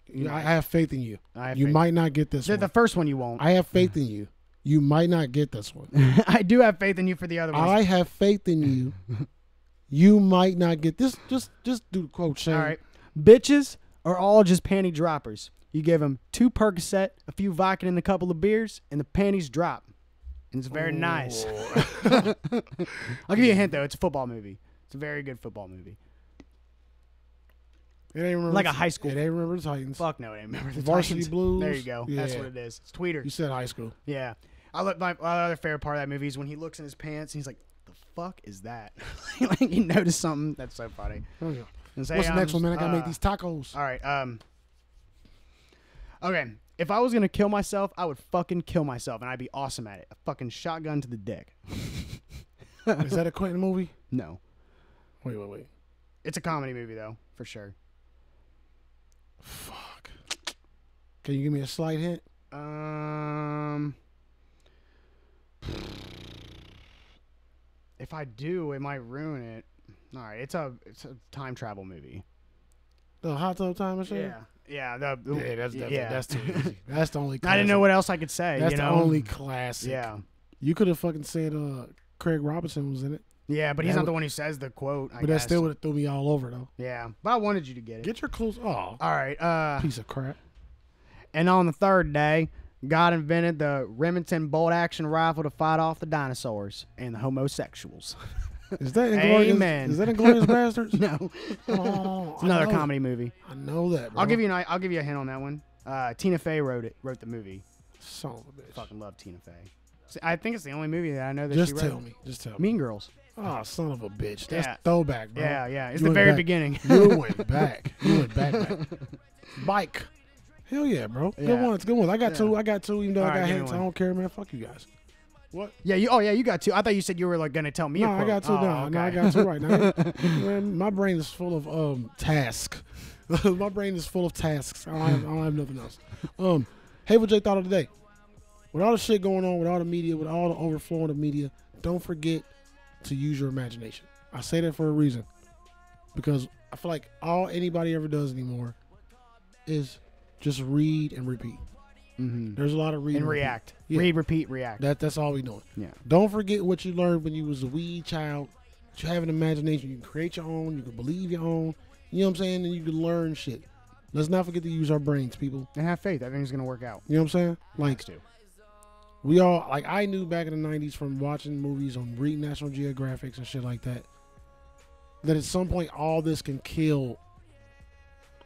Speaker 2: Yeah, I have faith in you.
Speaker 1: I have
Speaker 2: you
Speaker 1: faith.
Speaker 2: might not get this
Speaker 1: the,
Speaker 2: one.
Speaker 1: the first one you won't.
Speaker 2: I have faith in you. You might not get this one.
Speaker 1: I do have faith in you for the other ones.
Speaker 2: I have faith in you. You might not get this. Just, just do the quote, Shane.
Speaker 1: All right. Bitches are all just panty droppers. You give them two Percocet, a few Vicodin, and a couple of beers, and the panties drop. And it's very nice. I'll give you a hint, though. It's a football movie. It's a very good football movie.
Speaker 2: It ain't remember
Speaker 1: Like a
Speaker 2: the-
Speaker 1: high school-
Speaker 2: It ain't remember the Titans.
Speaker 1: Fuck no, I didn't remember the
Speaker 2: Varsity
Speaker 1: Titans.
Speaker 2: Blues?
Speaker 1: There you go. That's
Speaker 2: Yeah.
Speaker 1: what it is. It's Tweeter.
Speaker 2: You said high school.
Speaker 1: Yeah. I look. My, my other favorite part of that movie is when he looks in his pants and he's like, "The fuck is that?" like he noticed something. That's so funny.
Speaker 2: There you go.
Speaker 1: And say,
Speaker 2: What's the
Speaker 1: um,
Speaker 2: next one, man? I gotta
Speaker 1: uh,
Speaker 2: make these tacos.
Speaker 1: All right. Um. Okay. If I was gonna kill myself, I would fucking kill myself, and I'd be awesome at it. A fucking shotgun to the dick.
Speaker 2: Is that a Quentin movie?
Speaker 1: No,
Speaker 2: Wait, wait, wait.
Speaker 1: it's a comedy movie though, for sure.
Speaker 2: Fuck. Can you give me a slight hint?
Speaker 1: Um. If I do, it might ruin it. All right, it's a it's a time travel movie.
Speaker 2: The hot tub time and shit.
Speaker 1: Yeah, yeah, the,
Speaker 2: Yeah, that's definitely
Speaker 1: yeah.
Speaker 2: that's too easy. That's the only.
Speaker 1: I didn't know what else I could say.
Speaker 2: That's
Speaker 1: you
Speaker 2: the
Speaker 1: know?
Speaker 2: only classic.
Speaker 1: Yeah,
Speaker 2: You could have fucking said uh, Craig Robinson was in it,
Speaker 1: Yeah, but he's not
Speaker 2: That would-
Speaker 1: the one who says the quote. I
Speaker 2: but that
Speaker 1: guess.
Speaker 2: still would have threw me all over though.
Speaker 1: Yeah, but I wanted you to get it.
Speaker 2: Get your clues. Oh,
Speaker 1: All right. Uh,
Speaker 2: piece of crap.
Speaker 1: and on the third day, God invented the Remington bolt-action rifle to fight off the dinosaurs and the homosexuals.
Speaker 2: Is that Inglorious?
Speaker 1: Amen.
Speaker 2: Is that Inglorious Bastards?
Speaker 1: no,
Speaker 2: Oh,
Speaker 1: it's another
Speaker 2: I know-
Speaker 1: comedy movie.
Speaker 2: I know that. Bro.
Speaker 1: I'll give you an I- I'll give you a hint on that one. Uh, Tina Fey wrote it. Wrote the movie.
Speaker 2: Son of a bitch.
Speaker 1: Fucking love Tina Fey. See, I think it's the only movie that I know that
Speaker 2: Just
Speaker 1: she
Speaker 2: tell
Speaker 1: wrote.
Speaker 2: me. Just tell me.
Speaker 1: Mean Girls.
Speaker 2: Oh, son of a bitch. That's
Speaker 1: Yeah.
Speaker 2: throwback, bro.
Speaker 1: Yeah, yeah. It's the
Speaker 2: You went
Speaker 1: very
Speaker 2: back.
Speaker 1: beginning.
Speaker 2: You went back. You went back. back. Bike. Hell yeah, bro. Good
Speaker 1: Yeah.
Speaker 2: one. It's a good one. I got
Speaker 1: Yeah.
Speaker 2: two. I got two. Even though
Speaker 1: All
Speaker 2: I
Speaker 1: right,
Speaker 2: got
Speaker 1: give me
Speaker 2: hints, I
Speaker 1: one.
Speaker 2: don't care, man. Fuck you guys. What?
Speaker 1: yeah, you. Oh, yeah, you got two. I thought you said you were like gonna tell me.
Speaker 2: No,
Speaker 1: a
Speaker 2: I
Speaker 1: quote.
Speaker 2: got two.
Speaker 1: Oh,
Speaker 2: no, no, I
Speaker 1: okay.
Speaker 2: got two right now. man, my brain is full of um task. my brain is full of tasks. I don't have, I don't have nothing else. Um, hey, what Jay thought of the day? With all the shit going on, with all the media, with all the overflowing of media, don't forget to use your imagination. I say that for a reason, because I feel like all anybody ever does anymore is just read and repeat.
Speaker 1: Mhm.
Speaker 2: There's a lot of read
Speaker 1: And
Speaker 2: repeat.
Speaker 1: react.
Speaker 2: Yeah.
Speaker 1: Read, repeat, react.
Speaker 2: That that's all we doing.
Speaker 1: Yeah.
Speaker 2: Don't forget what you learned when you was a wee child. You have an imagination. You can create your own. You can believe your own. You know what I'm saying? And you can learn shit. Let's not forget to use our brains, people.
Speaker 1: and have faith. Everything's gonna work out.
Speaker 2: You know what I'm saying? Like
Speaker 1: Has to.
Speaker 2: we all like I knew back in the '90s from watching movies on reading National Geographics and shit like that. That at some point all this can kill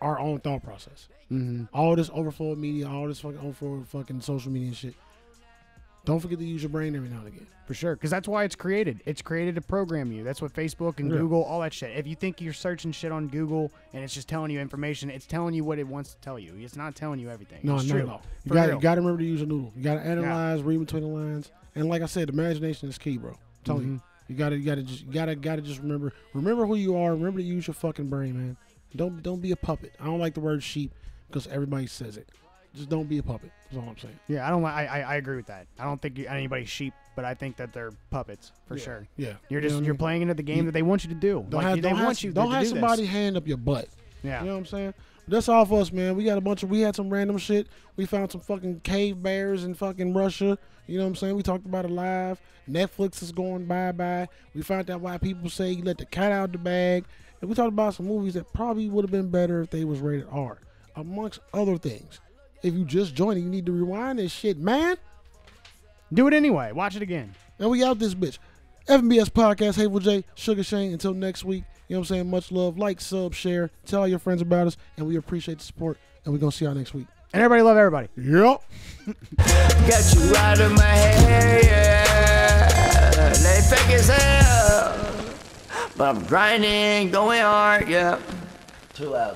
Speaker 2: our own thought process.
Speaker 1: Mm-hmm.
Speaker 2: all this overflow of media, all this fucking overflow of fucking social media and shit. Don't forget to use your brain every now and again.
Speaker 1: For sure, because that's why it's created. It's created to program you. That's what Facebook and
Speaker 2: Yeah.
Speaker 1: Google, all that shit. If you think you're searching shit on Google and it's just telling you information, it's telling you what it wants to tell you. It's not telling you everything.
Speaker 2: No,
Speaker 1: it's
Speaker 2: not
Speaker 1: true.
Speaker 2: at all. You
Speaker 1: For
Speaker 2: got
Speaker 1: real.
Speaker 2: you got to remember to use your noodle. You got to analyze, read between the lines, and like I said, imagination is key, bro. Tell
Speaker 1: Mm-hmm.
Speaker 2: you, you got to you got to just you got to got to just remember remember who you are. Remember to use your fucking brain, man. Don't don't be a puppet. I don't like the word sheep because everybody says it. Just don't be a puppet. That's all I'm saying.
Speaker 1: Yeah, I don't. li- I, I I agree with that. I don't think you- anybody's sheep, but I think that they're puppets for
Speaker 2: Yeah.
Speaker 1: sure. You're
Speaker 2: Yeah, You know
Speaker 1: just
Speaker 2: what I
Speaker 1: you're
Speaker 2: mean?
Speaker 1: playing into the game that they want you to do.
Speaker 2: Don't
Speaker 1: Like,
Speaker 2: have,
Speaker 1: you-
Speaker 2: don't
Speaker 1: they
Speaker 2: have-
Speaker 1: want you. to
Speaker 2: don't have
Speaker 1: do this.
Speaker 2: somebody hand up your butt.
Speaker 1: Yeah.
Speaker 2: You know what I'm saying? That's all for us, man. We got a bunch of we had some random shit. We found some fucking cave bears in fucking Russia. You know what I'm saying? We talked about it live. Netflix is going bye bye. We found out why people say you let the cat out the bag. And we talked about some movies that probably would have been better if they was rated R. Amongst other things. If you just joined, you need to rewind this shit, man.
Speaker 1: Do it anyway. Watch it again.
Speaker 2: And we out this bitch. FBS Podcast, Hateful J, Sugar Shane. Until next week, you know what I'm saying? Much love. Like, sub, share. Tell all your friends about us. And we appreciate the support. And we're going to see y'all next week.
Speaker 1: And everybody love everybody.
Speaker 2: Yep.
Speaker 3: Got you out of my head, yeah. They fake as hell. But I'm grinding, going hard, yeah. Two out.